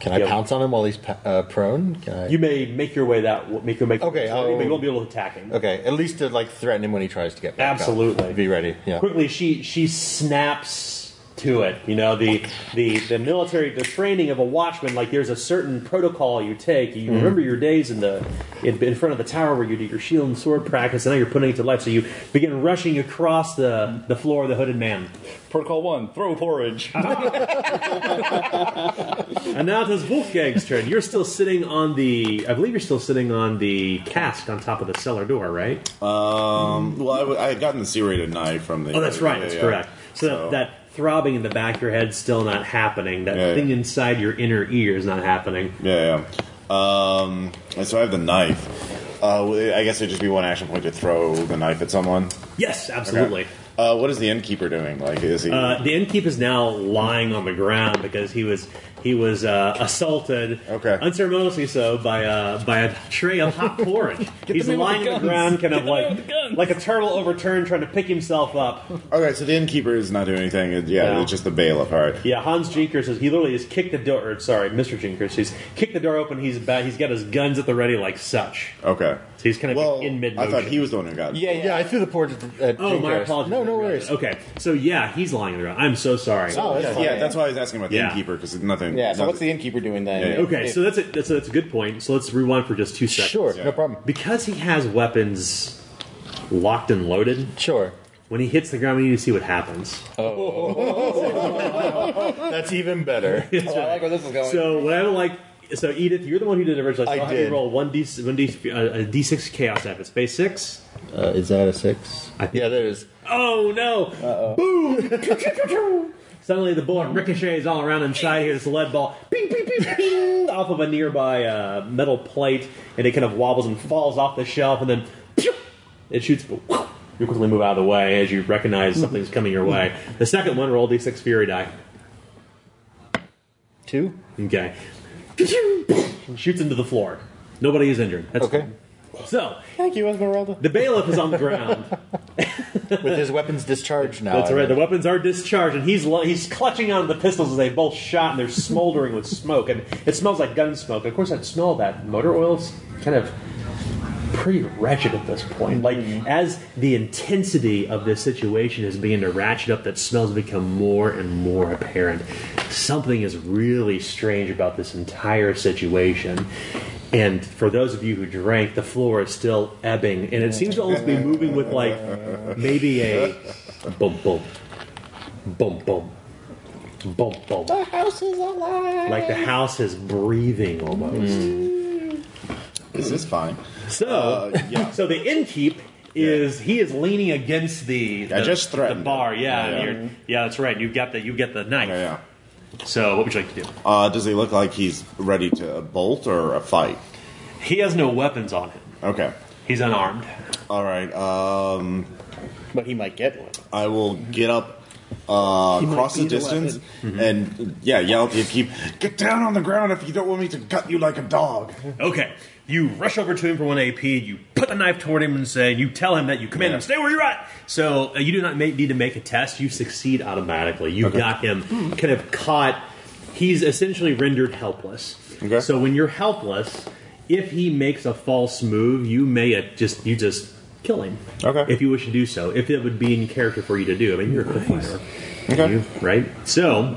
Can I pounce on him while he's pa- uh, prone? Can I? You may make your way that w- make your make. Okay, you may I'll- won't be able to attack him. Okay, at least to like threaten him when he tries to get back. up. Absolutely. Be ready. Yeah. Quickly, she she snaps to it. You know the the the military the training of a watchman. Like there's a certain protocol you take. You Mm-hmm. Mhm. remember your days in the in, in front of the tower where you do your shield and sword practice, and now you're putting it to life. So you begin rushing across the the floor of the hooded man. Protocol one: throw porridge. and now it is Wolfgang's turn. You're still sitting on the. I believe you're still sitting on the cask on top of the cellar door, right? Um, well, I, w- I had gotten the C-rated knife from the. Oh, that's right. yeah, That's yeah. correct. So, that- that throbbing in the back of your head's still not happening. That Yeah, thing yeah. inside your inner ear is not happening. Yeah, yeah. Um, and so I have the knife. Uh, w- I guess it'd just be one action point to throw the knife at someone. Yes, absolutely. Okay. Uh, what is the innkeeper doing? Like, is he? Uh, the innkeep is now lying on the ground because he was he was uh, assaulted, okay. unceremoniously so, by a by a tray of hot porridge. Get He's the man with lying the on the guns. ground, Get kind of the man like like a turtle overturned, trying to pick himself up. okay, so the innkeeper is not doing anything. It- Yeah, No. it's just the bailiff. All right. Yeah, Hans Jinkers is he literally has kicked the door. Or, sorry, Mr. Jinkers, he's kicked the door open. He's about, he's got his guns at the ready, like such. Okay. So he's kind of in mid. I thought he was the one who got it. Yeah, yeah. I threw the porridge at, at Oh, my Jinkaris. apologies. No, no worries. Okay, so yeah, he's lying around. I'm so sorry. So, yeah, yeah, that's why I was asking about the Yeah. innkeeper because nothing. Yeah, so nothing- what's the innkeeper doing then? Okay, so that's a, that's a that's a good point. So let's rewind for just two seconds. Sure, no Yeah. problem. Because he has weapons locked and loaded. Sure. When he hits the ground, we need to see what happens. That's even better. I like where this is So what I would like, so Edith, you're the one who did it originally. So I will Have did. you roll one d one d uh, a d6 chaos app. It's base six. Uh, is that a six? yeah, that is. Oh no! Boom! Suddenly the bullet ricochets all around inside here. This lead ball, ping, ping, ping, ping, off of a nearby uh, metal plate, and it kind of wobbles and falls off the shelf, and then pew, it shoots. but You quickly move out of the way as you recognize something's coming your way. The second one, roll d6 fury die. Two. Okay. Shoots into the floor. Nobody is injured. That's okay. So Thank you, Esmeralda. the bailiff is on the ground. With his weapons discharged now. That's I right. The mean. weapons are discharged, and he's lo- he's clutching on the pistols as they both shot, and they're smoldering with smoke, and it smells like gun smoke. Of course, that smell of that motor oil's kind of pretty wretched at this point. Like as the intensity of this situation is beginning to ratchet up, that smells become more and more apparent. Something is really strange about this entire situation. And for those of you who drank, the floor is still ebbing, and it seems to almost be moving with like maybe a boom, boom, boom, boom, boom, boom. The house is alive. Like the house is breathing almost. This is fine. Uh, So, so the innkeep is he is leaning against the the, I just the threatened bar. Yeah, Yeah. yeah. You're, yeah, that's right. You've got the you've got the knife. Yeah. So, what would you like to do? Uh, does he look like he's ready to bolt or a fight? He has no weapons on him. Okay. He's unarmed. All right. Um, but he might get one. I will get up, uh, He might cross the be the distance, Mm-hmm. and yeah, yell to keep get down on the ground if you don't want me to gut you like a dog. Okay. You rush over to him for one AP. You put the knife toward him and say, "You tell him that you command him stay where you're at." So uh, you do not make, need to make a test. You succeed automatically. You got him kind of caught. He's essentially rendered helpless. Okay. So when you're helpless, if he makes a false move, you may uh, just you just kill him. Okay. If you wish to do so, if it would be in character for you to do. I mean, you're a quick fighter, Okay. right? So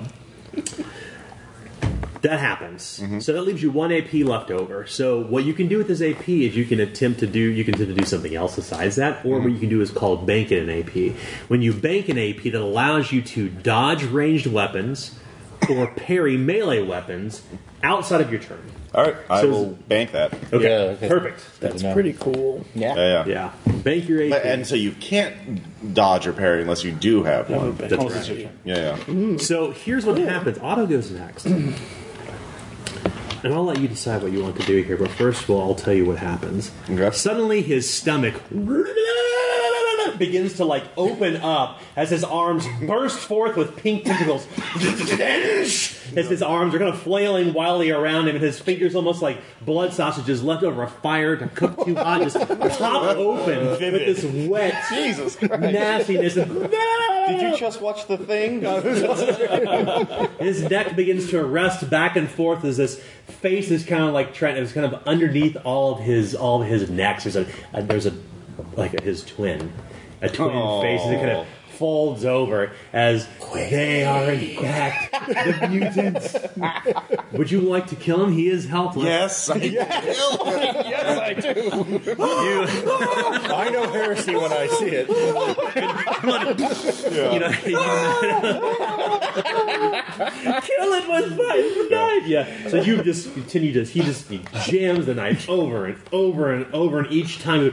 That happens. So that leaves you one AP left over. So what you can do with this AP is you can attempt to do you can attempt to do something else besides that, or what you can do is called banking an AP. When you bank an AP, that allows you to dodge ranged weapons or parry melee weapons outside of your turn. All right, I So- will bank that. Okay, perfect. cool. Yeah, yeah. Bank your AP. and so you can't dodge or parry unless you do have one. That's Oh, right. that's your turn. Yeah, yeah. So here's what happens. Otto goes next. and I'll let you decide what you want to do here, but first of all, I'll tell you what happens. Suddenly his stomach begins to like open up as his arms burst forth with pink tentacles. as his arms are kind of flailing wildly around him, and his fingers almost like blood sausages left over a fire to cook too hot, just pop open with this wet, Jesus nastiness. Did you just watch the thing? His neck begins to rest back and forth as this face is kind of like trying. It's kind of underneath all of his all of his necks. There's a, a there's a like his twin, a twin Aw. face that kind of folds over as they are in fact the mutants. Would you like to kill him? He is helpless. Yes, I yes, I do. I know heresy when I see it. You know, Kill it with my knife. Yeah. So you just continue to. He just he jams the knife over and over and over, and each time,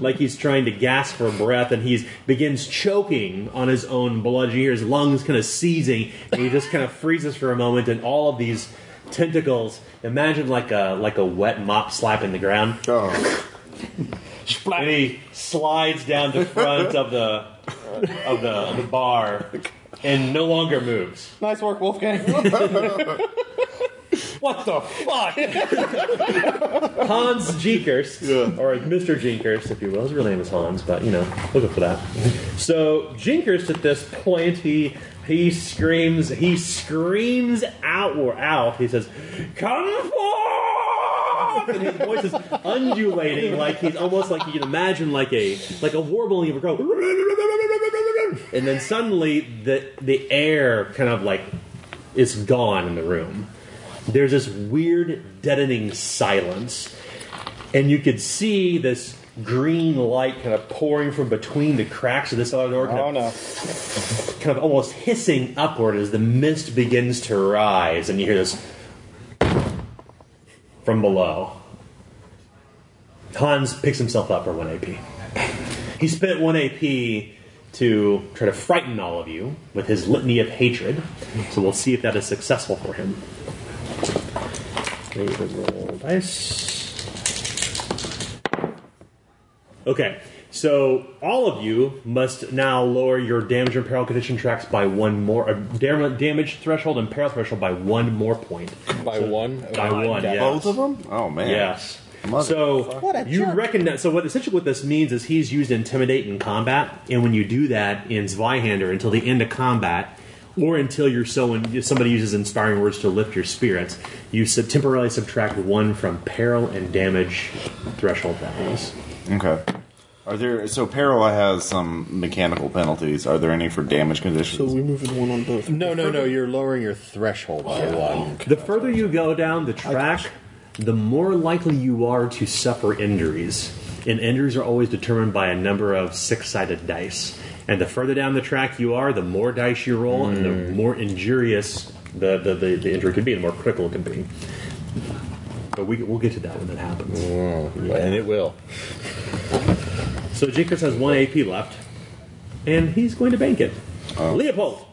like he's trying to gasp for breath, and he's begins choking on his own blood. You hear his lungs kind of seizing, and he just kind of freezes for a moment, and all of these tentacles. Imagine like a like a wet mop slapping the ground. Oh. And he slides down the front of the of the, of the bar and no longer moves. nice work, Wolfgang. what the fuck? Hans Jinkers, or Mr. Jinkers, if you will. His real name is Hans, but you know, look up for that. So Jinkers, at this point, he he screams, he screams out or out. He says, "Come forth!" And his voice is undulating, like he's almost like you can imagine, like a like a warbling of a crow. And then suddenly, the the air kind of like is gone in the room there's this weird deadening silence and you could see this green light kind of pouring from between the cracks of this other door kind, of, kind of almost hissing upward as the mist begins to rise and you hear this from below hans picks himself up for 1 ap he spent 1 ap to try to frighten all of you with his litany of hatred so we'll see if that is successful for him Maybe roll dice. Okay, so all of you must now lower your damage and peril condition tracks by one more uh, dam- damage threshold and peril threshold by one more point. By one, by one, yes. Both of them? Oh man. Yes. Mother- so What a you recognize. So what essentially what this means is he's used intimidate in combat, and when you do that in Zweihander until the end of combat, or until you're so in, if somebody uses inspiring words to lift your spirits, you sub- temporarily subtract one from peril and damage threshold values. Okay. Are there so peril has some mechanical penalties? Are there any for damage conditions? So we're moving one on both. No, no, no. You're lowering your threshold by one. The further you go down the track, the more likely you are to suffer injuries. And injuries are always determined by a number of six sided dice. And the further down the track you are, the more dice you roll, and Hmm. the more injurious the, the, the, the injury could be, the more critical it could be. But we, we'll get to that when that happens. Hmm. and it will. So Jenkins has one AP left, and he's going to bank it. Oh. Leopold!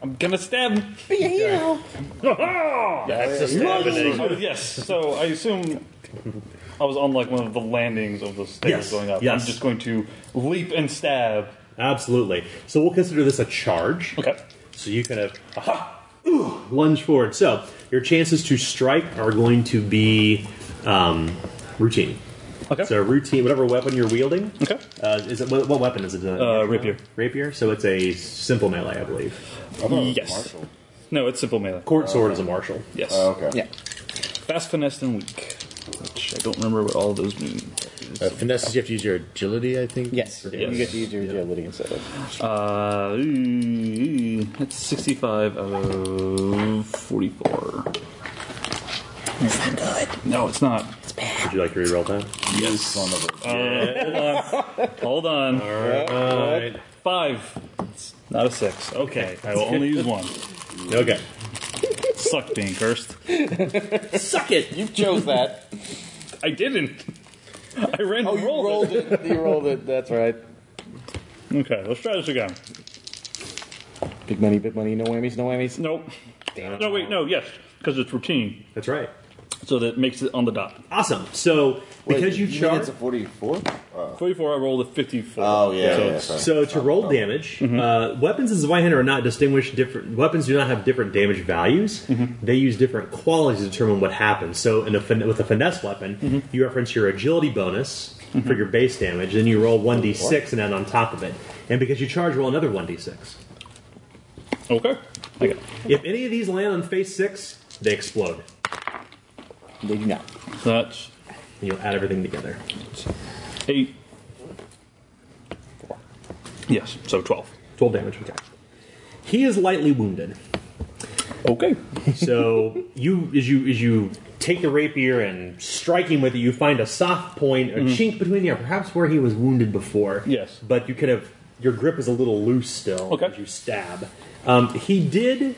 I'm gonna stab him. Be a hero. That's a stabbing angle. Oh, yes. So I assume I was on like one of the landings of the stairs Yes, going up. yes. I'm just going to leap and stab. Absolutely. So we'll consider this a charge. Okay. So you kind of aha, ooh, lunge forward. So your chances to strike are going to be um, routine. Okay. So routine, whatever weapon you're wielding. Okay. Uh, is it what, what weapon is it? Uh, rapier. Rapier. So it's a simple melee, I believe. Yes. No, it's simple melee. Court sword is a martial. Yes. Oh, okay. Yeah. Fast, finesse, and weak. Which I don't remember what all those mean. Uh, finesses, you have to use your agility, I think. Yes, you get to use your agility instead of. Uh, ooh, that's 65 out of 44. It's not good. No, it's not. It's bad. Would you like to reroll time? Yes. hold on. Hold on. All right. Five. It's not a six. Okay. I will only use one. Okay. Suck being cursed. Suck it! You chose that. I didn't. I ran oh, and rolled, you rolled it. You rolled it. That's right. Okay, let's try this again. Big money, big money. No whammies, no whammies. Nope. No, wait, no, yes, because it's routine. That's right. So that makes it on the dot. Awesome. So because you mean charge. it's a forty-four. 44, I rolled a 54. Oh, yeah, so, yeah, sorry. so to roll damage, uh, weapons in Zweihander are not distinguished. Different weapons do not have different damage values. They use different qualities to determine what happens. So, in a fin- with a finesse weapon, Mhm. you reference your agility bonus for your base damage, then you roll one d six and add on top of it. And because you charge, roll another one d six. Okay. Okay. If any of these land on phase six, they explode. They do not. That's. You'll add everything together. Eight. Yes, so 12. 12 damage, okay. He is lightly wounded. Okay. so you as you as you take the rapier and strike him with it, you find a soft point, a Mhm. chink between there, perhaps where he was wounded before. Yes. But you could have your grip is a little loose still okay. as you stab. Um, he did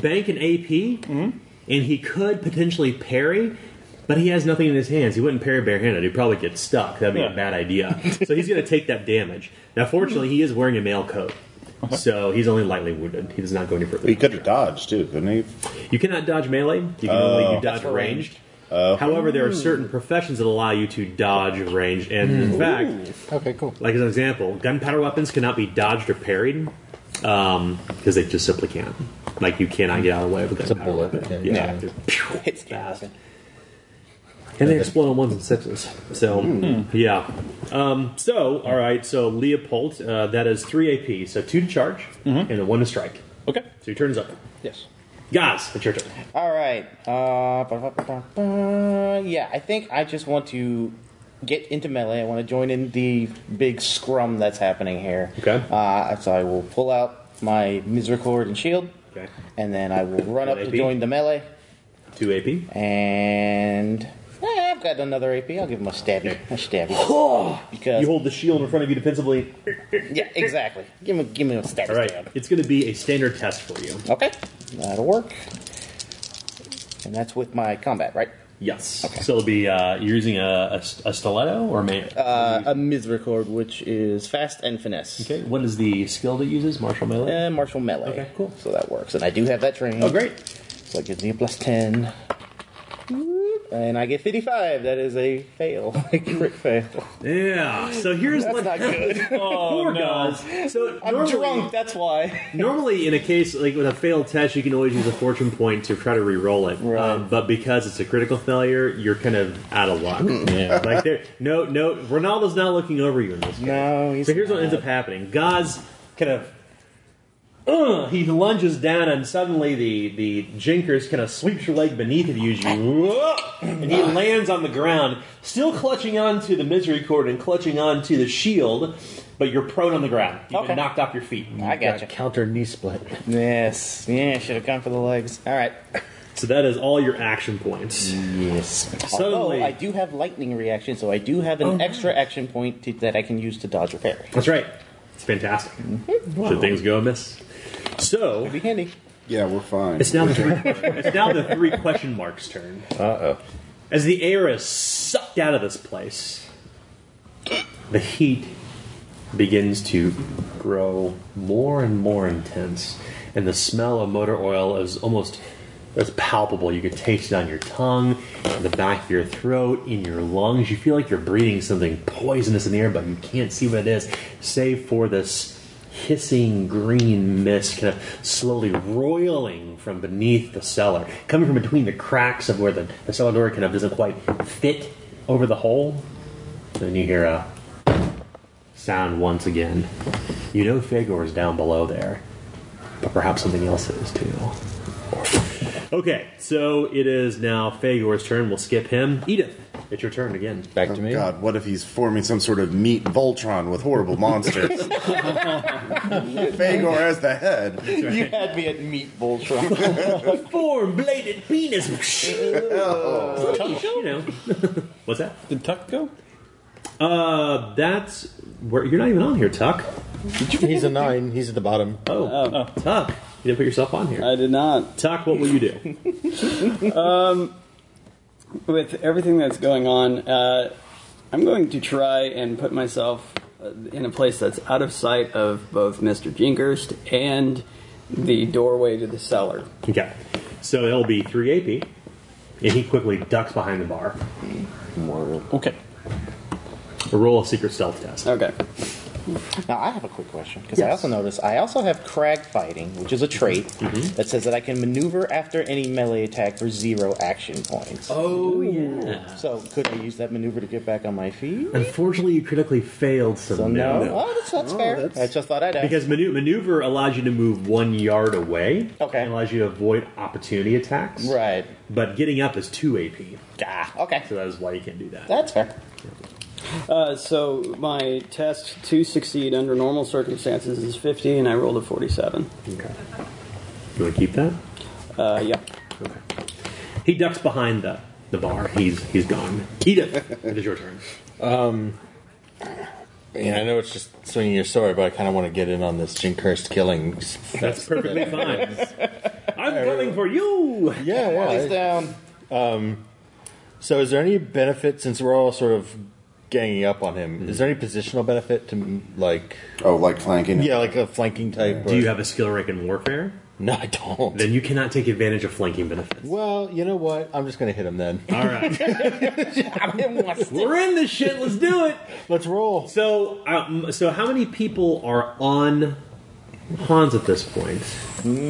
bank an AP and he could potentially parry. But he has nothing in his hands. He wouldn't parry barehanded. He'd probably get stuck. That'd be Yeah. a bad idea. so he's going to take that damage. Now, fortunately, he is wearing a mail coat, so he's only lightly wounded. He does not go any further. He could have dodged too, couldn't he? You cannot dodge melee. You can only you dodge ranged. However, there are certain professions that allow you to dodge range, and in fact, okay, cool. like as an example, gunpowder weapons cannot be dodged or parried because they just simply can't. Like you cannot get out of the way of a gunpowder weapon. yeah. Yeah, Yeah. Just, pew, it's fast, and they explode on ones and sixes. So Hmm. yeah. Um, so all right. So Leopold, uh, that is three AP. So two to charge and the one to strike. Okay. So your turn's up. Yes. Guys, it's your turn. All right. Uh, ba- ba- ba- ba- ba. yeah, I think I just want to get into melee. I want to join in the big scrum that's happening here. Okay. Uh, so I will pull out my misericord and shield. Okay. And then I will run up to AP. join the melee. Two AP. And eh, I've got another AP. I'll give him a stabby. A stabby. because You hold the shield in front of you defensively. yeah, exactly. Give me, give me a stabby. All right. It's going to be a standard test for you. Okay. That'll work. And that's with my combat, right? Yes. So it'll be uh, you're using a, a, a stiletto or man. Uh, a misericord, which is fast and finesse. Okay. What is the skill that uses? Martial melee. Uh, martial melee. Okay, cool. So that works, and I do have that training. Oh, great. So it gives me a plus ten, and I get fifty-five. That is a fail, a crit fail. Yeah. So here's That's what not good. Poor guys. So Oh, I'm normally- drunk. That's why. Normally, in a case like with a failed test, you can always use a fortune point to try to re-roll it. Um, but because it's a critical failure, you're kind of out of luck. Hmm. Yeah. Like there, no, no, Ronaldo's not looking over you in this. Case. No, he's. So here's what ends up happening: Gaz kind of. Uh, he lunges down, and suddenly the the jinkers kind of sweeps your leg beneath of you, as you whoop, and he lands on the ground, still clutching onto the misery cord and clutching onto the shield, but you're prone on the ground. You've been knocked off your feet. I got you. Counter knee split. Yes. Yeah. Should have gone for the legs. All right. So that is all your action points. Yes. Suddenly, Although I do have lightning reaction, so I do have an Oh, extra action point to, that I can use to dodge or parry. that's right. It's fantastic. Should things go amiss? So be handy. Yeah, we're fine. It's now the three. it's now the three question marks turn. Uh oh. As the air is sucked out of this place, the heat begins to grow more and more intense, and the smell of motor oil is almost it's palpable. You can taste it on your tongue, in the back of your throat, in your lungs. You feel like you're breathing something poisonous in the air, but you can't see what it is, save for this hissing green mist kind of slowly roiling from beneath the cellar, coming from between the cracks of where the, the cellar door kind of doesn't quite fit over the hole. Then you hear a sound once again. You know Fagor is down below there, but perhaps something else is too. Okay, so it is now Fagor's turn. We'll skip him. Edith. It's your turn again. Back to me. God, what if he's forming some sort of meat Voltron with horrible monsters? Fagor as the head. You had me at meat Voltron. Four bladed penis. Oh. You know. What's that? Did Tuck go? Uh, that's where you're not even on here, Tuck. He's a nine. He's at the bottom. Oh, Tuck, you didn't put yourself on here. I did not. Tuck, what will you do? um, with everything that's going on, uh, I'm going to try and put myself uh, in a place that's out of sight of both Mr. Jinkerst and the doorway to the cellar. Okay. So it'll be 3 AP, and he quickly ducks behind the bar. Okay. A roll a secret stealth test. Okay. Now I have a quick question because I Yes. also noticed I also have crag fighting, which is a trait that says that I can maneuver after any melee attack for zero action points. Oh, yeah. So could I use that maneuver to get back on my feet? Unfortunately, you critically failed, so, So no. Oh, that's, that's fair. I just thought I'd ask. Because manu- maneuver allows you to move one yard away. Okay. Allows you to avoid opportunity attacks. Right. But getting up is 2 AP. Ah, okay. So that is why you can't do that. That's fair. Uh, so my test to succeed under normal circumstances is 50, and I rolled a 47. Okay. You want to keep that? Uh, yeah. He ducks behind the, the bar. He's he's gone. Edith, it is your turn. Um, yeah, I know it's just swinging your sword, but I kind of want to get in on this Jinkhurst killing. That's perfectly fine. I'm coming for you. Yeah, yeah. He's down. Um, so, is there any benefit since we're all sort of ganging up on him? Is there any positional benefit to like? Oh, like flanking? Yeah, like a flanking type. Do you have a skill rank in warfare? No, I don't. Then you cannot take advantage of flanking benefits. Well, you know what? I'm just going to hit him then. All right. We're in this shit. Let's do it. Let's roll. So, um, so how many people are on Hans at this point?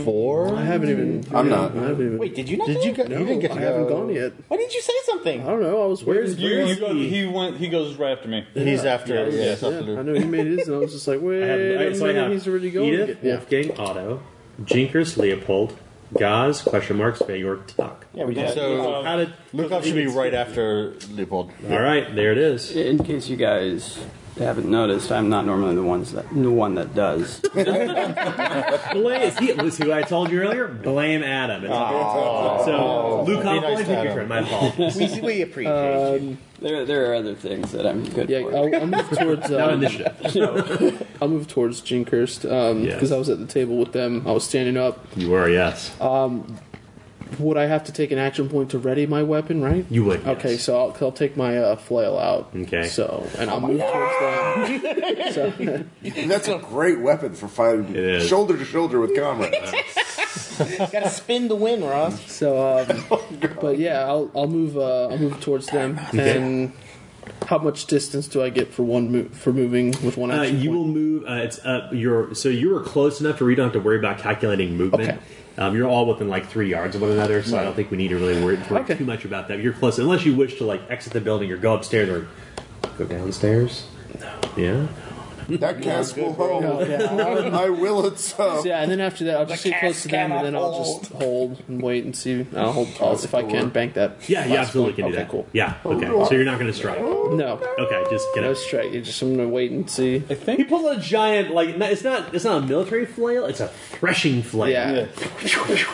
Four. I haven't even. yeah, I haven't even. Wait, did you not? Did go? you go- you No, didn't get to I haven't go. gone yet. Why didn't you say something? I don't know. I was. Where's you? waiting for you him. go, he went. He goes right after me. Yeah. Yeah, yeah, I know he made his, and I was just like, wait, I have, I, a so I minute, have he's already going. Edith, Yeah. Wolfgang, Otto, Jinkers, Leopold, Gaz, question marks, Fagor, Tuck. Yeah, we did. So So, how did Lukov should be right after Leopold. All right, there it is. In case you guys haven't noticed, I'm not normally the ones that the one that does. Blame, is he, was who I told you earlier? Blame Adam. It's- Aw. So, Be Luke, I'll nice blame to you, Adam. friend. My fault. We, we appreciate Uh, you. There, there are other things that I'm good Yeah, for. I'll, I'll move towards. Not um, initiative. no. I'll move towards Jinkhurst because Yes. I was at the table with them. I was standing up. You were, yes. Um, would I have to take an action point to ready my weapon? Right? You would, Okay, so I'll, I'll take my uh, flail out. Okay. So and I'll move towards them. So, That's a great weapon for fighting is. shoulder to shoulder with comrades. Got to spin to win, Ross. so um, Oh, but yeah, I'll I'll move uh, I'll move towards them Okay. and. How much distance do I get for one move for moving with one Uh, action? you will move. Uh, it's up your so you were close enough to where you don't have to worry about calculating movement. Um, you're all within like three yards of one another, so I don't think we need to really worry, worry too much about that. You're close unless you wish to like exit the building or go upstairs or go downstairs. Yeah. That cast will hold. Yeah. I will it so. So, yeah, and then after that, I'll just The get close to cast them, and then I'll cannot just hold and wait and see. I'll hold pause if I can bank that. Yeah, you last absolutely can one. do okay, that. Cool. Yeah. Okay. Oh, So you're not going to strike. No. Okay. Just get No strike. You just I'm gonna wait and see. I think he pulls out a giant like n- it's not it's not a military flail. It's a threshing flail. Yeah.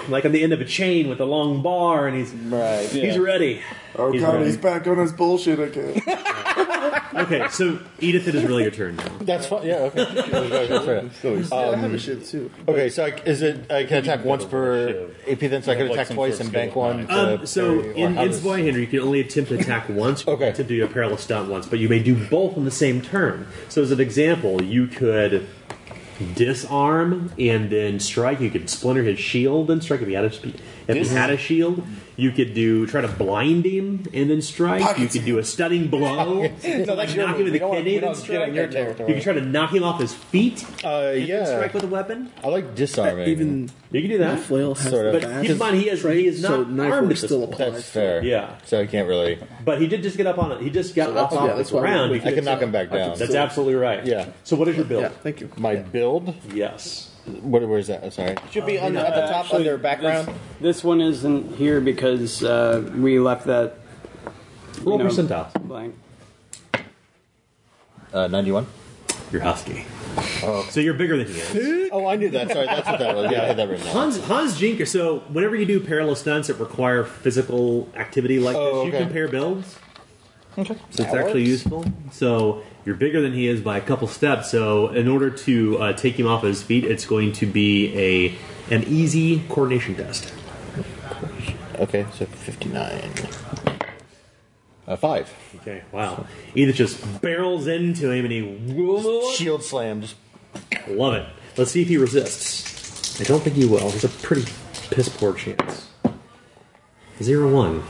Like on the end of a chain with a long bar, and he's right. He's yeah. ready. Oh He's god, ready. he's back on his bullshit again. Okay, so Edith, it is really your turn now. That's fine. Yeah. Okay. I have Mm-hmm. Um, a shiv too. okay. So I, is it? I can attack once per AP. Then so I can like attack some twice sort of and bank skill one. Um, to so parry, Uh, or in, how in does- Spy Hinder, you can only attempt to attack once okay. to do a perilous stunt once, but you may do both on the same turn. So as an example, you could disarm and then strike. You could splinter his shield and strike if he had a spe- if he had a shield. You could do try to blind him and then strike. You could do a stunning blow. No, that's your knock him move. in We the don't want- kidney we and don't get strike. on your You territory. could try to knock him off his feet. Uh, yeah. Strike with a weapon. I like disarming. Even you can do that. flail has Sort but of. keep in mind he is he is not so knife armed work at this still point. applies. That's fair. Yeah. So I can't really. But he did just get up on it. He just got So up that's- on yeah, the that's why ground. we- I can knock him back I can down. That's absolutely right. Yeah. So what is your build? Yeah, thank you. My build. Yes. What? Where's that? I'm sorry. Should be under, at the top under background. This one isn't here because uh, we left that you Roll know, percentile. Blank. Uh, 91. You're husky. So you're bigger than he is. oh, I knew that. Sorry, that's what that was. Yeah, I had that written down. Hans Hans Jinker. So whenever you do parallel stunts that require physical activity like Oh, this, okay. you compare builds. Okay, So it's actually useful. So you're bigger than he is by a couple steps. So in order to uh, take him off his feet, it's going to be a an easy coordination test. Okay, so 59. Uh, five. Okay, wow. Either just barrels into him and he shield slam. Just love it. Let's see if he resists. I don't think he will. It's a pretty piss poor chance. Zero one.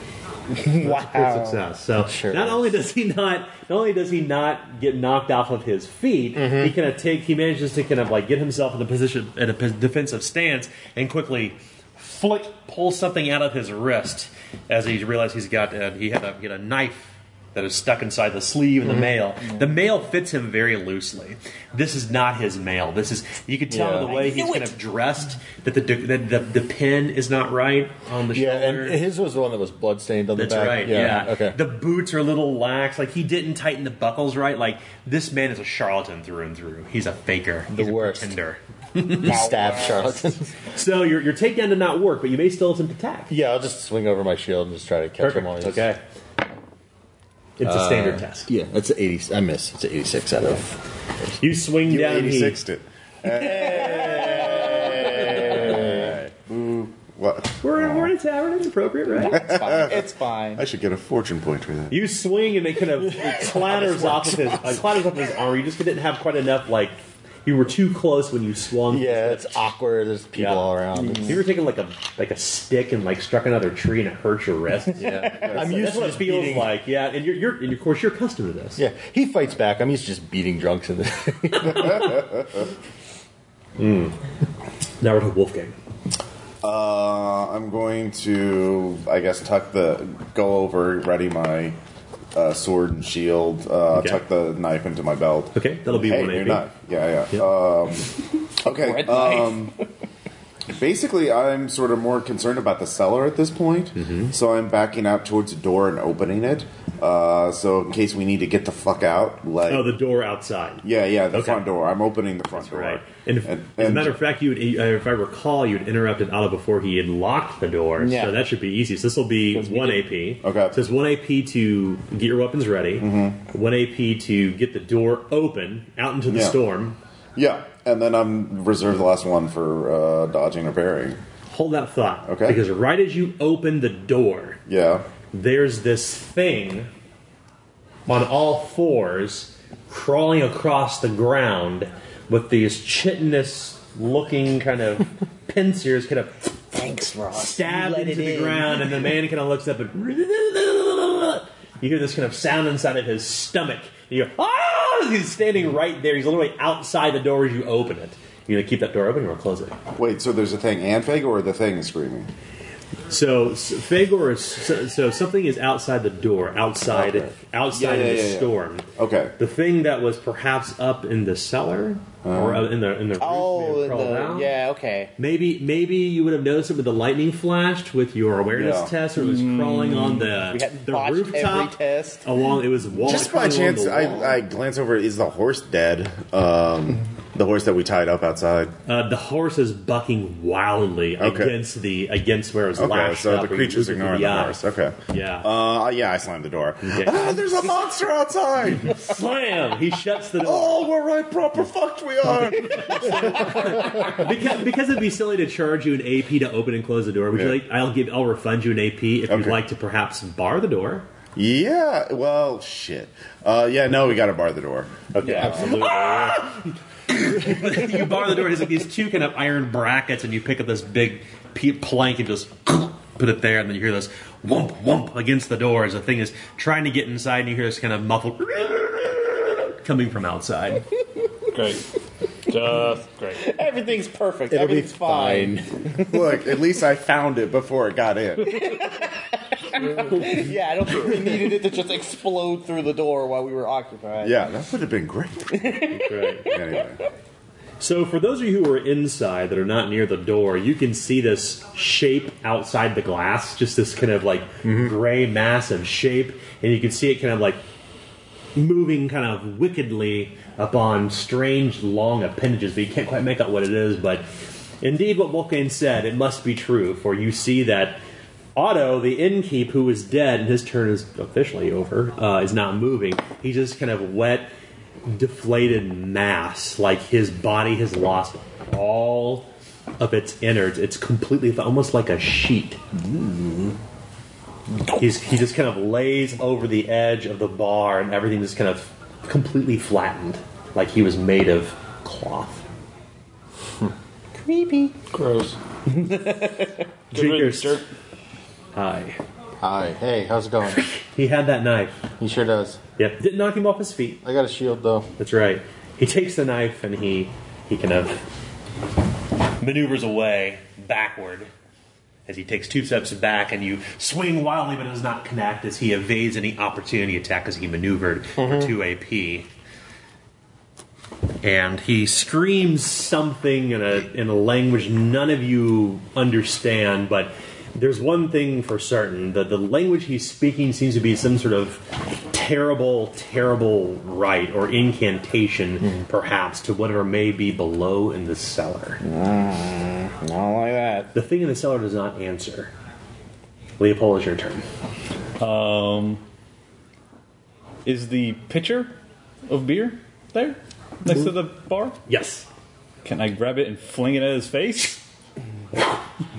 That's a Wow. good success. So not only does he not not only does he not get knocked off of his feet, he kind of take he manages to kind of like get himself in a position in a pos- defensive stance and quickly flick pull something out of his wrist as he realizes he's got uh, he had a he had a knife that is stuck inside the sleeve and the Mhm. mail. The mail fits him very loosely. This is not his mail. This is you could tell Yeah. the way I he's knew kind of dressed that the that the, the pin is not right on the Yeah, shoulder. and his was the one that was bloodstained on That's the back. right. Yeah. Okay. The boots are a little lax. Like he didn't tighten the buckles right. Like this man is a charlatan through and through. He's a faker. The worst. pretender. Staff charlatan. So your your takedown did not work, but you may still attempt attack. Yeah, I'll just swing over my shield and just try to catch him while he's. Okay. It's a standard test. Yeah, it's an 80. I miss. It's an 86 out of. You swing You down. 86'd it. Ooh, what? We're, we're in a tavern. It's appropriate, right? It's fine. It's fine. I should get a fortune point for that. You swing and it kind of it clatters off of his it clatters off of his armor. You just didn't have quite enough like you were too close when you swung. Yeah, it's awkward. There's people all around. If you were taking like a like a stick and like struck another tree and it hurt your wrist. Yeah. I'm I'm used used to what to it feels beating- like. Yeah, and you're, you're and of course you're accustomed to this. Yeah, he fights back. I'm used to just beating drunks in the. Now we're to Wolfgang. Uh, I'm going to, I guess, tuck the go over, ready my uh, sword and shield, uh, Okay. tuck the knife into my belt. Okay, that'll be hey, one new AP. knife. Yeah, yeah. Um, okay. Red knife. um, basically, I'm sort of more concerned about the cellar at this point, Mm-hmm. so I'm backing out towards the door and opening it. Uh, so in case we need to get the fuck out, like Oh, the door outside. yeah, yeah, the Okay. front door. I'm opening the front door. Right. And, if, as a matter of fact, you would, uh, if I recall, you'd interrupted Otto before he had locked the door, Yeah. so that should be easy. So this will be one AP. Okay. So it's one AP to get your weapons ready, one AP to get the door open out into the Yeah. storm. Yeah, and then I'm reserve the last one for uh, dodging or parrying. Hold that thought, Okay. Because right as you open the door, yeah, there's this thing on all fours crawling across the ground with these chitinous looking kind of pincers kind of thanks Ross stabbed into the ground and the man kind of looks up and you hear this kind of sound inside of his stomach and you go ah he's standing right there he's literally outside the door as you open it you gonna keep that door open or close it Wait, so there's a thing and Fagor, or the thing is screaming? So s- Fagor is so, so something is outside the door, outside, Okay. outside Yeah, yeah, of the yeah, yeah. storm. Okay. The thing that was perhaps up in the cellar or Uh. uh, in the in the Oh, in crawled the- out? yeah, okay. maybe maybe you would have noticed it with the lightning flashed with your awareness Yeah. test, or it was crawling on the Mm. We got the botched rooftop every test. along. It was wall. Just by crawling along chance, the wall. I, I glance over. Is the horse dead? Um, the horse that we tied up outside. Uh, the horse is bucking wildly Okay. against the against where it was Okay, lashed so up the and creature's losing ignoring the, eye. horse. Okay. Yeah. Uh, yeah, I slammed the door. Ah, there's a monster outside. Slam! He shuts the door. Oh, we're right, proper fucked we are. because, because it'd be silly to charge you an AP to open and close the door. Would you like? I'll give. I'll refund you an AP if you'd like to perhaps bar the door. yeah. Well, shit. Uh, yeah. No, we got to bar the door. Okay. absolutely. Ah! you bar the door. There's like these two kind of iron brackets, and you pick up this big pe- plank and just put it there, and then you hear this wump wump against the door as the thing is trying to get inside, and you hear this kind of muffled coming from outside. Great. Just great. Everything's perfect. It'll be Everything's fine. Look, at least I found it before it got in. yeah, I don't think we needed it to just explode through the door while we were occupied. Yeah, that would have been great. Right. Anyway. So, for those of you who are inside that are not near the door, you can see this shape outside the glass, just this kind of like gray mass of shape, and you can see it kind of like moving kind of wickedly upon strange long appendages, but you can't quite make out what it is. But indeed, what Wolfgang said, it must be true, for you see that Otto, the innkeep, who is dead and his turn is officially over, uh, is not moving. He's just kind of wet, deflated mass. Like his body has lost all of its innards. It's completely, almost like a sheet. He's, he just kind of lays over the edge of the bar, and everything just kind of completely flattened, like he was made of cloth. Creepy. Gross. Drinkers. Hi. Hi. Hey, how's it going? he had that knife. He sure does. Yep. Didn't knock him off his feet. I got a shield though. That's right. He takes the knife and he he kind of maneuvers away backward as he takes two steps back, and you swing wildly, but it does not connect as he evades any opportunity attack as he maneuvered for two AP. And he screams something in a in a language none of you understand, but. There's one thing for certain: that the language he's speaking seems to be some sort of terrible, terrible rite or incantation, Hmm. perhaps, to whatever may be below in the cellar. Hmm, not like that. The thing in the cellar does not answer. Leopold, it's your turn. Um, is the pitcher of beer there next to the bar? Yes. Can I grab it and fling it at his face?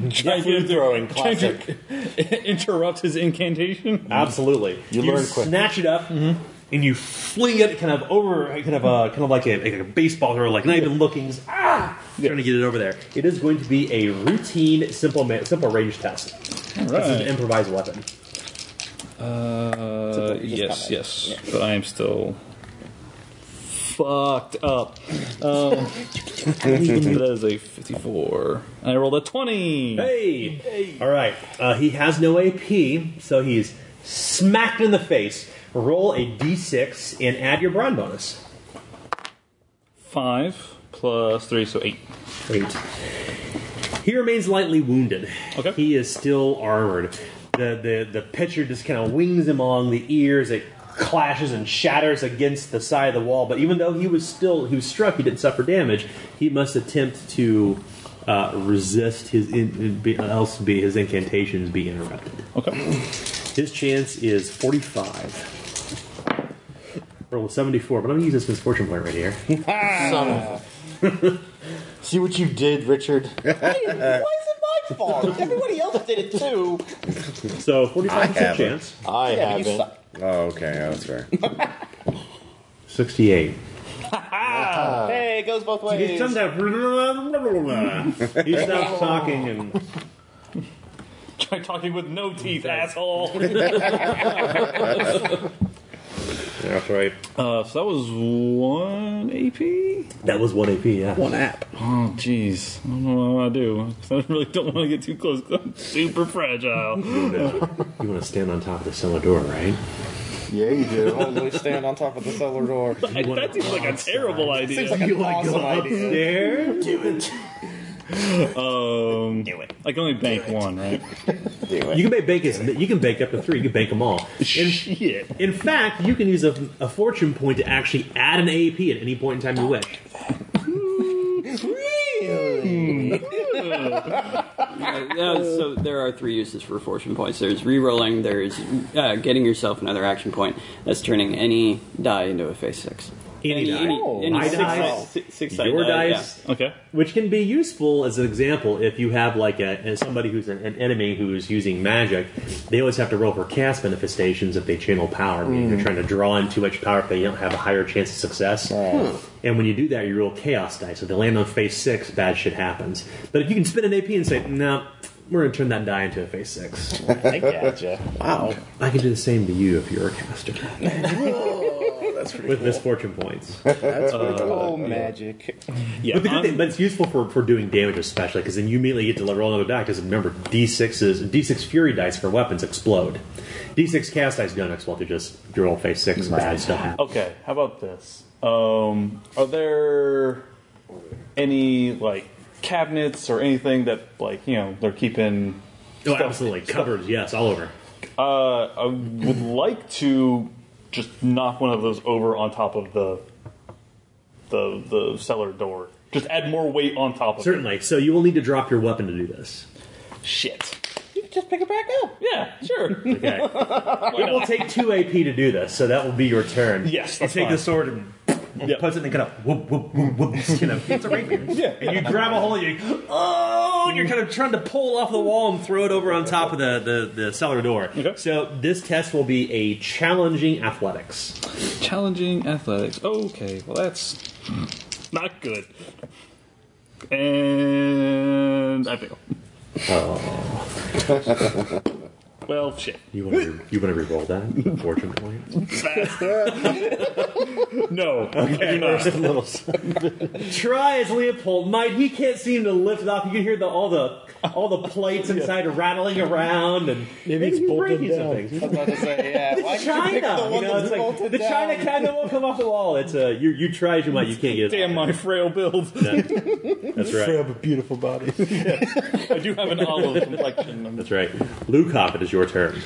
Try throwing classic. interrupt his incantation? Absolutely. Mm-hmm. You learn quick. Mm-hmm. snatch it up and you fling it kind of over, kind of uh, kind of like a, like a baseball throw, like not even looking, just, ah, trying to get it over there. It is going to be a routine simple ma- simple range test. This is right. an improvised weapon. Uh, yes, yes, But I am still fucked up. Um, that is a 54. And I rolled a 20. Hey! All right. Uh, he has no AP, so he's smacked in the face. Roll a d6 and add your brawn bonus. 5 plus 3, so 8. Eight. He remains lightly wounded. Okay. He is still armored. The the the pitcher just kind of wings him along the ears. It clashes and shatters against the side of the wall. But even though he was still he was struck, he didn't suffer damage. He must attempt to uh, resist his in, be, else be his incantations be interrupted. Okay. His chance is forty five. Roll seventy four, but I'm gonna use this misfortune point right here. Son of- See what you did, Richard. My fault. Everybody else did it too. So forty-five percent chance. I Yeah, but you haven't. suck. Oh, okay, that's fair. Sixty-eight. Ah, hey, it goes both ways. He's done that. He's Oh. not talking and Try talking with no teeth, asshole. That's right. Uh, so that was one AP. That was one AP. Yeah. One app. Oh, jeez. I don't know what I do. 'cause I really don't want to get too close. 'cause I'm super fragile. You want to stand on top of the cellar door, right? Yeah, you Totally stand on top of the cellar door. that seems like a terrible idea. Seems like an awesome idea. There. Do it. Um, do it. I can only bank one, right? You can make bank as you can bank up to three. You can bank them all. Shit. In fact, you can use a, a fortune point to actually add an AP at any point in time you wish. Uh, so there are three uses for fortune points. There's rerolling. There's uh, getting yourself another action point. That's turning any die into a face six. Any, Any- any- die. Oh, any My six dice, sided- six sided uh, your die, dice, Okay. which can be useful as an example if you have like a as somebody who's an, an enemy who's using magic. They always have to roll for cast manifestations if they channel power, meaning Hmm. they're trying to draw in too much power if they don't have a higher chance of success. Hmm. And when you do that, you roll chaos dice. If they land on phase six, bad shit happens. But if you can spin an AP and say, "No, we're going to turn that die into a phase six. I gotcha. Wow. I can do the same to you if you're a caster. That's pretty With misfortune points. That's Uh, pretty cool. Oh, magic. Yeah, but, the good thing, but it's useful for, for doing damage, especially because then you immediately get to roll another die. Because remember, d6s, d6 fury dice for weapons explode. D6 cast dice don't explode; they just you Oh, roll face six bad stuff. Okay, how about this? Um, are there any like cabinets or anything that like you know they're keeping? Oh, absolutely. Cupboards, yes, all over. Uh, I would like to just knock one of those over on top of the the the cellar door. Just add more weight on top of Certainly. So you will need to drop your weapon to do this. it. Shit. You can just pick it back up. Yeah, sure. Okay. it will take two AP to do this, so that will be your turn. Yes, you that's take fine. the sword and punch it, and kind of whoop whoop whoop whoop. You know, it's a rapier. yeah. And you grab a hold, you oh, and you're kind of trying to pull off the wall and throw it over on top of the the, the cellar door. So this test will be a challenging athletics. Challenging athletics. Okay, well that's not good. And I fail. Oh. well, shit. You want to you want to re-roll that? Unfortunately. no. Okay. Try as Leopold might, he can't seem to lift it off. You can hear the, all the all the plates inside rattling around, and maybe it's bolted down. yeah, why It's did you pick China, the you one know, that's it's like, bolted the China down? cabinet won't come off the wall. It's uh, you you try as you might, you can't get it. Damn my frail build. That's right. have a beautiful body. I do have an olive complexion. That's right. Luke Hop, it is your turn.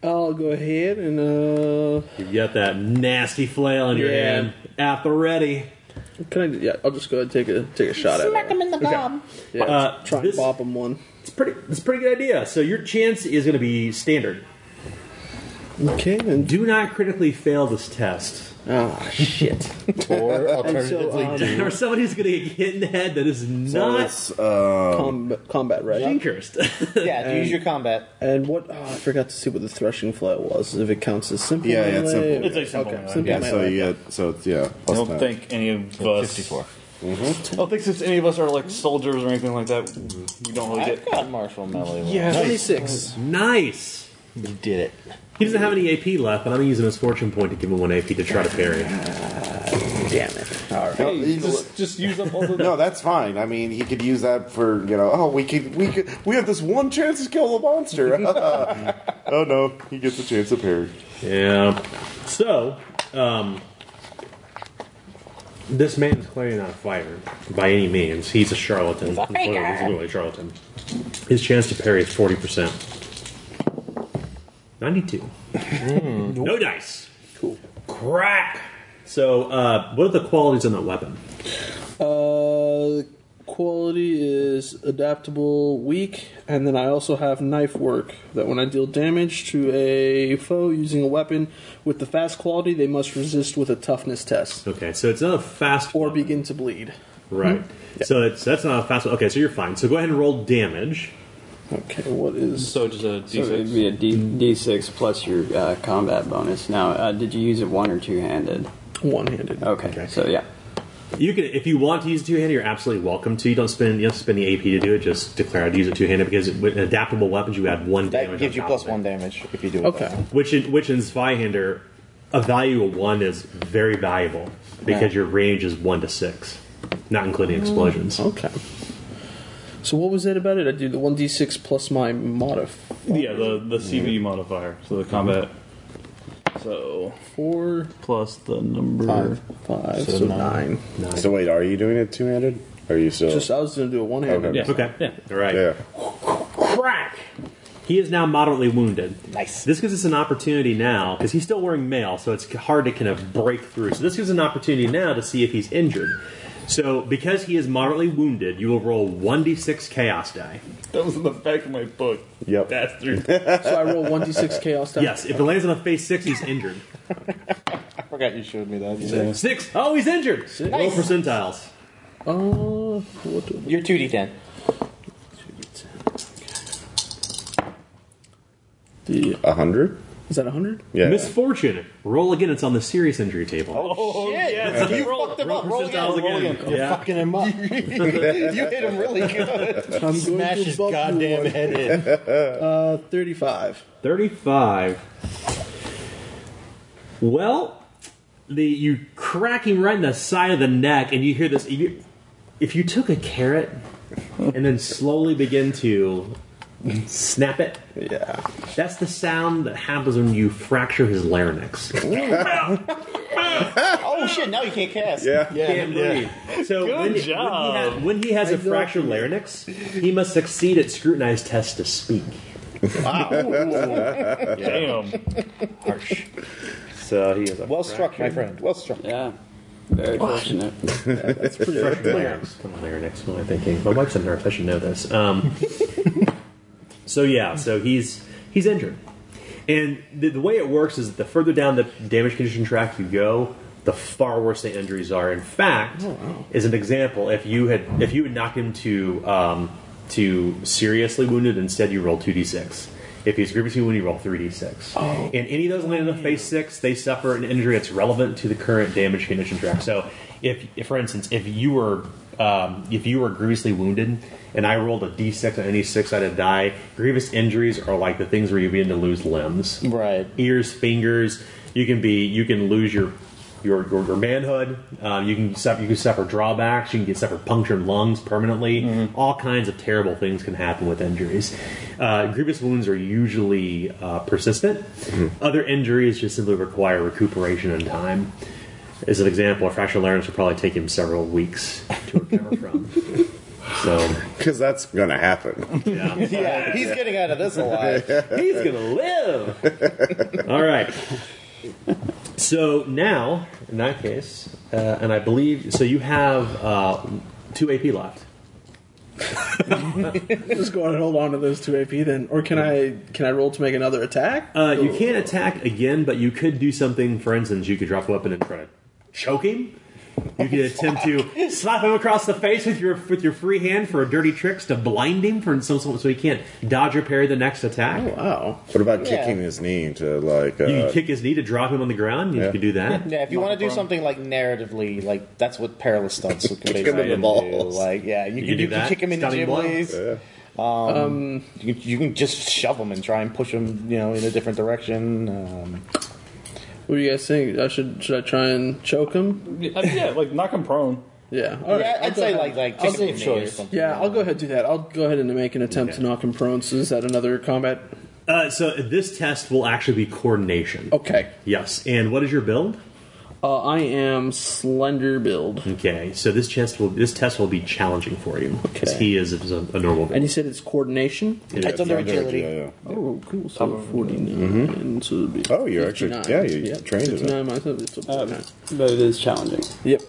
I'll go ahead and uh. You've got that nasty flail in your Yeah. hand at the ready. Can I? Yeah, I'll just go ahead and take a take a shot at it. Smack him in the bob. Yeah, Uh, try and bop him one. It's pretty. It's a pretty good idea. So your chance is going to be standard. Okay, then. Do not critically fail this test. Oh shit! or alternatively do. or someone who's going to get hit in the head that is So not it's, uh, Combat, combat, right? Jinkersed. Yeah, use your combat. And what? Oh, I forgot to see what the threshing flail was. If it counts as simple, Yeah, yeah, it's melee, simple. It's a simple Okay, melee. simple Yeah, so melee. you get so it's yeah. I Plus don't nine. think any of us. Mm-hmm. 54. I don't think since any of us are like soldiers or anything like that, we don't really get. got martial melee. Yeah, Nice. You did it. He doesn't have any AP left, but I'm using his fortune point to give him one AP to try to parry. Damn it! All No, you just, just use up all the. no, that's fine. I mean, he could use that for you know. Oh, we could we could we have this one chance to kill the monster. oh no, he gets a chance to parry. Yeah. So, um, this man is clearly not a fighter by any means. He's a charlatan. He's literally- he's literally a charlatan. His chance to parry is forty percent. Ninety-two. No dice. Cool. Crack. So, uh, what are the qualities on that weapon? Uh, quality is adaptable, weak, and then I also have knife work. That when I deal damage to a foe using a weapon with the fast quality, they must resist with a toughness test Okay, so it's not a fast or begin to bleed. Right. So it's that's not a fast. Okay, so you're fine. So go ahead and roll damage. Okay, what is so just a So it'd be a D, D6 plus your uh, combat bonus. Now, uh, did you use it one or two handed? One handed. Okay. So yeah. You can, if you want to use two handed, you're absolutely welcome to. You don't spend you don't spend the AP to do it. Just declare I'd use it two handed because with adaptable weapons you add one damage. That gives on you top plus of it. one damage if you do it. Okay. Which in, which in Zweihander, a value of one is very valuable because Yeah. your range is one to six, not including explosions. Okay. So what was it about it? I do the one d six plus my modif Yeah, the the CV modifier, so the combat. So four plus the number five five so, nine. So wait, are you doing it two handed? Are you still? uh, Just I was gonna do a one handed. Okay. Okay. Yeah. All right. yeah. Crack. He is now moderately wounded. Nice. This gives us an opportunity now because he's still wearing mail, so it's hard to kind of break through. So this gives an opportunity now to see if he's injured. So because he is moderately wounded, you will roll one d6 chaos die. That was in the back of my book. Yep. Bastard. So I roll one d six chaos die. Yes, if it lands on a face six, he's injured. I forgot you showed me that. Six. Oh, he's injured. Roll percentiles. Uh, what do You're two d ten. the A hundred. is that hundred? Yeah. Misfortune. Roll again. It's on the serious injury table. Oh shit! yes. You Roll- fucked him roll up. Roll again. percentiles Roll again. again. Yeah. Fucking him up. you hit him really good. I'm Smash his bump you goddamn one. head in. Uh, thirty-five. 35. Well, the you crack him right in the side of the neck, and you hear this. If you, if you took a carrot and then slowly begin to snap it, yeah, that's the sound that happens when you fracture his larynx. oh shit! Now you can't cast. Yeah. Can't breathe. So Good when, job. When he, has, when he has a Exactly. fractured larynx, he must succeed at scrutinized test to speak. Wow. Damn. Harsh. So he is a Well struck, my fractured- friend. Well struck. Yeah. Very fortunate. That's pretty Fractured larynx. Come on, larynx. What am I thinking? My wife's a nurse. I should know this. Um, so yeah, so he's he's injured, and the, the way it works is that the further down the damage condition track you go, the far worse the injuries are. In fact, is an example. If you had if you had knocked him to um, to seriously wounded, instead you roll two d six. If he's grievously wounded, you roll three d six. And any of those landing on phase six, they suffer an injury that's relevant to the current damage condition track. So, if, if for instance, if you were um, if you were grievously wounded and I rolled a d six on any six sided die, grievous injuries are like the things where you begin to lose limbs, right? Ears, fingers. You can be you can lose your your, your, your manhood. Um, you can suffer, you can suffer drawbacks. You can get suffer punctured lungs permanently. All kinds of terrible things can happen with injuries. Uh, grievous wounds are usually uh, persistent. Other injuries just simply require recuperation and time. As an example, a fractured larynx would probably take him several weeks to recover from. So, because that's gonna happen. yeah, he's getting out of this alive. He's gonna live. All right. So now, in that case, uh, and I believe so, you have uh, two AP left. Just go ahead and hold on to those two AP then, or can I can I roll to make another attack? Uh, you can't attack again, but you could do something. For instance, you could drop a weapon and try to choke him. You could attempt to slap him across the face with your with your free hand for a dirty tricks to blind him for some so he can't dodge or parry the next attack. Oh, wow! What about kicking his knee to like? Uh, You can kick his knee to drop him on the ground. You Yeah. could do that. Yeah, if you want to do something like narratively, like that's what perilous stunts could Kick him in basically the do. balls. Like, yeah, you, You can, can do you can that. kick him in the Stunning gym blow. ways. Um, you, can- you can just shove him and try and push him, you know, in a different direction. Um, What do you guys think? I should should I try and choke him? Yeah, yeah, like knock him prone. Yeah, Yeah, I'd I'll go say, ahead. like- like, I'll kick him in go- the knee or something. Yeah, I'll go ahead and do that. I'll go ahead and make an attempt to knock him prone. So is that another combat? Uh, so this test will actually be coordination. Okay. Yes. And what is your build? Uh, I am slender build. Okay. So this test will this test will be challenging for you because Okay. he is a, a normal. Build. And you said it's coordination. It It's is. under Under agility. agility, Oh, cool. So forty-nine. And so it'd be oh, you're actually 59. yeah, you Yep, trained in 59 it. myself. It's up to Um, 59. but it is challenging. Yep.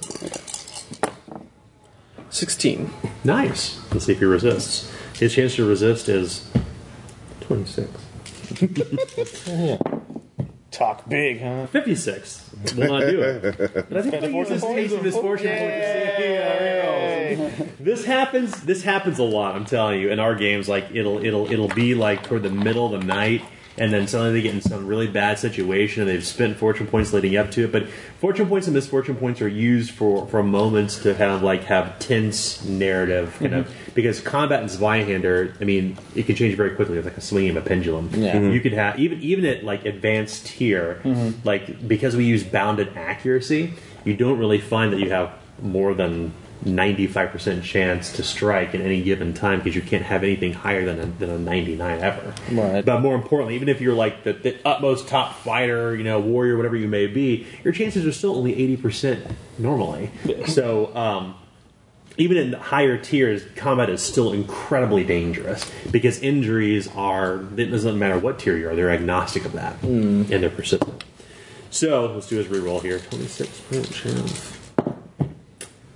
16. Nice. Let's see if he resists. His chance to resist is 26. Talk big, huh? 56. Will not do it. But I think Can I we use force this it? taste of misfortune for to see if he, uh, rolls. This happens. This happens a lot. I'm telling you. In our games, like it'll it'll it'll be like toward the middle of the night, and then suddenly they get in some really bad situation, and they've spent fortune points leading up to it. But fortune points and misfortune points are used for for moments to kind of like have tense narrative, kind of because combat and Zweihander, I mean, it can change very quickly. It's like a swinging of a pendulum. Yeah. Mhm. You could have even even at like advanced tier, Mhm. like because we use bounded accuracy, you don't really find that you have more than ninety five percent chance to strike at any given time because you can't have anything higher than a, than a ninety nine ever. Right. But more importantly, even if you're like the, the utmost top fighter, you know, warrior, whatever you may be, your chances are still only eighty percent normally. So. um even in the higher tiers, combat is still incredibly dangerous because injuries are, it doesn't matter what tier you are, they're agnostic of that Hmm. Mm. and they're persistent. So let's do his reroll here 26 point chance.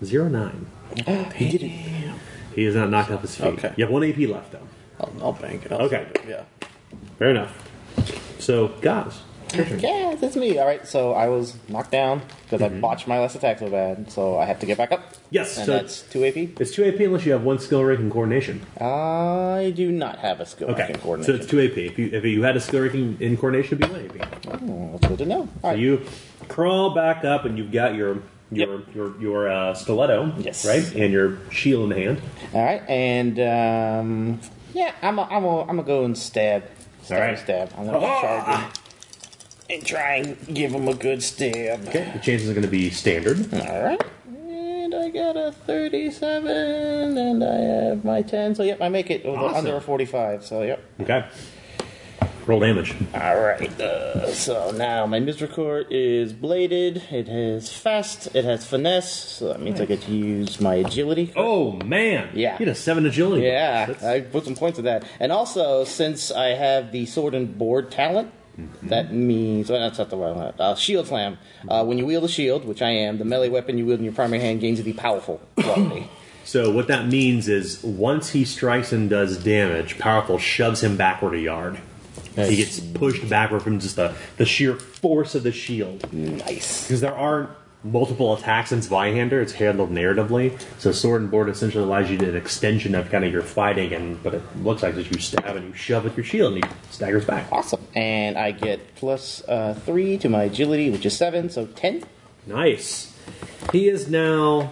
Zero nine. he did it. He is not knocked off his feet. Okay. You have one AP left though. I'll, I'll bank it. I'll Okay. save it, Yeah. Fair enough. So, guys. yeah, that's me. All right, so I was knocked down because I botched my last attack so bad, so I have to get back up. Yes, and so- that's two AP. It's 2 AP unless you have one skill rank in coordination. I do not have a skill rank in So coordination. it's 2 AP. If you, if you had a skill rank in, in coordination, it'd be 1 AP. Oh, that's good to know. So you crawl back up, and you've got your your your, your uh, stiletto, Yes. right, and your shield in hand. All right, and um, yeah, I'm a, I'm a, I'm gonna go and stab, stab, stab. I'm gonna Ah! charge him and try and give him a good stab. Okay, the chances are going to be standard. All right. And I got a 37, and I have my 10. So, yep, I make it with a- Awesome. under a 45. So, yep. Okay. Roll damage. All right. Uh, so now my Misrecord is bladed. It has fast. It has finesse. So that means I get to use my agility. Oh man! Yeah. You had a seven agility. Yeah, I put some points to that. And also, since I have the sword and board talent, that means well, that's not the right one. Uh, shield slam. Uh, when you wield a shield, which I am, the melee weapon you wield in your primary hand gains the powerful quality. So what that means is once he strikes and does damage, powerful shoves him backward a yard. He gets pushed backward from just the, the sheer force of the shield. Nice. Because there aren't multiple attacks in Zweihander, it's handled narratively. So sword and board essentially allows you to an extension of kind of your fighting and but it looks like that you stab and you shove with your shield and he staggers back. Awesome. And I get plus uh, three to my agility, which is seven, so ten. Nice. He is now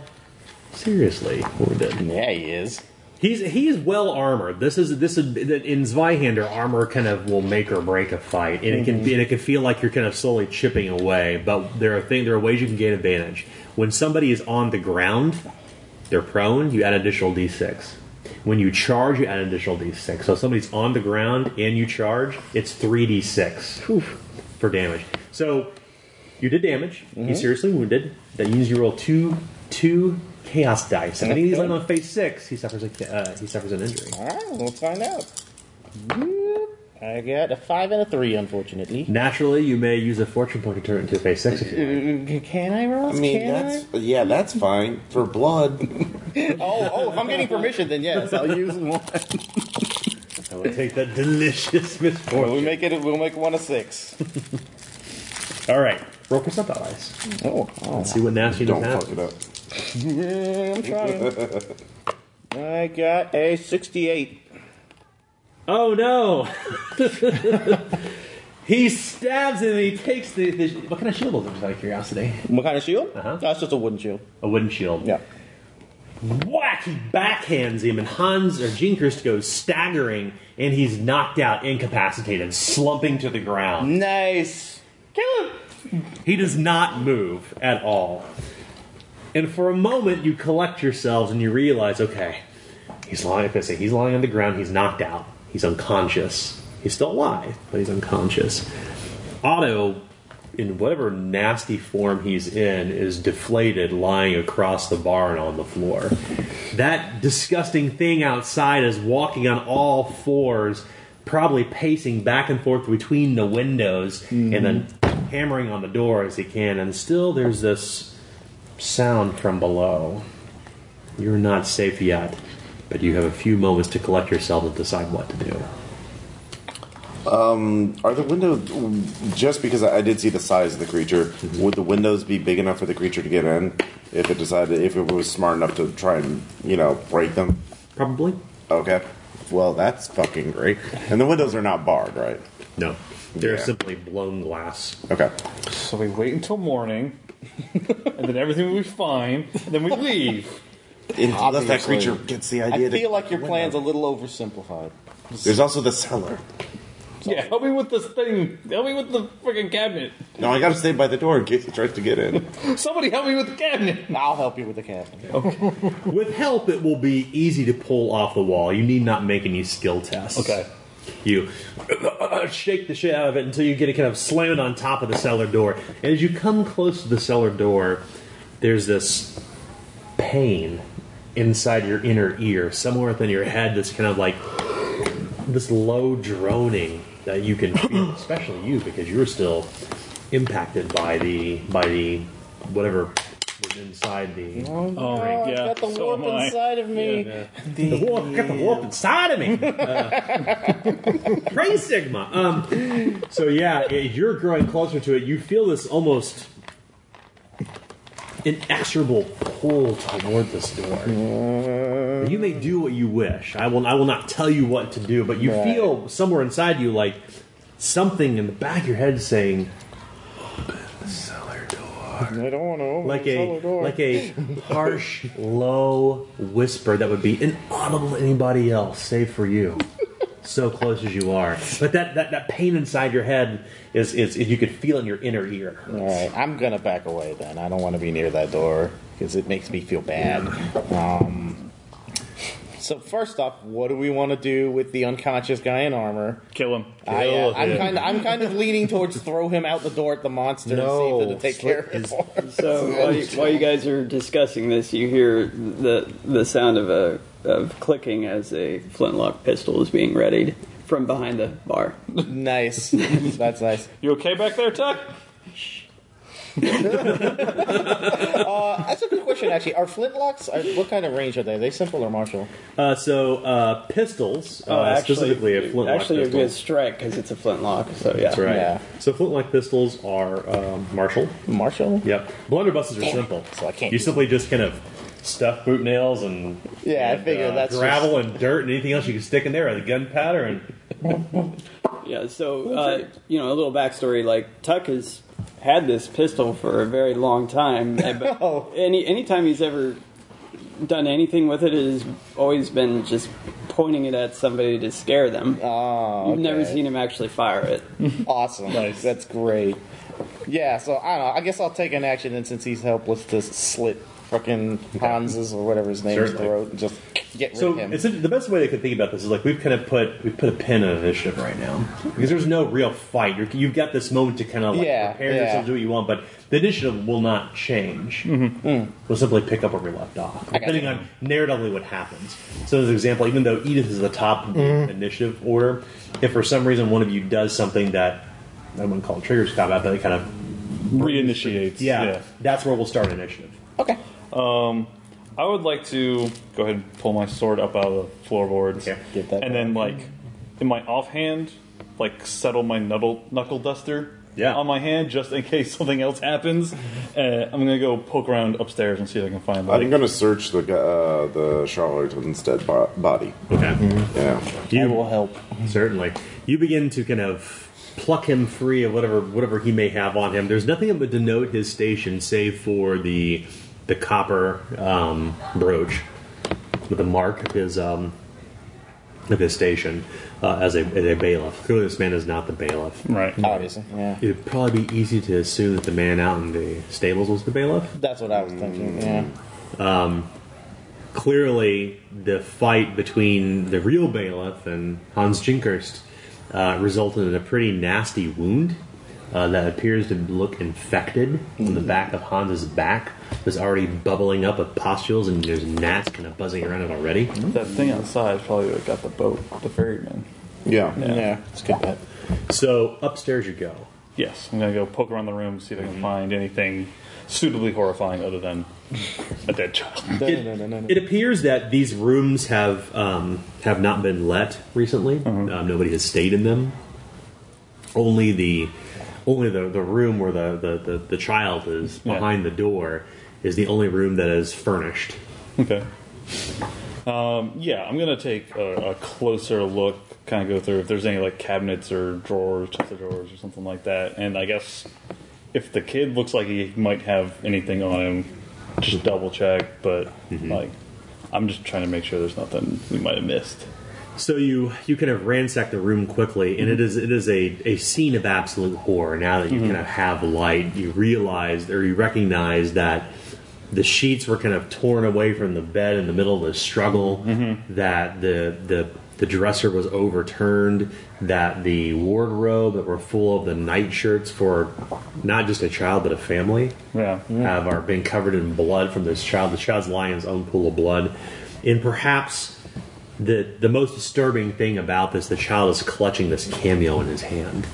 seriously wounded. Yeah, he is. He's he's well armored. This is this is in Zweihander armor kind of will make or break a fight, and it can be and it can feel like you're kind of slowly chipping away. But there are thing there are ways you can gain advantage. When somebody is on the ground, they're prone. You add an additional d6. When you charge, you add an additional d6. So if somebody's on the ground and you charge, it's three d6 for damage. So you did damage. Mhm. He's seriously wounded. That means you roll two two chaos dice. And I think he's Okay. on phase six. He suffers a uh, he suffers an injury. All right, we'll find out. I got a five and a three, unfortunately. Naturally, you may use a fortune point to turn it into phase six. If you Uh, Can I, Ross? I mean, Can that's yeah, that's fine for blood. I? oh, oh, if I'm getting permission, then yes, I'll use one. I will take that delicious misfortune. We'll make it. We'll make one of six. All right, roll percent allies. Oh, let's see what nastiness Don't happens. fuck it up. Yeah, I'm trying. I got a 68. Oh no! he stabs him and he takes the, the what kind of shield was it? Just out of curiosity. What kind of shield? Uh-huh. That's just a wooden shield. A wooden shield. Yeah. Whack! He backhands him, and Hans or Jinkrist goes staggering, and he's knocked out, incapacitated, slumping to the ground. Nice. Kill him. He does not move at all. And for a moment, you collect yourselves and you realize, okay, he's lying. if I say He's lying on the ground. He's knocked out. He's unconscious. He's still alive, but he's unconscious. Otto, in whatever nasty form he's in, is deflated, lying across the barn on the floor. That disgusting thing outside is walking on all fours, probably pacing back and forth between the windows, and then hammering on the door as he can. And still, there's this sound from below. You're not safe yet, but you have a few moments to collect yourself and decide what to do. Um, are the windows just because I I did see the size of the creature? Mm-hmm. Would the windows be big enough for the creature to get in if it decided if it was smart enough to try and you know break them? Probably. Okay. Well, that's fucking great. And the windows are not barred, right? No, they're Yeah. simply blown glass. Okay. So we wait until morning, and then everything will be fine, and then we leave. Unless that creature gets the idea. I to- feel like your plan's a little oversimplified. There's also the cellar. Yeah, help me with this thing. Help me with the freaking cabinet. No, I gotta stay by the door in case he tries to get in. Somebody help me with the cabinet. I'll help you with the cabinet. With help, it will be easy to pull off the wall. You need not make any skill tests. Okay. You shake the shit out of it until you get it kind of slam it on top of the cellar door. And as you come close to the cellar door, there's this pain inside your inner ear, somewhere within your head, that's kind of like this low droning that you can feel, especially you, because you're still impacted by the by the whatever was inside the. Oh, Oh, I've yeah. got the so warp am I. inside of me. Yeah, The warp, got the warp inside of me. Uh, praise Sigma. Um, so yeah, i- you're growing closer to it. You feel this almost inexorable pull toward this Mm. door. You may do what you wish. I will. I will not tell you what to do, but you Right. feel somewhere inside you like something in the back of your head saying, I don't want to open like the cellar a door. like a harsh, low whisper that would be inaudible to anybody else save for you. So close as you are, but that, that, that pain inside your head is, is you could feel it in your inner ear. All right, I'm gonna back away then. I don't want to be near that door because it makes me feel bad. Um, So first off, what do we want to do with the unconscious guy in armor? Kill him. I, Kill am him. kind of Ah, I'm kind of leaning towards throw him out the door at the monster and see if it'll take care of him. So while you, while you guys are discussing this, you hear the the sound of a of clicking as a flintlock pistol is being readied from behind the bar. Nice, that's nice. You okay back there, Tuck? Uh, that's a good question, actually. Are flintlocks? Are, what kind of range are they? Are they simple or martial? Uh, so uh, pistols, Oh, uh, actually- specifically a flintlock actually a pistol. good strike because it's a flintlock. So that's right. Yeah. So flintlock pistols are um, martial. Martial. Yep. Blunderbusses are simple. So I can't. You simply just kind of stuff boot nails and Yeah, I and, figure that's uh, gravel and dirt and anything else you can stick in there, and gunpowder and Yeah, so uh, you know a little backstory. Like Tuck has had this pistol for a very long time, and- but any anytime he's ever done anything with it, it has always been just pointing it at somebody to scare them. Oh, You've never okay. seen him actually fire it. awesome. That's great. Yeah, so I don't know. I guess I'll take an action then since he's helpless to slit fucking Hans's or whatever his name is Certainly. throat and just get rid so of him. it's the best way they could think about this is like we've kind of put we put a pin in this ship right now because there's no real fight. You're, you've got this moment to kind of like Yeah, prepare yeah. yourself, do what you want, but the initiative will not change. We'll simply pick up where we left off, I got depending on narratively what happens. So, as an example, even though Edith is the top of the Mhm. initiative order, if for some reason one of you does something that I wouldn't call it triggers combat, but it kind of reinitiates, yeah, yeah. that's where we'll start initiative. Um, I would like to go ahead and pull my sword up out of the floorboards. Get that and then, like, in my offhand, like, settle my knuckle, knuckle duster Yeah. on my hand just in case something else happens. Uh, I'm going to go poke around upstairs and see if I can find, like, I'm gonna search the gu- uh, the charlatan's dead bo- body. Okay. Yeah. You will help certainly. You begin to kind of pluck him free of whatever whatever he may have on him. There's nothing that would denote his station save for the the copper um, brooch with the mark of his um, of his station uh, as a as a bailiff. Clearly, this man is not the bailiff. Right. Obviously. Yeah. It would probably be easy to assume that the man out in the stables was the bailiff. That's what I was thinking. Mm, Yeah. Um, clearly, the fight between the real bailiff and Hans Jinkerst uh, resulted in a pretty nasty wound uh, that appears to look infected. On the back of Hans's back was already bubbling up with pustules, and there's gnats kind of buzzing around it already. That thing outside probably would have got the boat, the ferryman. Yeah. Yeah. it's a good bet. So upstairs you go. Yes, I'm going to go poke around the room, see if I can find anything suitably horrifying other than a dead child. It appears that these rooms have um, have not been let recently. Um, nobody has stayed in them. Only the only the, the room where the, the, the, the child is behind the door is the only room that is furnished. Okay. Um, yeah, I'm gonna take a, a closer look, kind of go through if there's any like cabinets or drawers, chest of drawers or something like that. And I guess if the kid looks like he might have anything on him, just double check. But like, I'm just trying to make sure there's nothing we might have missed. So you you kind of ransack the room quickly, and it is it is a, a scene of absolute horror. Now that you kind of have light, you realize or you recognize that the sheets were kind of torn away from the bed in the middle of the struggle. That the the the dresser was overturned. That the wardrobe that were full of the nightshirts for not just a child but a family Yeah. have are been covered in blood from this child. The child's lying in his own pool of blood, and perhaps the the most disturbing thing about this, the child is clutching this cameo in his hand,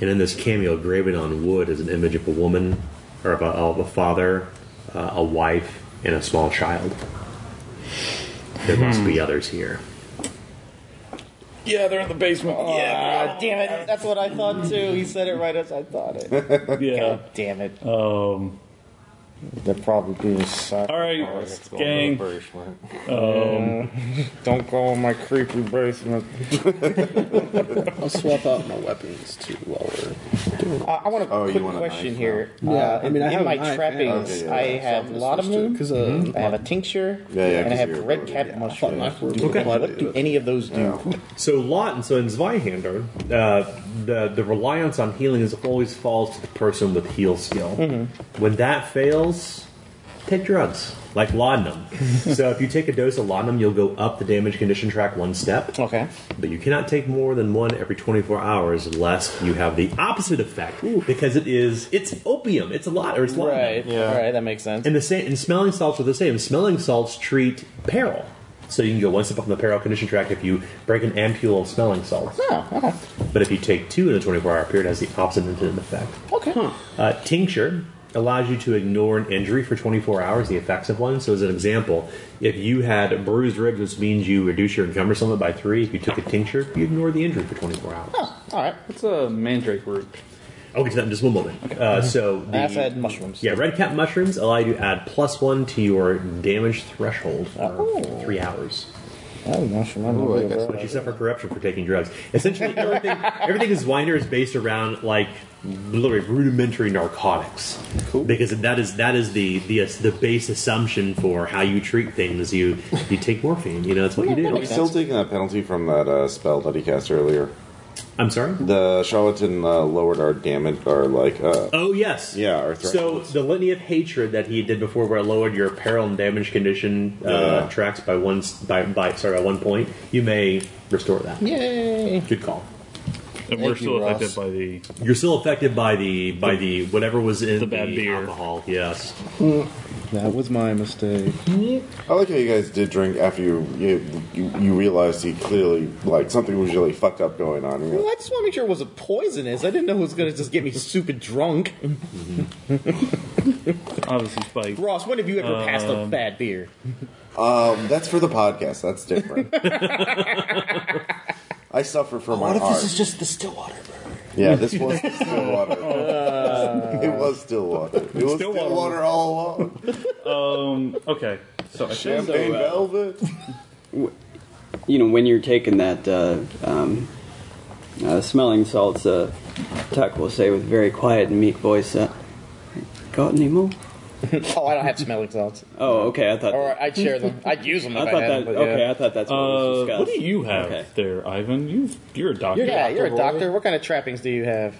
and in this cameo, graven on wood, is an image of a woman or of a, of a father, uh, a wife, and a small child. There must be others here. Yeah, they're in the basement. yeah. Ah, Damn it! That's what I thought too. He said it right as I thought it. yeah. God damn it. Um. They're probably being sucked. All right, gang. Um, Yeah. Don't go in my creepy basement. I'll swap out my weapons too while we're doing Uh, I want a Oh, you quick want a question knife here. now? Uh, Yeah, I in- mean, I in have my a knife, trappings, yeah. Okay, I yeah, have so a lot of let's do it, moon. 'cause, uh, Mm-hmm. I have a tincture. Yeah, yeah, and I 'cause have you're- red cap mushroom. Do- Okay. What do any of those do? So Lot and so in Zweihander, uh, the the reliance on healing is always falls to the person with heal skill. When that fails, take drugs like laudanum. so if you take a dose of laudanum, you'll go up the damage condition track one step. Okay. But you cannot take more than one every 24 hours unless you have the opposite effect because it is it's opium. It's a lot or it's laudanum. Right. Yeah. Right, that makes sense. And the same and smelling salts are the same. Smelling salts treat peril. So you can go one step up on the peril condition track if you break an ampule of smelling salts. Oh, okay. But if you take two in a 24 hour period, it has the opposite incident effect. Okay. Uh, tincture allows you to ignore an injury for 24 hours, the effects of one. So, as an example, if you had bruised ribs, which means you reduce your encumbrance limit by three, if you took a tincture, you ignore the injury for 24 hours. All right. What's a mandrake root? I'll get to that in just one moment. Uh, so the, I said mushrooms. Yeah, red cap mushrooms allow you to add plus one to your damage threshold for three hours. Oh, mushroom. I Ooh, but you suffer corruption for taking drugs. Essentially, everything, everything is Winder is based around like literally rudimentary narcotics. Cool. Because that is that is the the the base assumption for how you treat things. You you take morphine. You know that's what you Are do. we still taking that penalty from that uh, spell that he cast earlier? I'm sorry. The charlatan uh, lowered our damage, or like, uh, Oh yes. yeah, our threat. So the litany of hatred that he did before, where I lowered your peril and damage condition uh, Yeah. tracks by one s- by, by sorry by one point, you may restore that. Yay! Good call. And we're Thank still you, affected Ross. by the. You're still affected by the by the whatever was in the, bad beer. alcohol. Yes. that was my mistake. I like how you guys did drink after you you, you, you realized he clearly like something was really fucked up going on. You know? Well, I just want to make sure it wasn't poisonous. I didn't know it was going to just get me stupid drunk. Obviously, spiked. Ross, when have you ever passed a Um, bad beer? Um, that's for the podcast. That's different. I suffer from Oh, my What if art. this is just the Stillwater? yeah, this was still water. it was still water. It was still water all along. Um. Okay. So uh, I think- Champagne velvet. you know, when you're taking that uh, um, uh, smelling salts, uh, Tuck will say with very quiet and meek voice, uh, "Got any more?" oh, I don't have smelling salts. Oh, okay. I thought. Or I'd share them. I'd use them. If I I thought had, them, that. but okay, yeah. I thought that's what was Uh, discussed. what do you have there, Ivan? You you're a doctor. yeah, you're a doctor. What kind of trappings do you have?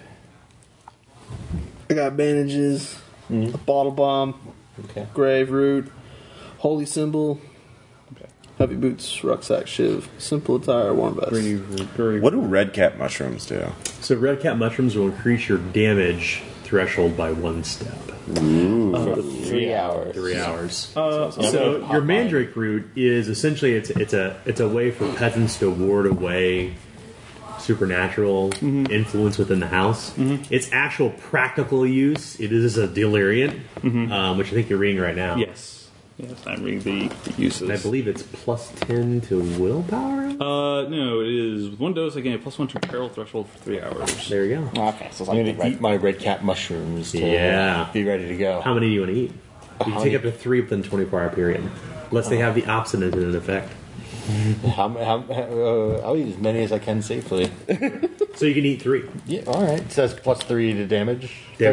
I got bandages, a bottle bomb, grave root, holy symbol, heavy boots, rucksack, shiv, simple attire, warm vest. What do red cap mushrooms do? So red cap mushrooms will increase your damage threshold by one step. Um, For three three hours. Three hours. Uh, so your mandrake root is essentially it's it's a it's a way for peasants to ward away supernatural influence within the house. Its actual practical use it is a deliriant, um, which I think you're reading right now. Yes. Yes, I'm reading the, the uses. And I believe it's plus ten to willpower. Uh, no, it is with one dose. I gain a plus one to peril threshold for three hours. There you go. Okay, so I'm gonna eat my red cap mushrooms. To Yeah. be ready to go. How many do you want to eat? You can How take many- up to three within a 24 hour period, unless they have the obstinate in effect. How, ma- how, uh, I'll eat as many as I can safely. so you can eat three. Yeah, all right. It says plus three to damage. It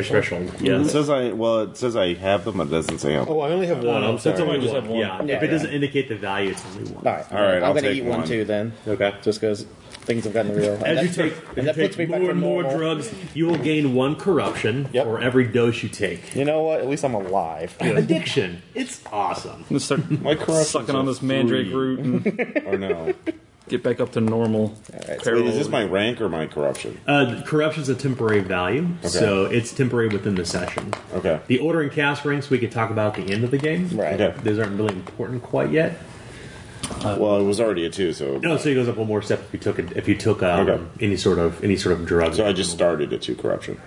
um, says I. Well, it says I have them, but it doesn't say. Oh, I only have one. I'm sorry. Yeah, if it doesn't indicate the value, it's only one. All right, All right, I'm I'll gonna take eat one. one. too then. Okay, just because things have gotten real. As And you that- take, and as that you puts me take back more to and more normal. drugs, you will gain one corruption for every dose you take. You know what? At least I'm alive. Addiction. It's awesome. I'm gonna start sucking on this mandrake root and or no. Get back up to normal. So wait, is this my rank or my corruption? Uh, corruption is a temporary value, so it's temporary within the session. Okay. The order and cast ranks we could talk about at the end of the game. Right. Okay. Those aren't really important quite yet. well, it was already a two, so No, so it goes up one more step if you took a, if you took um, Okay. any sort of any sort of drug. So I just started at two corruption.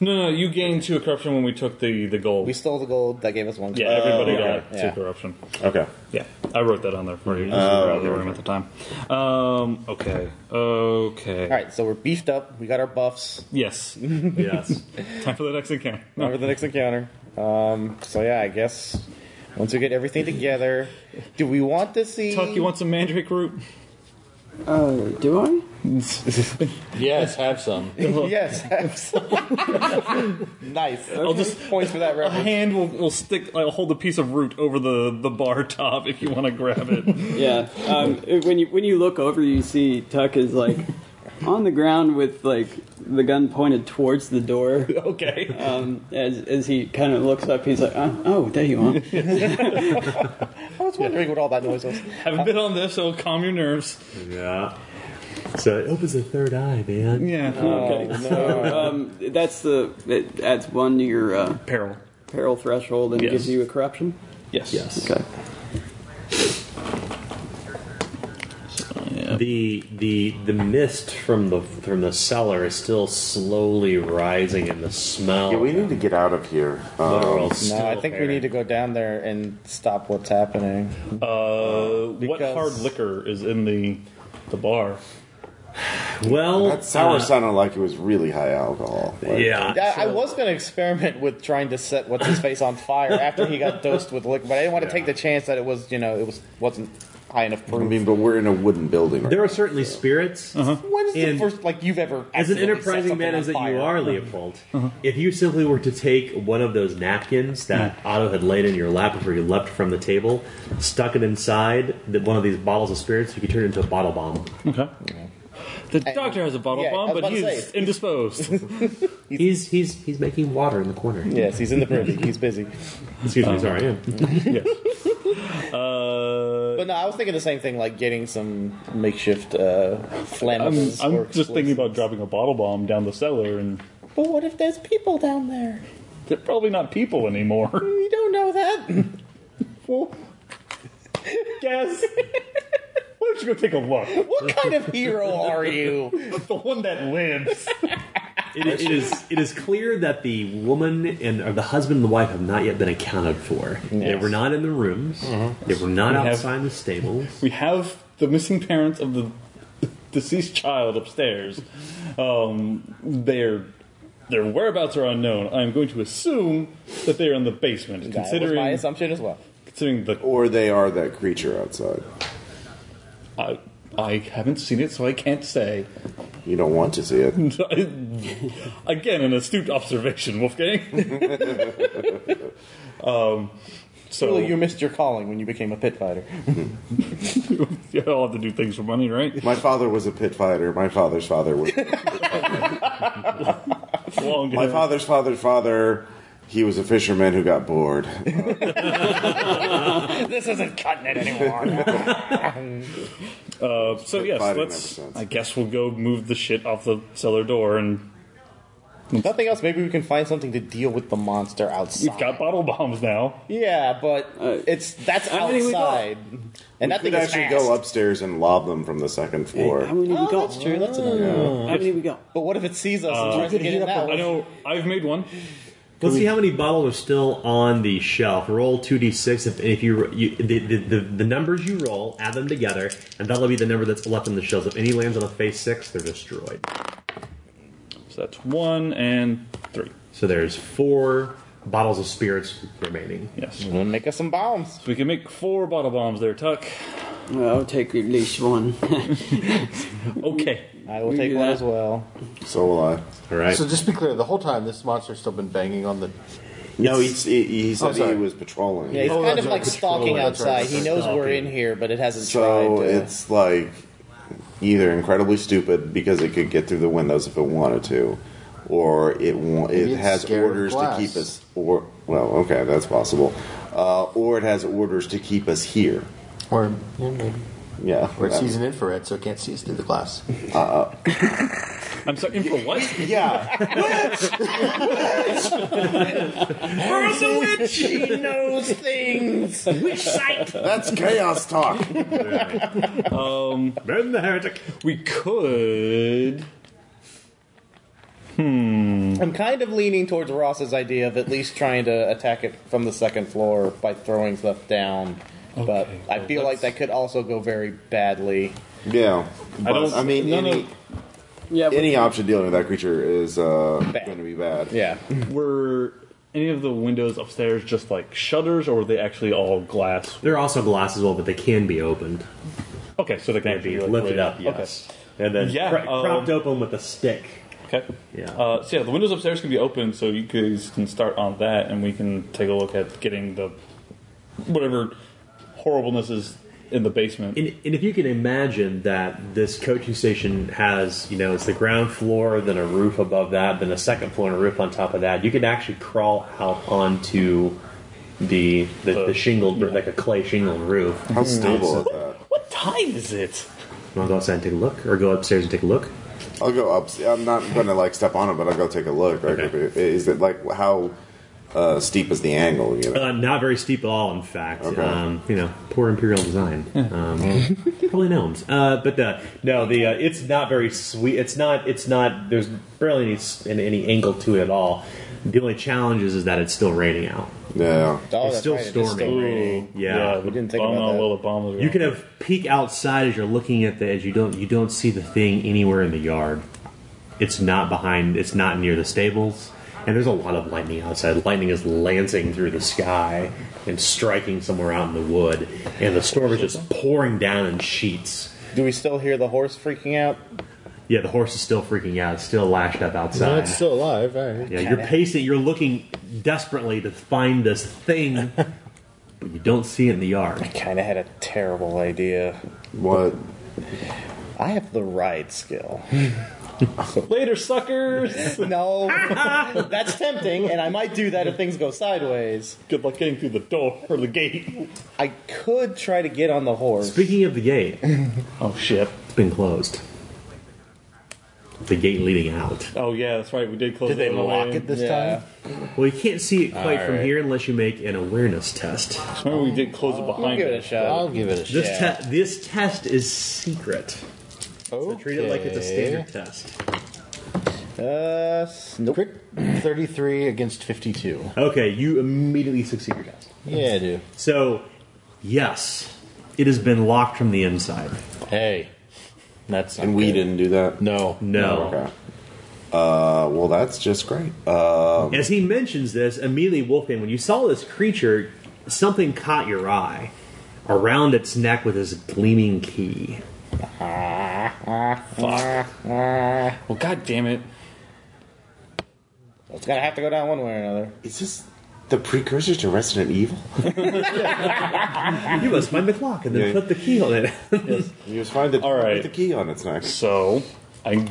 No, no, you gained two corruption when we took the the gold. We stole the gold. That gave us one. Yeah, Oh, everybody okay. got Yeah. two corruption. Okay. Yeah, I wrote that on there for you. This is Oh, out of okay, the room okay. at the time. Um, okay, okay. All right, so we're beefed up. We got our buffs. Yes. Yes. Time for the next encounter. Time for the next encounter. Um, so yeah, I guess once we get everything together, do we want to see? Tuck, you want some mandrake root? Uh, do I? yes, have some. yes. abs- nice. I'll just points for that A hand will, will stick. I'll hold a piece of root over the, the bar top if you want to grab it. Yeah. Um, it- when you when you look over, you see Tuck is like on the ground with like the gun pointed towards the door. Okay. Um, as as he kind of looks up, he's like, oh, oh there you are. I was wondering what all that noise was. Haven't been on this, so it'll calm your nerves. Yeah. So it opens the third eye, man. Yeah. Okay. Oh, So um, that's the it adds one to your uh, peril peril threshold and Yes. gives you a corruption. Yes. Yes. Okay. The the the mist from the from the cellar is still slowly rising, and the smell. Yeah, we need to get out of here. Literal Um, still No, I think there. we need to go down there and stop what's happening. Uh, what hard liquor is in the the bar? Well, that sour uh, sounded like it was really high alcohol. Like, Yeah, I was going to experiment with trying to set what's his face on fire after he got dosed with liquor, but I didn't want to take the chance that it was, you know, it was wasn't high enough I proof. mean, but we're in a wooden building. Right? There are certainly spirits. Uh-huh. When is And- the first like you've ever As accidentally an set enterprising something man on as that fire? you are, Leopold, if you simply were to take one of those napkins that Otto had laid in your lap before you leapt from the table, stuck it inside the, one of these bottles of spirits, you could turn it into a bottle bomb. Okay. The doctor has a bottle Yeah, I bomb, was but about to he's say. indisposed. He's he's he's making water in the corner. Yes, he's in the privy. He's busy. Excuse me, Uh-huh. Um, sorry. Yeah. Uh, But no, I was thinking the same thing, like getting some makeshift uh, I'm, flammables. I'm or just thinking about dropping a bottle bomb down the cellar, and But what if there's people down there? they're probably not people anymore. You don't know that. well, Guess. Why don't you go take a look? what kind of hero are you? the one that lives. It, it is it is clear that the woman and or the husband and the wife have not yet been accounted for. They Yes. were not in the rooms. Uh-huh. They were not We have- outside the stables. We have the missing parents of the deceased child upstairs. Um, their their whereabouts are unknown. I'm going to assume that they are in the basement, That was considering my assumption as well. considering the Or they are that creature outside. I, I haven't seen it, so I can't say. You don't want to see it. Again, an astute observation, Wolfgang. um, so Really, you missed your calling when you became a pit fighter. you all have to do things for money, right? My father was a pit fighter. My father's father was. Long My father's father's father. He was a fisherman who got bored. this isn't cutting it anymore. Uh, so yes, fighting let's. ever since. I guess we'll go move the shit off the cellar door, and Nothing else. Maybe we can find something to deal with the monster outside. we've got bottle bombs now. yeah, but it's that's many we got? outside, and that we thing could is actually fast. go upstairs and lob them from the second floor. How many we Oh, got? that's true. That's an How many we got? But what if it sees us and tries to could get heat in up now? I know I've made one. Let's see how many bottles are still on the shelf. Roll two d six. If, if you, you the, the, the the numbers you roll, add them together, and that'll be the number that's left on the shelves. If any lands on a face six, they're destroyed. So that's one and three. So there's four bottles of spirits remaining. Yes, Mm-hmm. We'll make us some bombs. so we can make four bottle bombs there, Tuck. Well, I'll take at least one. Okay. I will We take do one that. as well. So will I. All right. So just be clear, the whole time this monster's still been banging on the. No, he's, he, he Oh, said sorry. he was patrolling. Yeah, he's Oh, kind that's of right, like stalking control, that's right, outside. that's He right, knows we're stalking. in here, but it hasn't so tried to. it's like either incredibly stupid because it could get through the windows if it wanted to, or it wa- it Maybe it's has scared of orders to glass. keep us. Or well, okay, that's possible. Uh, or it has orders to keep us here. Or, yeah, maybe. Yeah. or it sees an infrared, so it can't see us through the glass. I'm sorry. In for what? yeah. he knows things. That's chaos talk. Um, Burn the heretic. we could. I'm kind of leaning towards Ross's idea of at least trying to attack it from the second floor by throwing stuff down. But Okay, I feel like that could also go very badly. Yeah. I don't. I mean, none any, Yeah, but any option dealing with that creature is uh, Bad. going to be bad. Yeah. of were any of the windows upstairs just like shutters, or were they actually all glass? There are also glass as well, but they can be opened. Okay, so they can They can actually be like, lifted raise- up. Yes. And then Yeah, cra- um, propped open with a stick. Okay. Yeah. Uh, so yeah, the windows upstairs can be open, so you guys can start on that, and we can take a look at getting the whatever horribleness is in the basement. And, and if you can imagine that this coaching station has, you know, it's the ground floor, then a roof above that, then a second floor and a roof on top of that, you can actually crawl out onto the the, the shingled, like a clay shingled roof. How stable is Outside- Mm, that? What time is it? Want to go outside and take a look, or go upstairs and take a look? I'll go up. I'm not going to like step on it, but I'll go take a look. Like, if it- is it like how uh, steep is the angle? You know? Uh, not very steep at all, in fact. Okay. Um, you know, poor imperial design. Um, probably gnomes. Uh, but uh, no, the uh, it's not very sweet. It's not. It's not. There's barely any s- any, any angle to it at all. The only challenge is, is that it's still raining out. Yeah, it's still storming. Yeah. we didn't think Bomb about on that. Will uh, of Bomb was You can have peek outside as you're looking at the edge. You don't you don't see the thing anywhere in the yard. It's not behind. It's not near the stables. And there's a lot of lightning outside. Lightning is lancing through the sky and striking somewhere out in the wood. And the storm is just pouring down in sheets. Do we still hear the horse freaking out? Yeah, the horse is still freaking out. It's still lashed up outside. No, it's still alive. All right. yeah, you're pacing. You're looking desperately to find this thing, but you don't see it in the yard. I kind of had a terrible idea. What? I have the ride skill. Later, suckers! no. That's tempting, and I might do that if things go sideways. Good luck getting through the door or the gate. I could try to get on the horse. Speaking of the gate, oh shit, it's been closed. The gate leading out. Oh yeah, that's right. We did close. Did they the other lock way. it this Yeah. Well, you can't see it quite from Alright. here unless you make an awareness test. Remember, we did close it behind. give it a shot. I'll give it a this shot. te- this test is secret. So treat it like it's a standard test. Uh, nope. Thirty-three against fifty-two. Okay, you immediately succeed your test. Yeah, I do. So, yes, it has been locked from the inside. Hey, that's and we didn't do that. No, No. Okay. Uh, well, that's just great. Oh. Um, As he mentions this, immediately Wolfgang, when you saw this creature, something caught your eye around its neck with this gleaming key. Fuck. Well, god damn it. It's gonna have to go down one way or another. Is this the precursor to Resident Evil? you must find the clock and then Yeah. put the key on it. You just find the, All right. the key on its neck. So, I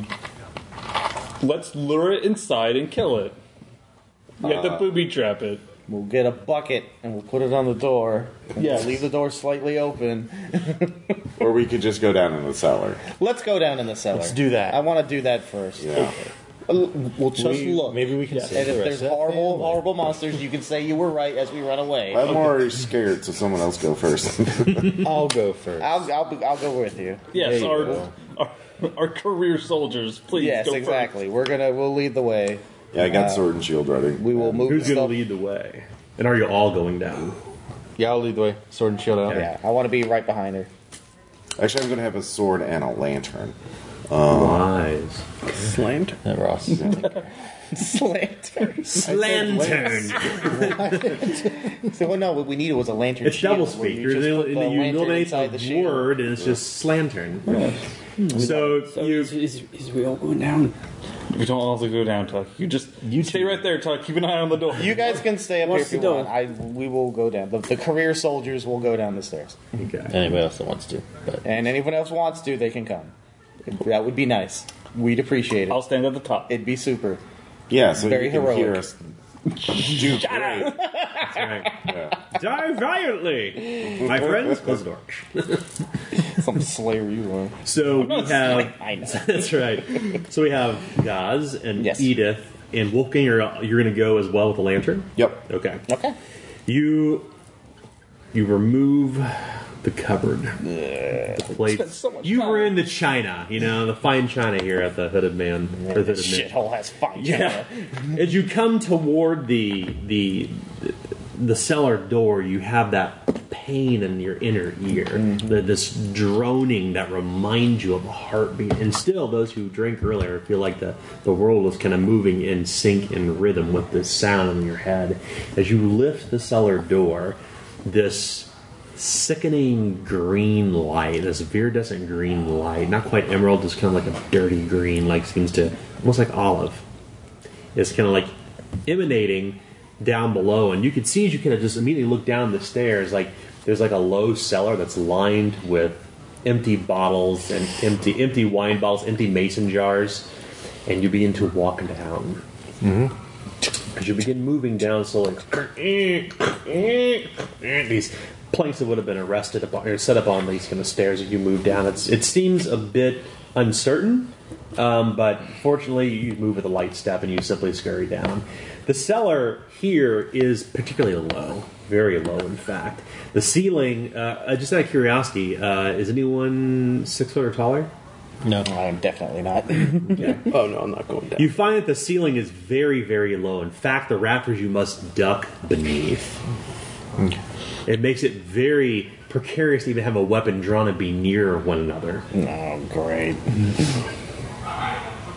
let's lure it inside and kill it. You have to Uh, booby trap it. We'll get a bucket and we'll put it on the door. And Yes. We'll leave the door slightly open. or we could just go down in the cellar. Let's go down in the cellar. Let's do that. I want to do that first. Yeah. We'll just We- look. maybe we can save And the if rest there's of that horrible, horrible monsters, you can say you were right as we run away. I'm already scared, so someone else go first. I'll go first. I'll, I'll, be- I'll go with you. Yes, our, our our career soldiers, please. yes, go exactly. We're gonna we'll lead the way. Yeah, I got Uh, sword and shield ready. We will move. Who's going stuff- to lead the way? And are you all going down? Yeah, I'll lead the way. Sword and shield out. Yeah, I want to be right behind her. Actually, I'm going to have a sword and a lantern. Wise. Slammed. Ross. Lantern. so well, no, what we needed was a lantern. It's double shield where speak. you You're just the, put the you lantern eliminate inside the, shield. word, and it's just slantern. So, you Is, is we all going down? For, we don't all have to go down, Tuck. You just you stay right there, Tuck. Keep an eye on the door. You guys can stay up here if you want. I we will go down. The, the career soldiers will go down the stairs, Okay. Anybody else that wants to? But and anyone else wants to, they can come. That would be nice. We'd appreciate it. I'll stand at the top. It'd be super. Yeah, so Very you can heroic. hear us. Do great. Die valiantly! My friends, close the door. Some slayer you are. So we have. I know. That's right. So we have Gaz and Yes. Edith and Wolfgang. Are, you're going to go as well with the lantern. Yep. Okay. Okay. You you remove the cupboard. The plates. you were in the china, you know, the fine china here at the Hooded Man. Or the hooded man. Shithole has fine. Yeah. As you come toward the the the cellar door, you have that pain in your inner ear, the, this droning that reminds you of a heartbeat. And still, those who drink earlier feel like the, the world is kind of moving in sync and rhythm with this sound in your head. As you lift the cellar door, this sickening green light, this iridescent green light, not quite emerald, just kind of like a dirty green, like seems to almost like olive is kind of like emanating down below, and you could see as you kind of just immediately look down the stairs, like there's like a low cellar that's lined with empty bottles and empty empty wine bottles, empty mason jars, and you begin to walk down. Mm-hmm. As you begin moving down slowly, these planks that would have been arrested upon, or set up on these kind of stairs as you move down. It's, it seems a bit uncertain, um, but fortunately you move with a light step and you simply scurry down. The cellar here is particularly low, very low in fact. The ceiling, uh, uh, just out of curiosity, uh, is anyone six foot or taller? No, I'm definitely not. Oh no, I'm not going down. You find that the ceiling is very, very low. In fact, the rafters you must duck beneath. It makes it very precarious to even have a weapon drawn and be near one another. Oh, great.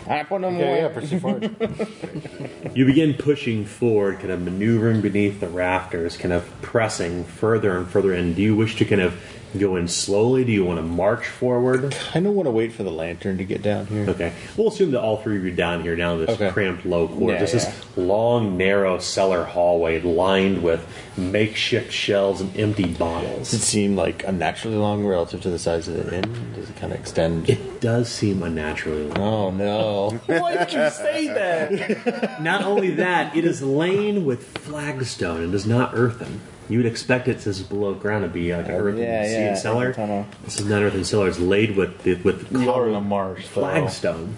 I put them away. Okay, yeah, proceed you begin pushing forward, kind of maneuvering beneath the rafters, kind of pressing further and further in. Do you wish to kind of go in slowly? Do you want to march forward? I kind of want to wait for the lantern to get down here. Okay. We'll assume that all three of you are down here now in this Okay. cramped low court. Yeah, There's yeah. this long, narrow cellar hallway lined with makeshift shelves and empty bottles. Does it seem like unnaturally long relative to the size of the inn? Does it kind of extend? It does seem unnaturally long. Oh no! Why'd you say that? Not only that, it is lain with flagstone and is not earthen. You would expect it to below ground to be like an earthen Oh, yeah, sea yeah, and cellar. This is not earthen cellar. It's laid with the, with in a marsh, though. flagstone.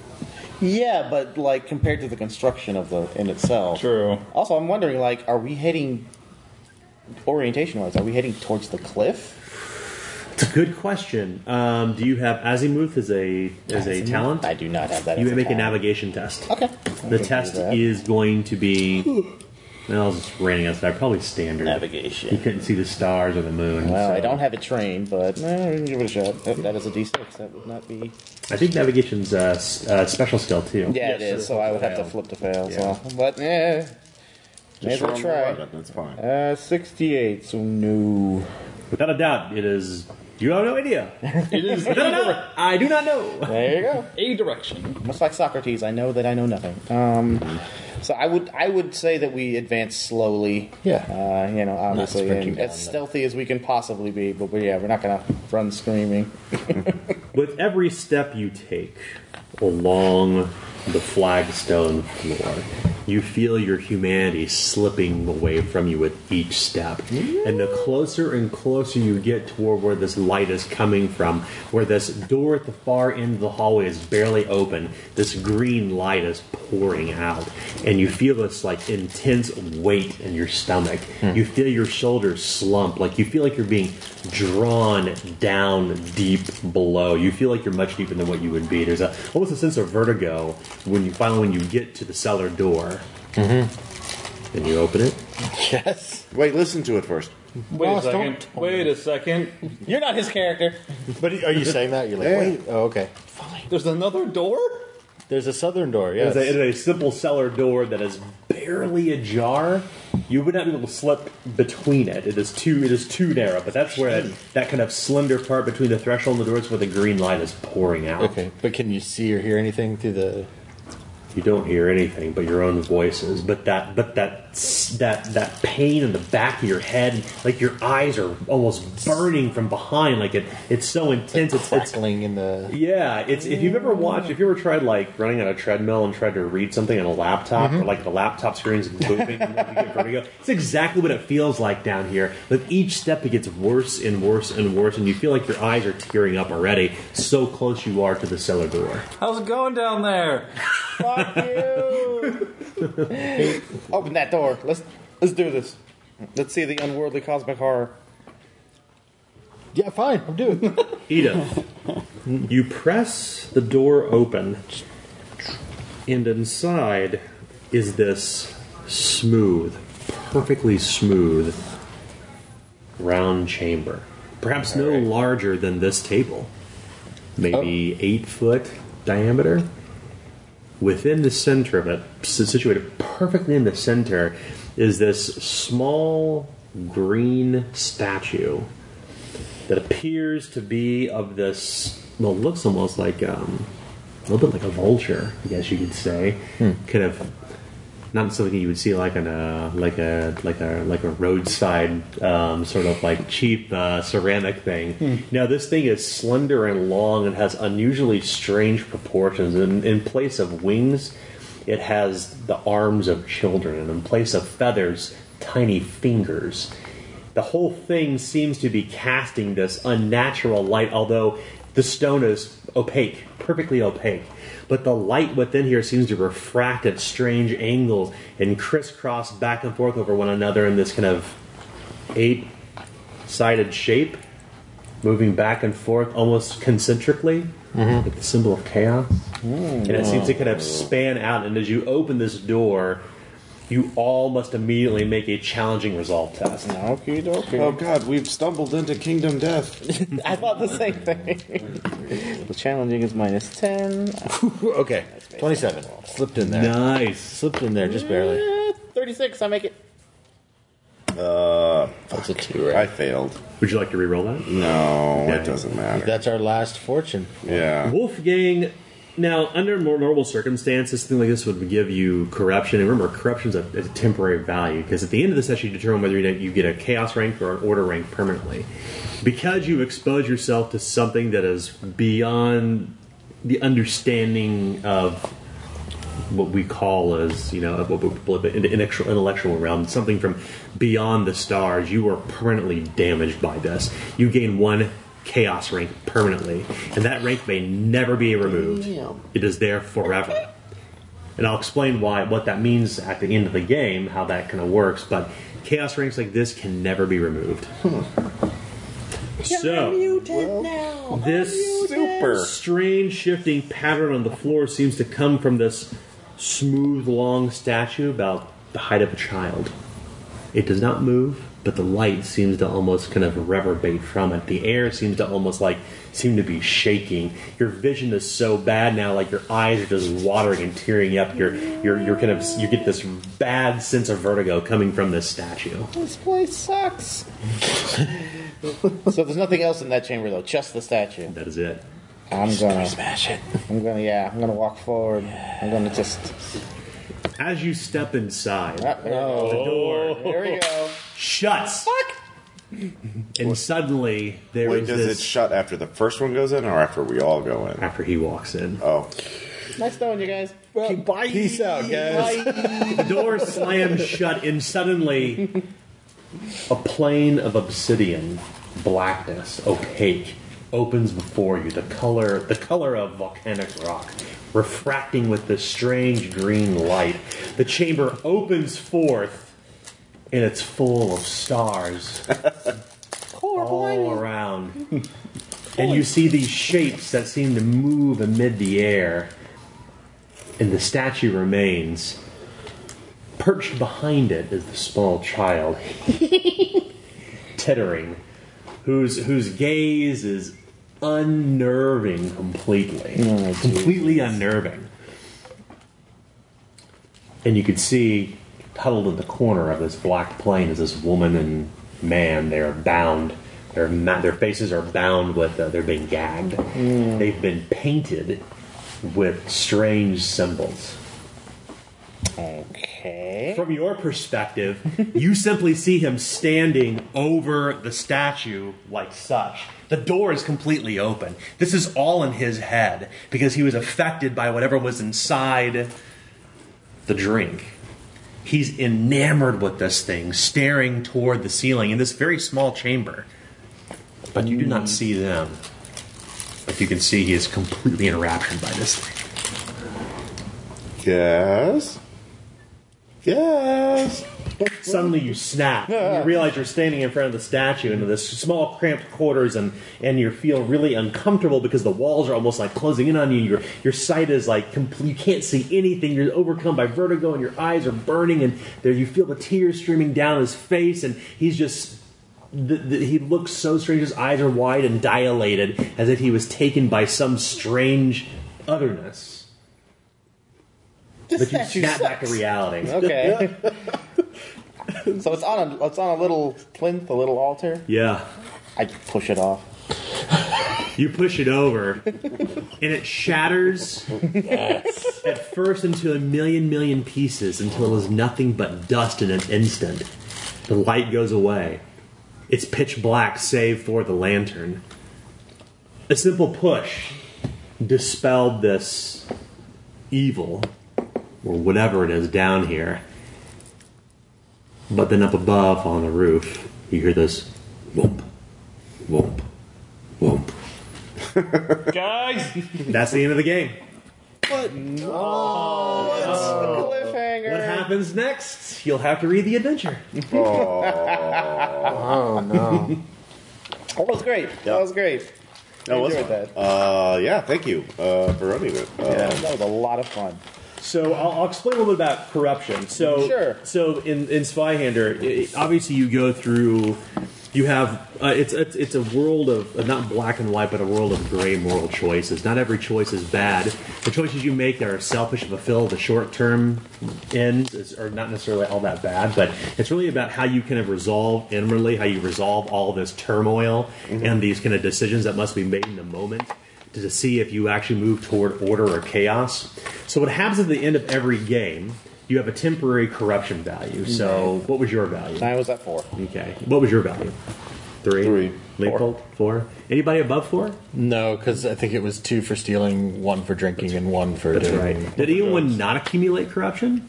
Yeah, but like compared to the construction of the in itself. True. Also, I'm wondering, like, are we heading orientation-wise? Are we heading towards the cliff? It's a good question. Um, do you have azimuth as a as a Azimuth? talent? I do not have that. You as may a make a talent. navigation test. Okay. The test is going to be. Well, it's raining outside. Probably standard navigation. You couldn't see the stars or the moon. Well, I so- don't have it trained, but eh, we can give it a shot. That- that is a D6. That would not be. I think navigation's a uh, s- uh, special skill too. Yeah, it is. So I would have to flip to fail. So, but yeah, Just maybe roll try. the weapon, it's fine. Uh, sixty-eight. So no. Without a doubt, it is. You have no idea. it is- No, no, Ah, I do not know. There you go. A direction. Much like Socrates, I know that I know nothing. Um, so I would I would say that we advance slowly. Yeah. Uh, you know, obviously, sprinting and down, as stealthy as we can possibly be, but, but yeah, we're not gonna run screaming. With every step you take along the flagstone floor, you feel your humanity slipping away from you with each step. And the closer and closer you get toward where this light is coming from, where this door at the far end of the hallway is barely open, this green light is pouring out. And you feel this like intense weight in your stomach. You feel your shoulders slump, like you feel like you're being drawn down deep below. You feel like you're much deeper than what you would be. There's a, almost a sense of vertigo when you finally when you get to the cellar door. Mm-hmm. And you open it. Yes. Wait, listen to it first. Wait a second. Wait a second. You're not his character. But Are you saying that? You're like, Yeah. wait. Oh, okay. There's another door. There's a southern door. It is Yes. a, it is a simple cellar door that is barely ajar. You would not be able to slip between it. It is too it is too narrow. But that's where that, that kind of slender part between the threshold and the door is where the green light is pouring out. Okay, but can you see or hear anything through the? You don't hear anything but your own voices. But that but that s- that that pain in the back of your head, like your eyes are almost burning from behind. Like it it's so intense. It's crackling in the. Yeah, it's if you've ever watched, if you ever tried like running on a treadmill and tried to read something on a laptop, or like the laptop screen's moving, and then you get vertigo. It's exactly what it feels like down here. With each step, it gets worse and worse and worse, and you feel like your eyes are tearing up already. So close you are to the cellar door. How's it going down there? Fuck you! Open that door. Let's let's do this. Let's see the unworldly cosmic horror. Yeah, fine. I'm doing. Edith, you press the door open, and inside is this smooth, perfectly smooth, round chamber. Perhaps no larger than this table, maybe eight foot diameter. Within the center of it, s- situated perfectly in the center, is this small green statue that appears to be of this. Well, it looks almost like um, a little bit like a vulture, I guess you could say. Kind of not something you would see like on a like a like a like a roadside um, sort of like cheap uh, ceramic thing. Hmm. Now this thing is slender and long and has unusually strange proportions. And in place of wings, it has the arms of children, and in place of feathers, tiny fingers. The whole thing seems to be casting this unnatural light, although the stone is opaque, perfectly opaque. But the light within here seems to refract at strange angles and crisscross back and forth over one another in this kind of eight sided shape, moving back and forth almost concentrically, Mhm. like the symbol of chaos. And it seems to kind of span out, and as you open this door, you all must immediately make a challenging resolve test. Okay, okay. Oh God, we've stumbled into Kingdom Death. I thought the same thing. the challenging is minus 10. okay, 27. Slipped in there. Nice. Slipped in there, just barely. Eh, 36, I make it. Uh, That's a two, right? I failed. Would you like to re-roll that? No, it doesn't matter. That's our last fortune. Yeah. Wolfgang. Now, under more normal circumstances, something like this would give you corruption. And remember, corruption's a, is a temporary value because at the end of the session, you determine whether you get- you get a chaos rank or an order rank permanently. Because you expose yourself to something that is beyond the understanding of what we call as you know what we call the intellectual intellectual realm, something from beyond the stars. You are permanently damaged by this. You gain one chaos rank permanently, and that rank may never be removed. Damn. It is there forever. And I'll explain why what that means at the end of the game, how that kind of works. But chaos ranks like this can never be removed. So this super strange shifting pattern on the floor seems to come from this smooth, long statue about the height of a child. It does not move, but the light seems to almost kind of reverberate from it. The air seems to almost like seem to be shaking. Your vision is so bad now, like your eyes are just watering and tearing up. You're you're you're kind of you get this bad sense of vertigo coming from this statue. This place sucks. so there's nothing else in that chamber, though, just the statue. That is it. I'm Just gonna smash it. I'm gonna, yeah, I'm gonna walk forward. I'm gonna just. As you step inside, Oh, the door There we go. shuts. Fuck! And suddenly there is Wait, does this. Ah. it shut after the first one goes in, or after we all go in? After he walks in. Oh, Nice knowing you guys. bye. Peace out, guys. the door slams shut, and suddenly a plane of obsidian, blackness, opaque, opens before you. The color, the color of volcanic rock, refracting with this strange green light. The chamber opens forth, and it's full of stars all around. And you see these shapes that seem to move amid the air. And the statue remains. Perched behind it is the small child, tittering, whose whose gaze is unnerving completely, completely unnerving. And you could see huddled in the corner of this black plane is this woman and man. They are bound. Their ma- their faces are bound with. Uh, they're being gagged. They've been painted with strange symbols. Okay. From your perspective, you simply see him standing over the statue like such. The door is completely open. This is all in his head because he was affected by whatever was inside the drink. He's enamored with this thing, staring toward the ceiling in this very small chamber. But you do not see them. But you can see he is completely enraptured by this thing. yes. Yes. Suddenly you snap. and you realize you're standing in front of the statue in this small cramped quarters, and and you feel really uncomfortable because the walls are almost like closing in on you. Your your sight is like complete. You can't see anything. You're overcome by vertigo, and your eyes are burning, and there you feel the tears streaming down his face, and he's just. The, the, he looks so strange. His eyes are wide and dilated, as if he was taken by some strange otherness. This but you statue snap back to sucks. reality. Okay. so it's on a it's on a little plinth, a little altar. Yeah. I push it off. You push it over, and it shatters at first into a million million pieces until it is nothing but dust in an instant. The light goes away. It's pitch black save for the lantern. A simple push dispelled this evil, or whatever it is down here. But then up above on the roof, you hear this whoop, whoop, whoop. Guys! That's the end of the game. What? Oh, it's cliffhanger. What happens next? You'll have to read the adventure. Oh, no. Oh, That was great. That was great. That I was fun. enjoyed Uh, yeah, thank you uh, for running it. Uh, Yeah, that was a lot of fun. So I'll, I'll explain a little bit about corruption. So Sure. So in in Spyhander, it, obviously you go through. You have uh, it's, it's it's a world of uh, not black and white, but a world of gray moral choices. Not every choice is bad. The choices you make that are selfish and fulfill the short term ends is, are not necessarily all that bad. But it's really about how you kind of resolve inwardly, how you resolve all this turmoil and these kind of decisions that must be made in the moment to to see if you actually move toward order or chaos. So what happens at the end of every game, you have a temporary corruption value. So what was your value? I was at four. Okay. What was your value? Three. Three. Leopold. Four. Anybody above four? No, because I think it was two for stealing, one for drinking, and one for. That's doing- right. Did anyone not accumulate corruption?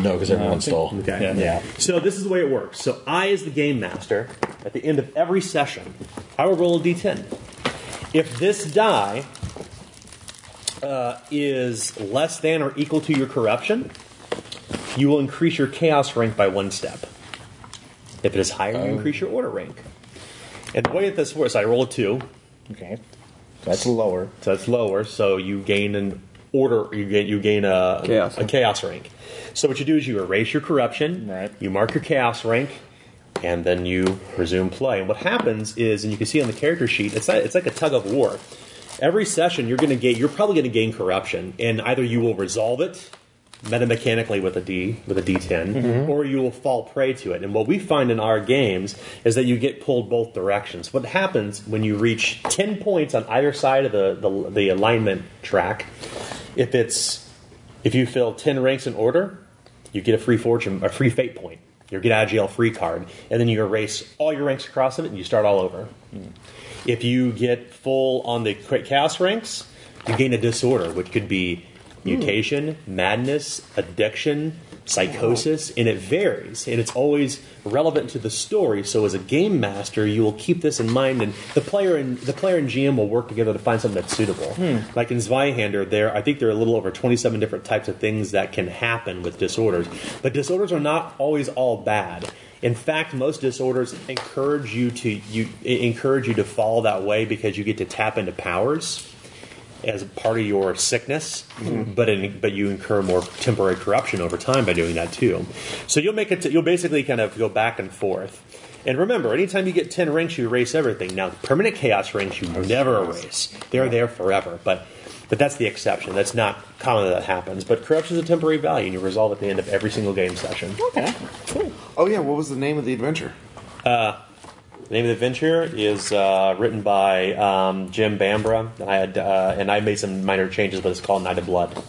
No, because everyone stole. Okay. Yeah. So this is the way it works. So I, as the game master, at the end of every session, I will roll a d10. If this die uh, is less than or equal to your corruption, you will increase your chaos rank by one step. If it is higher, you increase your order rank. And the way that this works, I roll a two. Okay. That's lower. So that's lower. So you gain an order. You gain you gain a Chaos. a chaos rank. So what you do is you erase your corruption. Right. You mark your chaos rank, and then you resume play. And what happens is, and you can see on the character sheet, it's not, it's like a tug of war. Every session, you're going to gain. You're probably going to gain corruption, and either you will resolve it metamechanically with a D with a D10, or you will fall prey to it. And what we find in our games is that you get pulled both directions. What happens when you reach ten points on either side of the the, the alignment track? If it's if you fill ten ranks in order, you get a free fortune, a free fate point. You get out of jail free card, and then you erase all your ranks across it, and you start all over. If you get full on the quick chaos ranks, you gain a disorder, which could be mutation, madness, addiction, psychosis, and it varies. And it's always relevant to the story. So as a game master, you will keep this in mind, and the player and the player and GM will work together to find something that's suitable. Hmm. Like in Zweihander, there I think there are a little over 27 different types of things that can happen with disorders, but disorders are not always all bad. In fact, most disorders encourage you to you e- encourage you to fall that way because you get to tap into powers as part of your sickness, Mhm. but in, but you incur more temporary corruption over time by doing that too. So you'll make it. To, you'll basically kind of go back and forth. And remember, anytime you get ten ranks, you erase everything. Now, permanent chaos ranks you never erase; they're there forever. But but that's the exception. That's not common that, that happens. But corruption is a temporary value, and you resolve at the end of every single game session. Okay. Oh yeah, what was the name of the adventure? Uh, the name of the adventure is uh, written by um, Jim Bambra, and I had uh, and I made some minor changes, but it's called Night of Blood.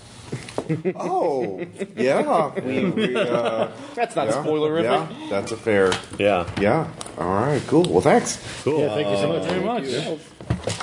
Oh, yeah. We, we, uh, That's not yeah, spoilerific. Yeah, that's a fair. Yeah. Yeah. All right. Cool. Well, thanks. Cool. Yeah, thank you so much. Very much.